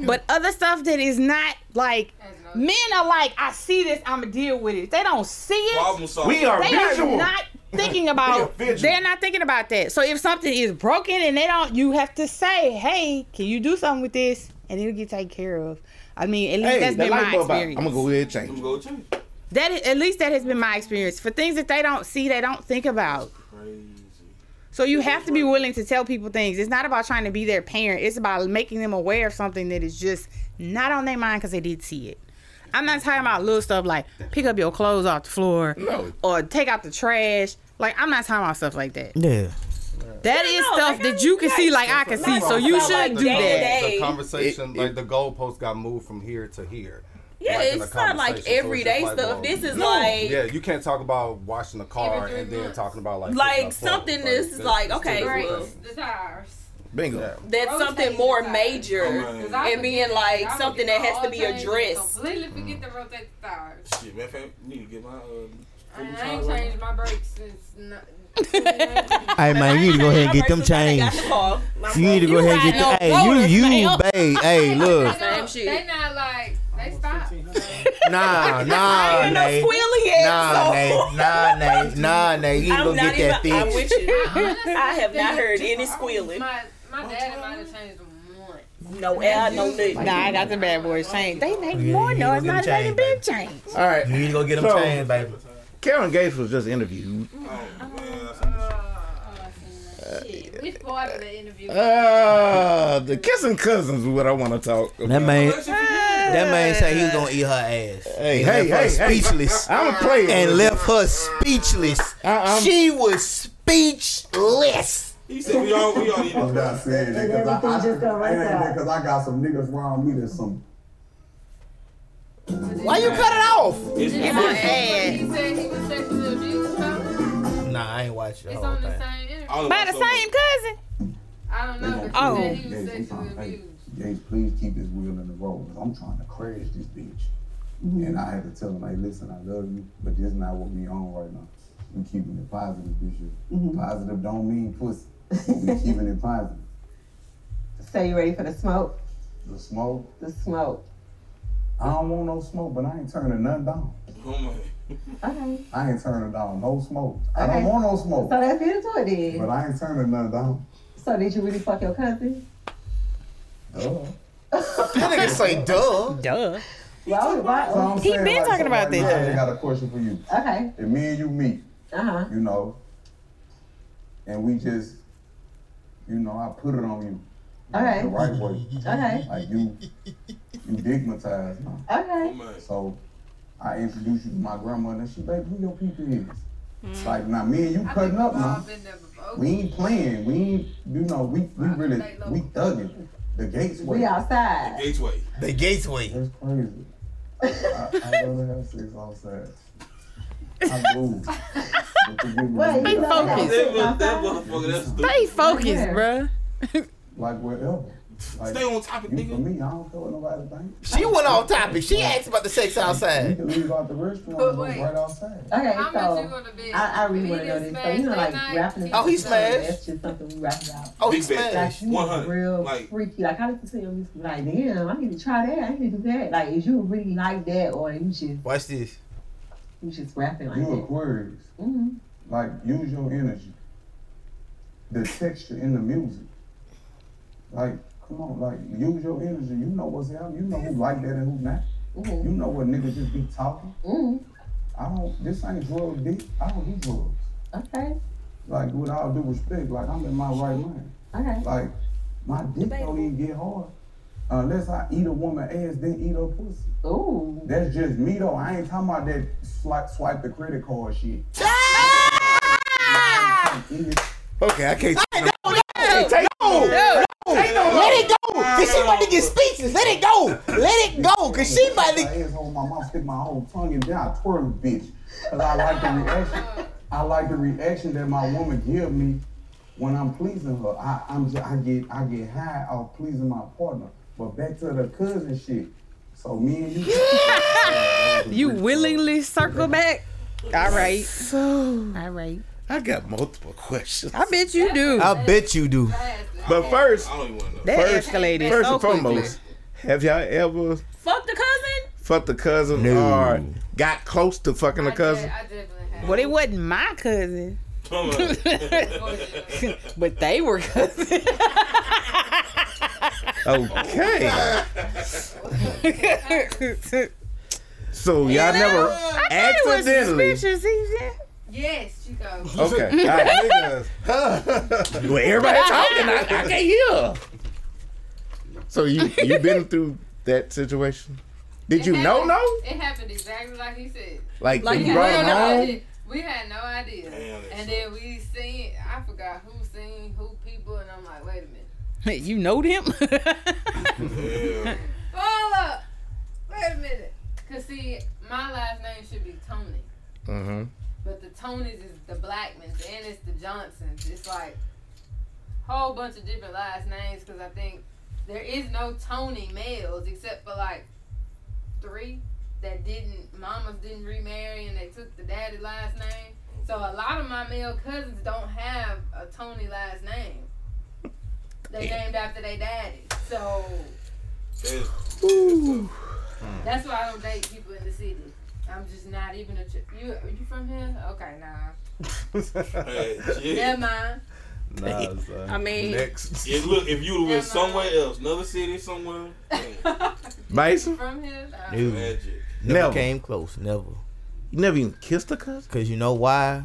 S6: But other stuff that is not like men are like, "I see this, I'm gonna deal with it." They don't see it.
S8: Problem solved.
S1: We are
S6: they
S1: visual.
S6: are not thinking about
S1: They are visual.
S6: they're not thinking about that so if something is broken and they don't you have to say hey can you do something with this and it'll get taken care of i mean at least
S1: hey,
S6: that's
S1: that
S6: been
S1: light
S6: my
S1: bulb out. I'm
S6: experience
S1: gonna go ahead and
S8: I'm
S1: change.
S8: gonna
S1: it.
S8: go too.
S6: That is- at least that has been my experience for things that they don't see they don't think about
S8: Crazy.
S6: so you have to be willing to tell people things it's not about trying to be their parent it's about making them aware of something that is just not on their mind because they did see it i'm not talking about little stuff like pick up your clothes off the floor
S1: No.
S6: or take out the trash like i'm not talking about stuff like that
S3: Yeah.
S6: That is
S4: Yeah, no,
S6: stuff
S4: like,
S6: that you can
S4: yeah,
S6: see, like I can see. So you
S4: about,
S6: should
S4: like,
S6: do that.
S4: day-to-day.
S5: The conversation,
S1: It-
S5: like the goalpost, got moved from here to here.
S4: Yeah,
S5: Like, in
S4: it's
S5: the
S4: not like
S5: conversation, so it's
S4: everyday
S5: just like,
S4: stuff.
S5: well,
S4: This is
S5: no.
S4: like
S5: Yeah, you can't talk about washing the car
S12: Every three
S5: and then
S12: months.
S5: talking about like
S4: Like,
S5: picking up clothes.
S4: something is
S5: that's-
S4: like,
S5: that's two
S4: okay,
S5: different
S4: well,
S12: Brakes,
S5: things.
S12: the tires.
S1: Bingo.
S5: Yeah.
S4: that's something more major
S8: Oh, man.
S4: and being like something that has to be addressed.
S12: Completely forget to rotate the tires.
S8: Shit, man, fam, need to get my uh,
S12: And I
S8: tires
S12: ain't
S8: right.
S12: changed my brakes since. No,
S3: Hey man, you need to go ahead and get them
S4: I
S3: changed.
S4: got the call.
S3: You need to go ahead and get the. Hey, you, you, babe. Hey, look.
S12: They don't-
S4: Same
S12: They
S4: shit.
S12: not like they stop.
S3: Nah, nah,
S4: ain't no
S3: Nate.
S4: squealing yet.
S3: Nah,
S4: so.
S3: Nate. Nah, Nate. Nah, Nate. You need to go
S4: I'm
S3: get
S4: not
S3: that
S4: even. I'm
S3: fixed.
S4: with you.
S12: Honestly,
S4: I have not
S12: they-
S4: heard any squealing.
S12: My my dad might have changed one.
S4: No air, no nothing.
S6: Nah, I got the bad boys changed. They make more
S3: you gonna
S6: noise
S3: get
S6: now
S3: them
S6: that they
S3: changed,
S6: been changed.
S1: All right.
S3: You need to go get them
S1: So-
S3: changed, baby.
S1: Karen Gates was just interviewed.
S8: Oh,
S12: Oh,
S8: man.
S12: oh, I seen that shit. Which part of the interview?
S1: Uh, the kissing cousins is what I want to talk about.
S3: That man,
S8: Let's just forget it.
S3: that man said he was gonna eat her ass.
S1: Hey,
S3: He
S1: hey,
S3: left her
S1: hey, hey.
S3: speechless
S1: I'm a player.
S3: and left her speechless. She was speechless.
S8: He said we all we all need
S10: I'm not saying that because I, I, I, ain't that 'cause I got some niggas around me that's some.
S3: Why you cut it off?
S10: It's
S12: Did you
S10: my
S12: watch
S10: ad.
S12: He said he was sexually abused. huh?
S3: Nah, I ain't watched the
S12: It's
S3: whole
S12: on the
S3: thing.
S12: same interview.
S6: By the same cousin.
S12: I don't know.
S6: Oh.
S12: But he said he was
S10: James, I'm
S12: sexually
S10: trying to- hey,
S12: abused.
S10: James, please keep this wheel in the road. 'cause I'm trying to crash this bitch. And I had to tell him, like, listen, I love you, but this is not what we on right now. We keeping it positive this year. Positive don't mean pussy. but we keeping it positive.
S9: So you ready for the smoke?
S10: The smoke.
S9: The smoke.
S10: I don't want no smoke, but I ain't turning nothing down.
S9: Okay.
S10: I ain't turning down no smoke. I
S9: Okay.
S10: don't want no smoke.
S9: So that's it to it then.
S10: But I ain't turning nothing down.
S9: So did you really fuck your cousin?
S10: Duh.
S3: That nigga say duh.
S6: Duh.
S9: Why, why,
S10: So I'm
S9: he
S10: saying,
S9: been
S10: like,
S9: talking
S10: so
S9: about
S10: right
S9: this.
S10: now, I got a question for you.
S9: Okay.
S10: If me and you meet,
S9: Uh-huh.
S10: you know, and we just, you know, I put it on you.
S9: Okay.
S10: The right way.
S9: Okay.
S10: Like you, you digmatized now.
S9: Okay.
S10: So I introduced you to my grandmother, and she like, who your people is? Like now, me and you cutting up now. We ain't playing. We ain't, you know, we we really we thugging. The gateway.
S9: We outside.
S8: Gateway.
S3: The gateway.
S10: That's crazy. I, I don't have sex outside. I moved.
S9: Wait,
S6: Stay focused.
S8: That motherfucker, that's stupid.
S6: Stay focused, bruh.
S10: Like whatever. Like,
S8: Stay on topic,
S10: you, for me, I don't care what nobody thinks.
S3: She went off topic. She asked about the sex
S10: We
S3: outside.
S10: can leave out the restaurant
S12: But
S10: and go
S12: wait.
S10: right outside.
S9: Okay,
S12: How
S9: so
S12: much you gonna be?
S9: I, I really
S12: He
S9: want to know
S12: just
S9: this. So you know,
S12: smashed
S9: like
S12: that
S9: rapping.
S12: night.
S9: and
S12: Oh, he
S9: stuff, like,
S3: smashed.
S9: That's just something we rap about.
S3: Oh, he
S8: Big bet.
S3: smashed.
S9: Like, you
S8: 100.
S9: real
S8: Like-
S9: freaky. Like, I listen to your music, like, damn, I need to try that. I need to do that. Like, is you really like that, or you just you
S3: Watch this.
S9: just rapping like
S10: You
S9: that?
S10: Aquarius.
S9: Mm-hmm.
S10: Like, use your energy. The texture in the music. Like, come on, like, use your energy. You know what's out. You know who like that and who not.
S3: Mm-hmm.
S10: You know what niggas just be talking.
S9: Mm-hmm.
S10: I don't, this ain't drug dick. I don't do drugs.
S9: Okay.
S10: Like, with all due respect, like, I'm in my right mind.
S9: Okay.
S10: Like, my dick don't even get hard unless I eat a woman ass, then eat her pussy.
S9: Ooh.
S10: That's just me though. I ain't talking about that swipe, swipe the credit card shit.
S3: Okay, I can't.
S10: Hey, take
S3: no,
S10: no,
S3: no, let it go. Cause she about to get speechless. Let it go. Let it go. Cause she about
S10: My
S3: to.
S10: ass hold my mouth, stick my whole tongue, and then I twirl the bitch. Cause I like the reaction. I like the reaction that my woman give me when I'm pleasing her. I, I'm just, I get I get high off pleasing my partner. But back to the cousin shit. So me and you.
S6: You willingly circle back? All right. All right.
S1: I got multiple questions.
S6: I bet you do.
S3: I bet you do.
S1: But first,
S6: That
S1: first,
S6: escalated
S1: first
S6: so
S1: and foremost, have y'all ever
S7: Fuck the cousin.
S1: fucked a cousin or got close to fucking a cousin?
S6: Well, it wasn't my cousin. but they were cousins.
S1: Okay. So y'all never
S6: I thought it was
S1: accidentally.
S6: suspicious. He-
S12: Yes, Chico.
S1: Okay. All right. well, everybody talking. I, I can't hear. So you you been through that situation? Did you
S12: It happened-
S1: know? No.
S12: It happened exactly like he said.
S1: Like,
S12: Like,
S1: you
S12: we
S1: brought
S12: don't
S1: him
S12: know.
S1: home?
S12: We had no idea. and then we seen, I forgot who seen who people, and I'm like, wait a minute.
S6: you know them?
S12: Hold up. Wait a minute. Because, see, my last name should be Tony.
S1: Mm-hmm.
S12: But the Tonys is the Blackmans and it's the Johnsons. It's like whole bunch of different last names because I think there is no Tony males except for like three that didn't mamas didn't remarry and they took the daddy last name. So a lot of my male cousins don't have a Tony last name. They named after their daddy. So that's why I don't date people in the city. I'm just not even a ch- you. Are you from here? Okay, nah. Never mind.
S5: Nah, son.
S7: I mean-
S5: next.
S8: Yeah, look, if you were somewhere else, another city, somewhere,
S1: Mason?
S12: From here? Nah.
S3: Ew.
S8: magic.
S3: Never,
S1: Never.
S3: came close. Never.
S1: You never even kissed a cousin?
S3: Cause you know why?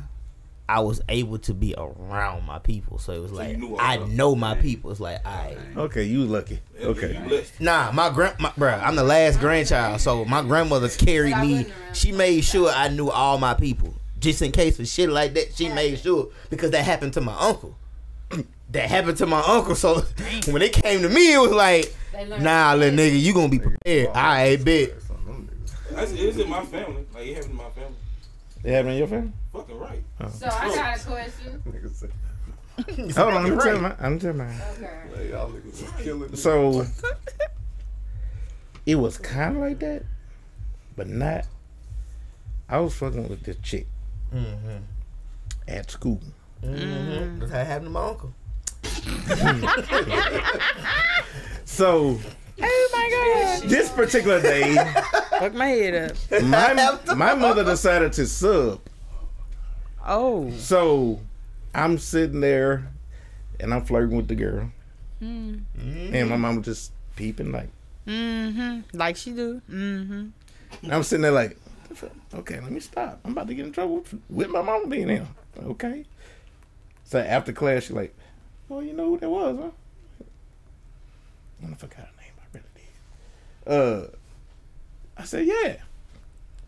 S3: I was able to be around my people, so it was like
S8: you knew all
S3: I
S8: of
S3: know my people. It's like I.
S1: Okay, you lucky. Okay.
S3: Nah, my grand, my, bruh, I'm the last grandchild, so my grandmother carried me. She made sure I knew all my people. just in case for shit like that, she made sure because that happened to my uncle. that happened to my uncle. So when it came to me, it was like,
S8: They learned.
S3: nah, little nigga, you gonna be prepared. I ain't bit.
S8: That's, it's in my family. Like it happened in my family.
S1: It happened in your family?
S8: Fucking right.
S1: Oh.
S12: So I got a question.
S1: Hold on, I'm telling my, I'm telling my.
S12: Okay.
S5: Y'all niggas is killing me.
S1: So it was kind of like that, but not. I was fucking with this chick
S3: Mm-hmm.
S1: at school.
S3: Mm-hmm. That's how it happened to my uncle.
S1: So
S6: Oh my god.
S1: this particular day,
S6: Fuck my head up.
S1: my my mother decided to sub.
S6: Oh.
S1: So I'm sitting there, and I'm flirting with the girl,
S6: Mm.
S1: and my mom was just peeping like.
S6: Mm-hmm. Like she do. Mm-hmm.
S1: And I'm sitting there like, okay, let me stop. I'm about to get in trouble with my mama being here. Okay. So after class, she like, well, you know who that was, huh? I forgot her name. I really did. Uh, I said, yeah.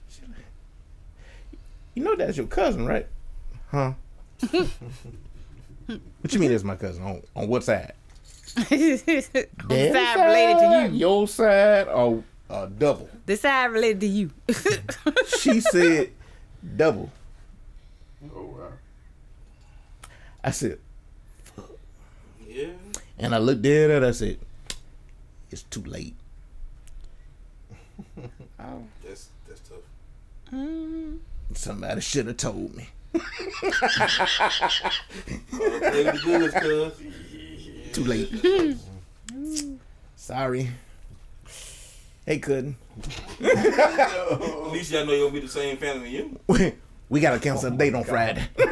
S1: She like, you know that's your cousin, right? Huh? what you mean that's my cousin? On, on what side?
S6: I'm
S1: Their
S6: side related to you.
S1: Your side or uh, double?
S6: The side related to you.
S1: she said double.
S10: Oh wow.
S1: I said,
S8: Yeah.
S1: and I looked dead at her. I said, it's too late.
S6: Oh.
S8: That's that's tough.
S6: Mm.
S1: Somebody should have told me.
S8: Play with the goods, cuz.
S1: Too late. Sorry. Hey, couldn't.
S8: At least y'all know you'll be the same family you.
S1: we got to cancel a date on Friday.
S6: I'm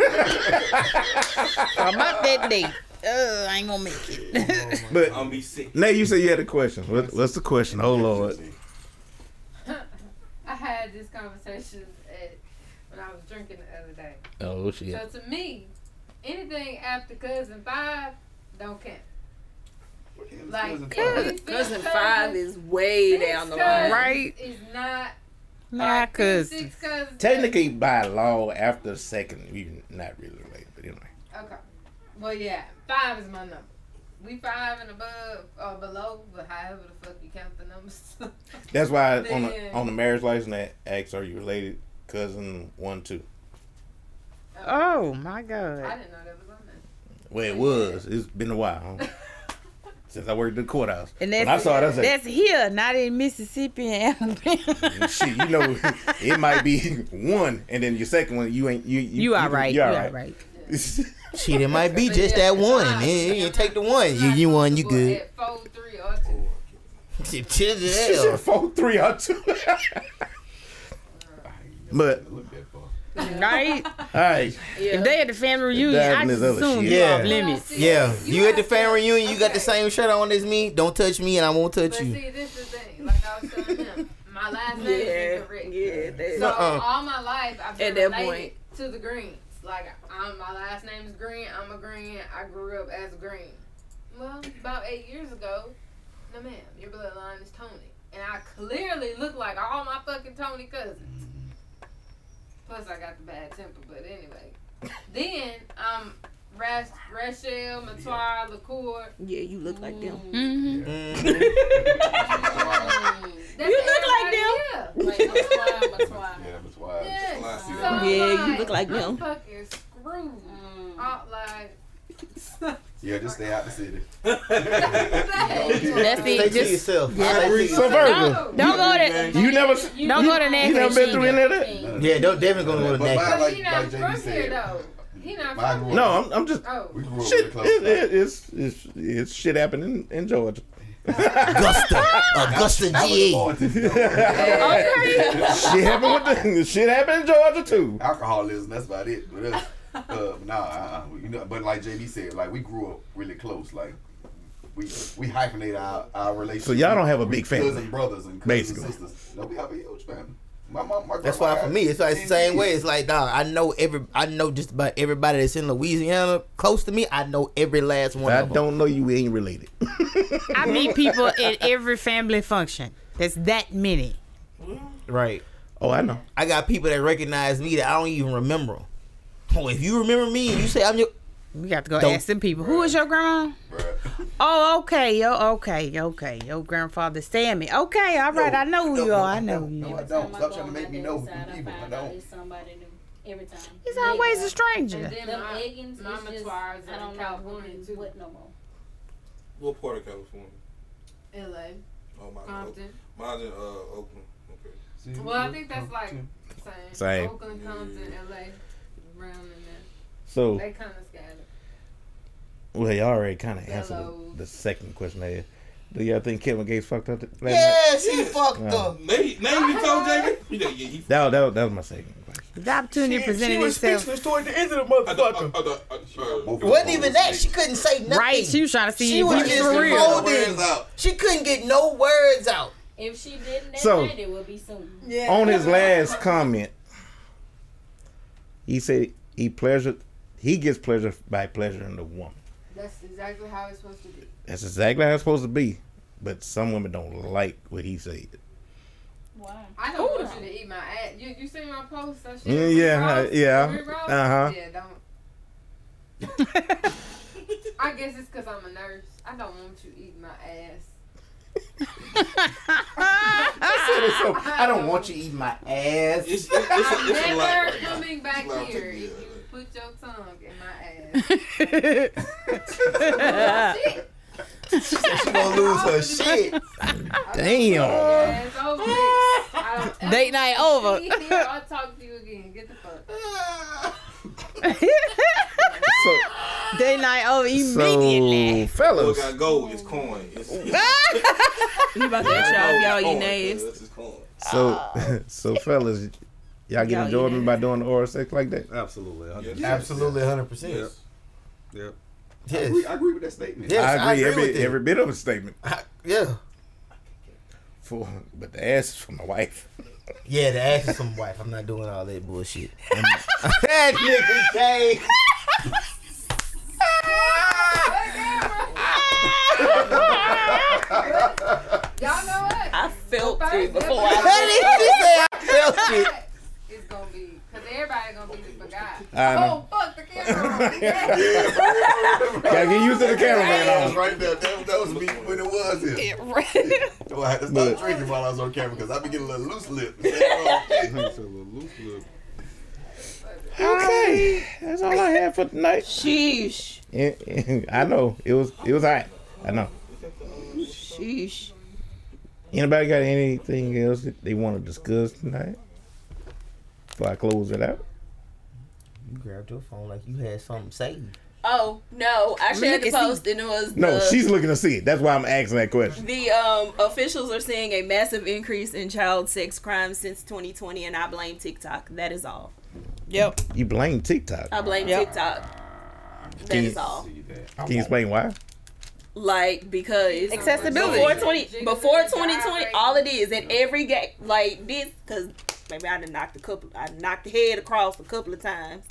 S6: up that day. Uh, I ain't gonna make it.
S1: But
S8: I'm be sick.
S1: Nay, you said you had a question. What, what's the question? Oh Lord.
S12: I had this conversation at, when I was drinking the other day.
S1: Oh shit.
S12: So to me, anything after cousin five don't count. Like if you
S4: Cousin,
S12: fifth
S4: cousin five is way
S12: sixth
S4: down the line.
S12: cousin Is not
S6: Nah, cause
S12: six cousins.
S1: Technically, by law, after second, you not really related. But anyway,
S12: Okay. Well, yeah, five is my number. We five and above or below, but however the fuck you count the numbers.
S1: that's why on the,
S12: Then-
S1: on the marriage license that asks, "Are you related?" Cousin one two.
S6: Oh my god.
S12: I didn't know that was on there.
S1: Well, it was. It's been a while huh? since I worked at the courthouse.
S6: And that's
S1: when I saw it, I said,
S6: that's here, not in Mississippi and Alabama.
S1: "Shit, you know, it might be one, and then your second one, you ain't you. You,
S6: You all right.
S1: You all
S6: You all
S1: right.
S6: right.
S3: Shit, it might be just that one. It ain't take the one. You, you one, you good.
S12: At four, three, or two.
S3: Shit, chill the
S1: She
S3: hell.
S1: said four three or two. but
S6: right?
S1: all right,
S6: If they at the family reunion,
S1: That
S6: I
S1: and
S6: just
S1: this other
S6: assume
S1: shit.
S6: you
S3: Yeah.
S6: off limits.
S3: Yeah, you at the fan reunion, you got the same shirt on as me. Don't touch me, and I won't
S12: But
S3: touch you.
S12: see, this is the thing. Like I was telling him, my last name
S4: Yeah,
S12: is incorrect.
S4: yeah, that-
S12: So
S3: Nuh-uh.
S12: all my life, I've been
S4: At that
S12: related
S4: point.
S12: to the Greens. Like I'm, my last name is Green. I'm a Green. I grew up as a Green. Well, about eight years ago, no ma'am, your bloodline is Tony, and I clearly look like all my fucking Tony cousins. Plus, I got the bad temper. But anyway, then um, Rash, Rachel, Matoir, Lacour.
S4: Yeah, you look like them.
S12: That's
S4: You look like
S12: everybody
S4: them.
S12: here.
S10: Yeah, that's why.
S12: Yes.
S10: That's why I see
S12: So,
S10: that.
S4: Yeah, you look like
S12: I'm
S4: them.
S12: Fucking screwed. Out like.
S10: Yeah, just stay out the city.
S6: That's it.
S3: Stay to
S6: Just-
S3: yourself.
S6: yeah.
S3: Stay to
S1: So
S3: yourself.
S1: Virgo,
S6: Don't go to
S1: you never,
S13: You
S6: don't go to
S1: you never been through any of that.
S3: Yeah, don't definitely gonna go to
S10: But mine,
S3: next.
S12: But
S10: like,
S12: he
S10: like
S12: not
S10: JD
S12: from here
S10: said,
S12: though. He not
S10: Mine
S12: from
S10: grew
S12: here.
S1: No, I'm, I'm just
S12: Oh.
S10: we grew up really
S1: shit.
S10: close.
S1: It,
S10: though.
S1: it, it's, it's it's shit happening in Georgia.
S3: Augusta, Augusta,
S10: I was
S3: GA.
S10: born to know.
S1: shit happened with the shit happened in Georgia too.
S10: alcoholism. That's about it. But uh, uh, nah, uh, you know. But like JD said, like we grew up really close. Like we we hyphenate our our relationship.
S1: So y'all don't have a
S10: We
S1: big family,
S10: cousin brothers and cousin
S1: basically.
S10: sisters. No, we have a huge family. My mom, my
S3: That's
S10: grandma
S3: why for
S10: got
S3: me, it's like the
S10: 10
S3: same way.
S10: kids.
S3: It's like, dog, I know every, I know just about everybody that's in Louisiana close to me. I know every last one
S1: I
S3: of them.
S1: don't know you ain't related.
S6: I meet people at every family function. That's that many.
S3: Right.
S1: Oh, I know.
S3: I got people that recognize me that I don't even remember. Oh, if you remember me and you say I'm your,
S6: we got to go ask them people. Who is your grandma? Oh, okay, yo, okay, okay. Your grandfather Sammy. Okay, all right. I know who you are. I know who you
S10: No,
S6: are.
S10: I don't. Stop trying to make me know who people. I don't.
S13: somebody new every time.
S6: It's always a stranger.
S13: Them
S12: my-
S13: Eggins,
S12: my
S13: it's just, I
S12: Twyres are
S13: don't know who is what no more.
S8: What part of California?
S12: L.A.
S8: Oh, my
S12: Compton.
S8: Mine's in uh, Oakland. Okay.
S12: Well, I think that's like same.
S1: Same.
S12: Oakland, Compton, L.A. Around in there.
S1: So-
S12: they kind of scattered.
S1: Well, you already kind of answered
S12: Hello.
S1: the, the second question I had. Do y'all think Kevin Gates fucked up last
S3: Yes, he fucked
S1: No.
S3: up.
S8: Name, name me, Cole Jamie. You know, yeah, he.
S1: night? That, that, that was my second.
S6: The opportunity presented itself.
S3: toward the end of the motherfucker. Wasn't even that. She couldn't say nothing.
S6: Right, she was trying to see
S3: She
S6: if
S3: was
S6: he
S3: just
S6: was for real.
S3: holding. She couldn't get no words out.
S13: If she didn't that
S1: So-
S13: night, it would be soon.
S1: On his last comment, he said he pleasure he gets pleasure by pleasuring the woman.
S12: That's exactly how it's supposed to be.
S1: That's exactly how it's supposed to be. But some women don't like what he said.
S13: Why?
S12: I don't want you to eat my ass. You, you seen my post? That shit?
S1: Mm, yeah,
S12: Ross?
S1: uh, yeah.
S12: Rick Ross?
S1: Uh-huh.
S12: Yeah, don't. I guess it's because I'm a nurse. I don't want you eating my ass.
S3: So, I don't want you eating my ass.
S12: I'm never coming back here if you put your tongue in my ass. Oh, shit.
S3: she gonna lose her shit.
S1: Damn.
S12: Ass over with. I don't ever
S6: Date night
S12: want
S6: over.
S12: to be here or talk to you again. Get the fuck.
S6: Day night over
S1: So,
S6: immediately.
S1: fellas,
S8: Look, I gold. It's coin. It's, it's,
S16: You about to get y'all, y'all
S8: Corn,
S16: eating ass.
S8: This is corn.
S1: so, so fellas, y'all get
S16: Y'all
S1: enjoyment by doing oral sex like that?
S5: Absolutely. 100%.
S8: Yes.
S3: Absolutely, hundred percent.
S5: Yep.
S10: I agree, I agree with that statement.
S3: Yes,
S1: I
S3: I
S1: agree,
S3: agree
S1: every
S3: with it.
S1: every bit of a statement.
S3: Yeah,
S1: For but the ass is for my wife.
S3: yeah. The ass is some wife. I'm not doing all that bullshit. that nigga gay.
S12: Y'all know what?
S16: I felt it before
S3: I
S12: That is-
S3: Filthy.
S12: It's gonna be, cause everybody gonna be forgot.
S1: I
S12: Oh
S1: know.
S12: fuck the camera. on.
S1: Gotta get used to the
S10: That
S1: cameraman
S10: was
S1: on.
S10: right there. That, that was me when it was here. Well, I had to stop
S1: But-
S10: drinking while I was on camera because I be getting a little loose lip.
S1: Okay, that's all I had for tonight.
S16: Sheesh.
S1: I know it was it was hot. I know.
S16: Mm-hmm. Sheesh.
S1: Anybody got anything else that they want to discuss tonight? Before I close it out.
S3: You grabbed your phone like you had something Satan.
S4: Oh no, I shared
S16: Look
S4: the
S16: at see.
S4: post and it was
S1: No,
S4: the,
S1: she's looking to see it. That's why I'm asking that question.
S4: the um officials are seeing a massive increase in child sex crimes since 2020, and I blame TikTok. That is all.
S16: Yep.
S1: You blame TikTok.
S4: I blame
S16: Yep.
S4: TikTok. That
S1: Can
S4: is
S1: you-
S4: all.
S1: Can you explain why?
S4: Like because
S6: Accessibility.
S4: before twenty before twenty twenty, all it is at every gate like this because maybe I done knocked a couple, I knocked the head across a couple of times.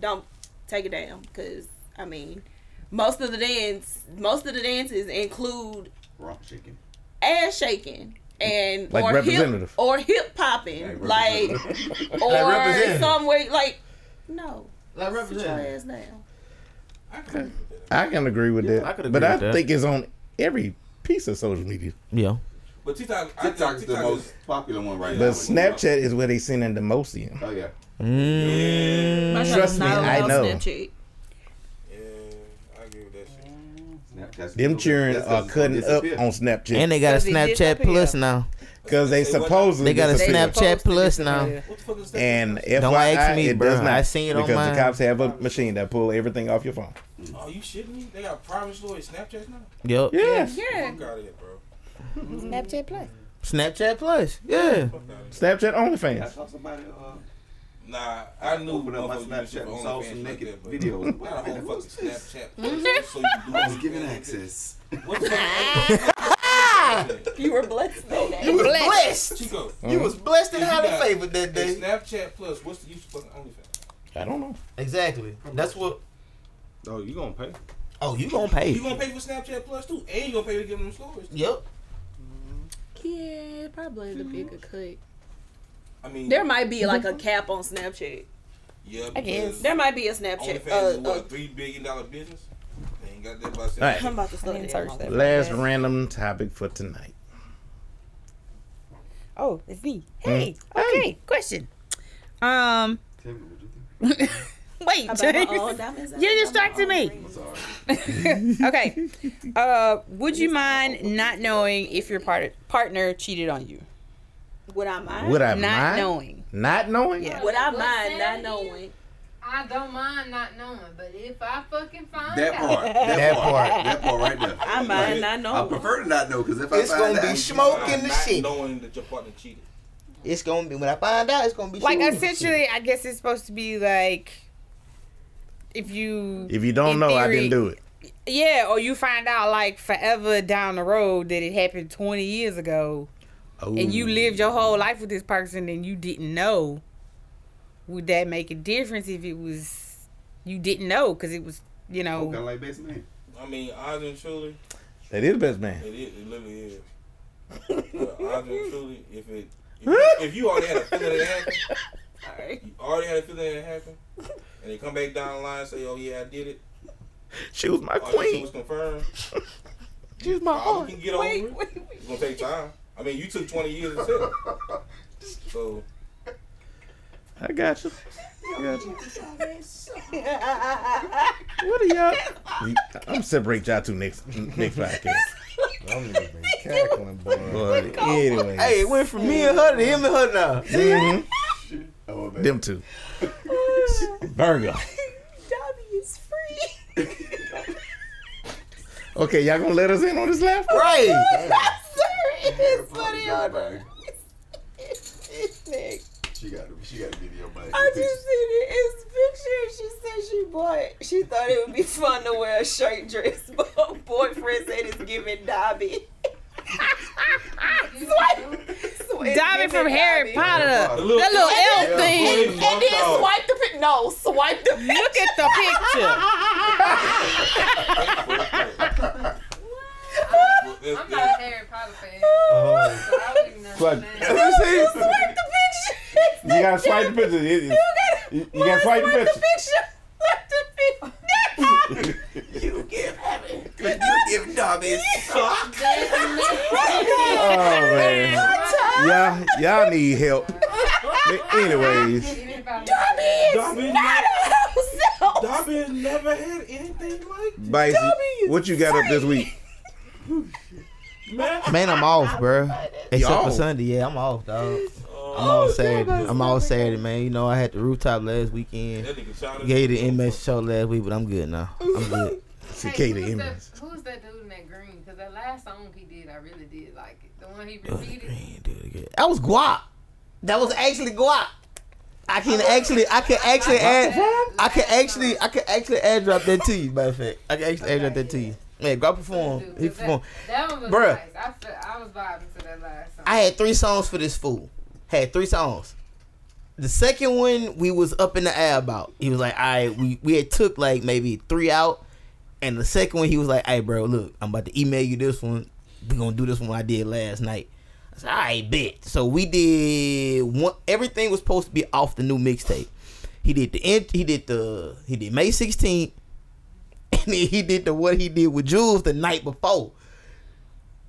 S4: Don't take it down because I mean, most of the dance, most of the dances include
S10: Rump chicken.
S4: ass shaking and
S10: Like
S4: or
S10: representative.
S4: hip or hip popping, like,
S10: representative.
S4: or
S10: Like representative.
S4: some way like no,
S3: like
S4: representative. Sit your ass down.
S1: I can agree with that,
S3: I could agree
S1: but I
S3: with that.
S1: think it's on every piece of social media.
S3: Yeah.
S8: But TikTok, I
S10: TikTok is the
S8: TikTok
S10: most popular one right now.
S1: But Snapchat is where they sending the most in.
S10: Oh yeah.
S1: Mm. Trust me, I know.
S10: Snapchat.
S1: Them children
S10: That's 'cause
S1: are
S10: it's
S1: cutting
S10: gonna
S1: up
S10: disappear.
S1: on Snapchat,
S3: And they got a Snapchat Plus now.
S1: because they supposedly
S3: They got a
S1: disappeared.
S3: Snapchat Plus now.
S1: And FYI,
S3: Don't ask me,
S1: it does
S3: bruh.
S1: not.
S3: I seen it on
S1: because
S3: mine.
S1: the cops have a machine that pull everything off your phone.
S8: Oh, you shitting me? They got private story Snapchat now?
S3: Yep.
S1: Yes.
S8: Yeah. Fuck out of here, bro.
S6: Snapchat Plus.
S3: Snapchat Plus. Yeah.
S1: Snapchat OnlyFans.
S10: I saw somebody. Uh,
S8: Nah, I knew
S10: Opened up my
S8: motherfuckers used to
S10: Snapchat and
S8: only
S10: saw
S8: fans
S10: some
S8: like
S10: naked
S8: that, but
S10: videos.
S8: Not a whole
S10: What's
S8: fucking Snapchat.
S10: this?
S8: So you do
S10: I was given access.
S8: What the
S4: You were blessed. That
S3: You was blessed.
S8: Chico.
S1: Uh-huh.
S3: You was blessed and
S8: If you
S3: highly
S8: got
S3: favored that
S8: a
S3: day.
S8: Snapchat Plus, what's the use of fucking OnlyFans?
S1: I don't know.
S3: Exactly. That's what.
S5: Oh, you gonna pay?
S3: Oh, you gonna pay?
S8: You gonna pay for Snapchat Plus too, and you gonna pay to give them stories.
S3: Yep.
S4: Yeah, probably the bigger cut.
S8: I mean,
S4: There might be like a cap on Snapchat.
S8: Yeah,
S4: I guess.
S8: because
S4: There might be a Snapchat,
S8: OnlyFans
S4: uh,
S8: is what
S4: uh,
S8: a three billion dollar business. They ain't got that by
S1: All right.
S8: seven.
S4: slow down.
S1: Last random topic for tonight.
S6: Oh, it's me.
S1: Mm.
S6: Hey, okay, question. Um, wait,
S4: About my old
S6: James,
S4: diamonds?
S6: you're distracting me. okay, uh, would you mind not knowing if your part- partner cheated on you?
S4: Would I mind?
S1: Would I
S6: not
S1: mind?
S6: knowing?
S1: Not knowing?
S6: Yeah.
S4: Would I
S12: What
S4: mind not
S12: sanity?
S4: knowing?
S12: I don't mind not knowing, but if I fucking find
S10: That
S12: out,
S10: part. That,
S1: That
S10: part.
S1: part.
S10: That part right there.
S4: I mind not
S10: I
S4: knowing.
S10: prefer to not know because if
S3: It's
S10: I find
S3: gonna
S10: out,
S3: be smoking the
S8: Not
S3: shit.
S8: knowing that your partner cheated.
S3: It's gonna be when I find out. It's gonna be
S6: Like,
S3: shooting.
S6: essentially, I guess it's supposed to be like if you
S1: If you don't
S6: in
S1: know, I
S6: theory,
S1: didn't do it.
S6: Yeah, or you find out like forever down the road that it happened 20 years ago and you
S1: Ooh.
S6: lived your whole life with this person and you didn't know. Would that make a difference if it was you didn't know because it was, you know,
S10: kind of like best man.
S8: I mean, odds and truly,
S1: That is best man.
S8: it is. It literally is. But odds and truly, if it, if, you- if you already had a feeling that it happened, you already had a feeling that it happened, and they come back down the line and say, "Oh yeah, I did it."
S1: She was my
S8: All that shit
S1: queen.
S8: was confirmed.
S1: She was my
S8: All
S1: heart.
S8: you can get over it. It's gonna take time. I mean, you took twenty years to settle. So
S1: I got you. I got you. What are y'all? You- I'm separate y'all two next next podcast.
S5: I'm even cackling, boy.
S1: But anyway,
S3: Hey, it went from me and her to him and her now.
S1: Mhm. them two. Virgo.
S4: W is free.
S1: Okay, y'all gonna let us in on this laugh?
S3: Right.
S4: Serious,
S10: She got to. She got to be your buddy.
S4: I just seen it. It's picture. She said she bought. She thought it would be fun to wear a shirt dress, but her boyfriend said it's giving Dobby. swipe, swipe
S6: Dobby from Harry Potter.
S8: The little-
S6: that little elf thing.
S8: Yeah, boy,
S4: And then
S8: fuck
S4: swipe the pic. No, swipe the pic.
S6: Look at the picture.
S8: off.
S12: I'm
S8: That's-
S12: not a
S8: that's-
S12: Harry Potter fan.
S5: Oh,
S12: So I wouldn't
S1: Fuck.
S12: understand.
S1: You see?
S4: Swipe the picture.
S1: You gotta swipe the picture. It- it- You, you gotta swipe the picture.
S4: Swipe the picture.
S10: You give heaven. You give Dobby sock.
S1: Oh man,
S4: Swipe the
S1: y'all y'all need help. But anyways,
S12: Even if I
S8: Dobby,
S4: Dobby is not a house elf.
S8: Dobby has never had anything like
S1: Bice, what you got up this week?
S8: man.
S3: Man, I'm off, bro. Except
S1: Y'all.
S3: for Sunday, yeah, I'm off, dog. I'm
S8: Oh,
S3: all Saturday. I'm all Saturday, man. You know, I had the rooftop last weekend.
S8: that nigga shot
S3: Gave the inmates show last week, but I'm good now. I'm good.
S12: who's
S1: Cicada
S12: that,
S1: Inmates.
S12: who's that dude in that green? Because that last song he did, I really did like it. The one he repeated.
S3: That was guap. That was actually guap. I can actually, I can actually add, I can actually, I can actually add drop that to you. Matter of fact, I can actually add drop that to you. Man, guap performed.
S12: Dude,
S3: He
S12: 'cause
S3: performed.
S12: That, that one was
S3: Bruh.
S12: nice. I, feel, I was vibing to that last song.
S3: I had three songs for this fool. Had three songs. The second one we was up in the air about. He was like, "All right, we we had took like maybe three out." And the second one, he was like, "Hey, bro, look, I'm about to email you this one. We gonna do this one I did last night." I said, "All right, bet." So we did one. Everything was supposed to be off the new mixtape. He did the end. He did the he did May 16th, and then he did the what he did with Jules the night before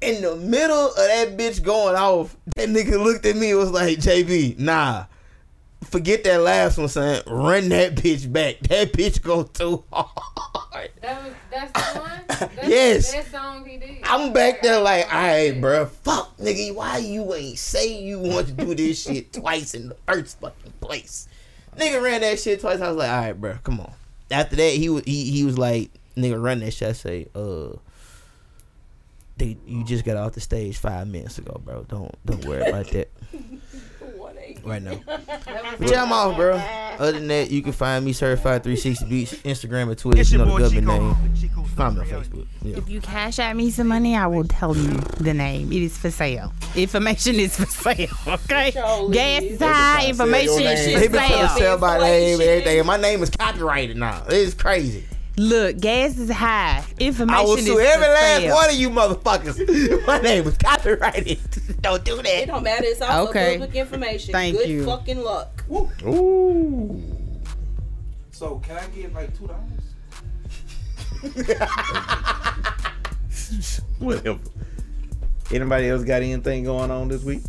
S3: in the middle of that bitch going off, that nigga looked at me and was like, JB, nah. Forget that last one, son. Run that bitch back. That bitch go too hard.
S12: That was that's the one. That's
S3: Yes.
S12: the best song he did.
S3: I'm back there like, all right, bro. Fuck, nigga. Why you ain't say you want to do this shit twice in the first fucking place? Nigga ran that shit twice. I was like, all right, bro. Come on. After that, he was he, he was like, nigga, run that shit. I say, uh, they, you just got off the stage five minutes ago, bro. Don't don't worry about that right now.
S12: That was
S3: But yeah, I'm off, bro. Other than that, you can find me certified 360 beats Instagram and Twitter.
S15: It's
S3: You
S15: your
S3: know
S15: boy
S3: the government
S15: Chico.
S3: name. Find me on Facebook. Yeah.
S6: If you cash at me some money, I will tell you the name. It is for sale. Information is for sale. Okay. Gas is high. Information
S3: They
S6: is
S3: been
S6: for
S3: trying to
S6: sale.
S3: sell my name and everything. and My name is copyrighted now. It's crazy.
S6: Look, gas is high. Information
S3: I will sue
S6: is
S3: every
S6: for
S3: last
S6: sale.
S3: one of you motherfuckers. My name is copyrighted. Don't do that.
S4: It don't matter. It's also
S3: Okay.
S4: public information.
S3: Thank
S4: Good
S3: you.
S4: fucking luck.
S1: Ooh.
S8: So can I get like two dollars?
S1: Whatever. Anybody else got anything going on this week?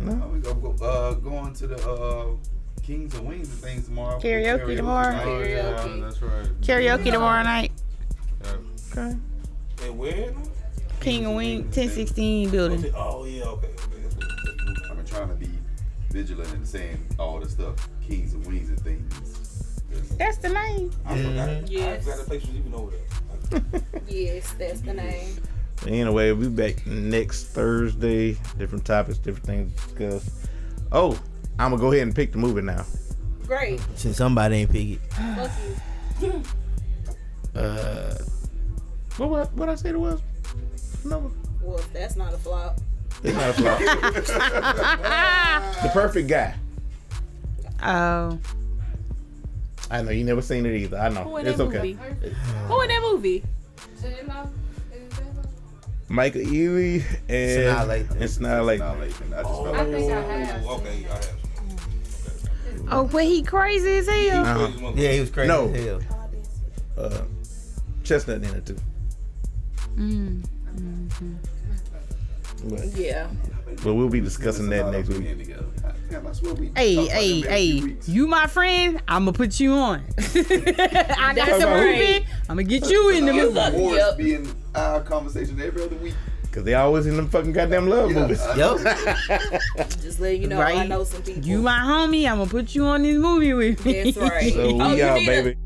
S10: No, we go, go uh, going to the uh, Kings and Wings and things tomorrow.
S6: Karaoke tomorrow.
S10: Oh,
S6: Karaoke.
S10: yeah, that's right.
S6: Karaoke tomorrow night.
S1: Okay.
S8: And where?
S6: King and Wing, 1016 building.
S8: Oh yeah, okay.
S10: I've been trying to be vigilant and saying all the stuff, Kings and Wings and things.
S6: That's the name.
S8: I forgot.
S4: Yes.
S8: I forgot the place was even over there.
S4: Yes, that's the name.
S1: Anyway, we'll be back next Thursday. Different topics, different things to discuss. Oh, I'm gonna go ahead and pick the movie now.
S4: Great.
S3: Since somebody ain't pick it.
S4: Fuck you.
S3: Uh,
S1: What what what I said it was? No.
S4: Well, that's not a flop.
S1: It's not a flop. the perfect guy.
S6: Oh.
S1: I know you never seen it either. I know.
S4: Who in
S1: It's
S4: that
S1: okay.
S4: movie? Who in that movie?
S1: Michael Ealy
S10: Sanaa
S1: and
S10: Lathan.
S1: and Snide
S10: I just
S1: Lathan.
S10: felt like
S12: I have.
S8: Okay, I have.
S6: Oh, but he crazy as hell.
S1: Uh-huh.
S3: Yeah, he was crazy
S1: No.
S3: as hell.
S1: Uh, Chestnut in it too.
S6: Mm. Mhm.
S1: But,
S4: Yeah.
S1: but we'll be discussing that next week.
S10: Damn, I swear we.
S6: Hey, hey, hey! You my friend, I'ma put you on. I got
S10: That's
S6: the
S10: right.
S6: movie. I'ma get you in the
S10: Because
S6: movie.
S10: Morris be in our conversation every other week.
S1: Cause they always in them fucking goddamn love movies.
S4: Just letting you know, I
S6: Right.
S4: know some people.
S6: You my homie, I'ma put you on this movie with me.
S4: That's right. Oh,
S1: so we out,
S4: need
S1: baby.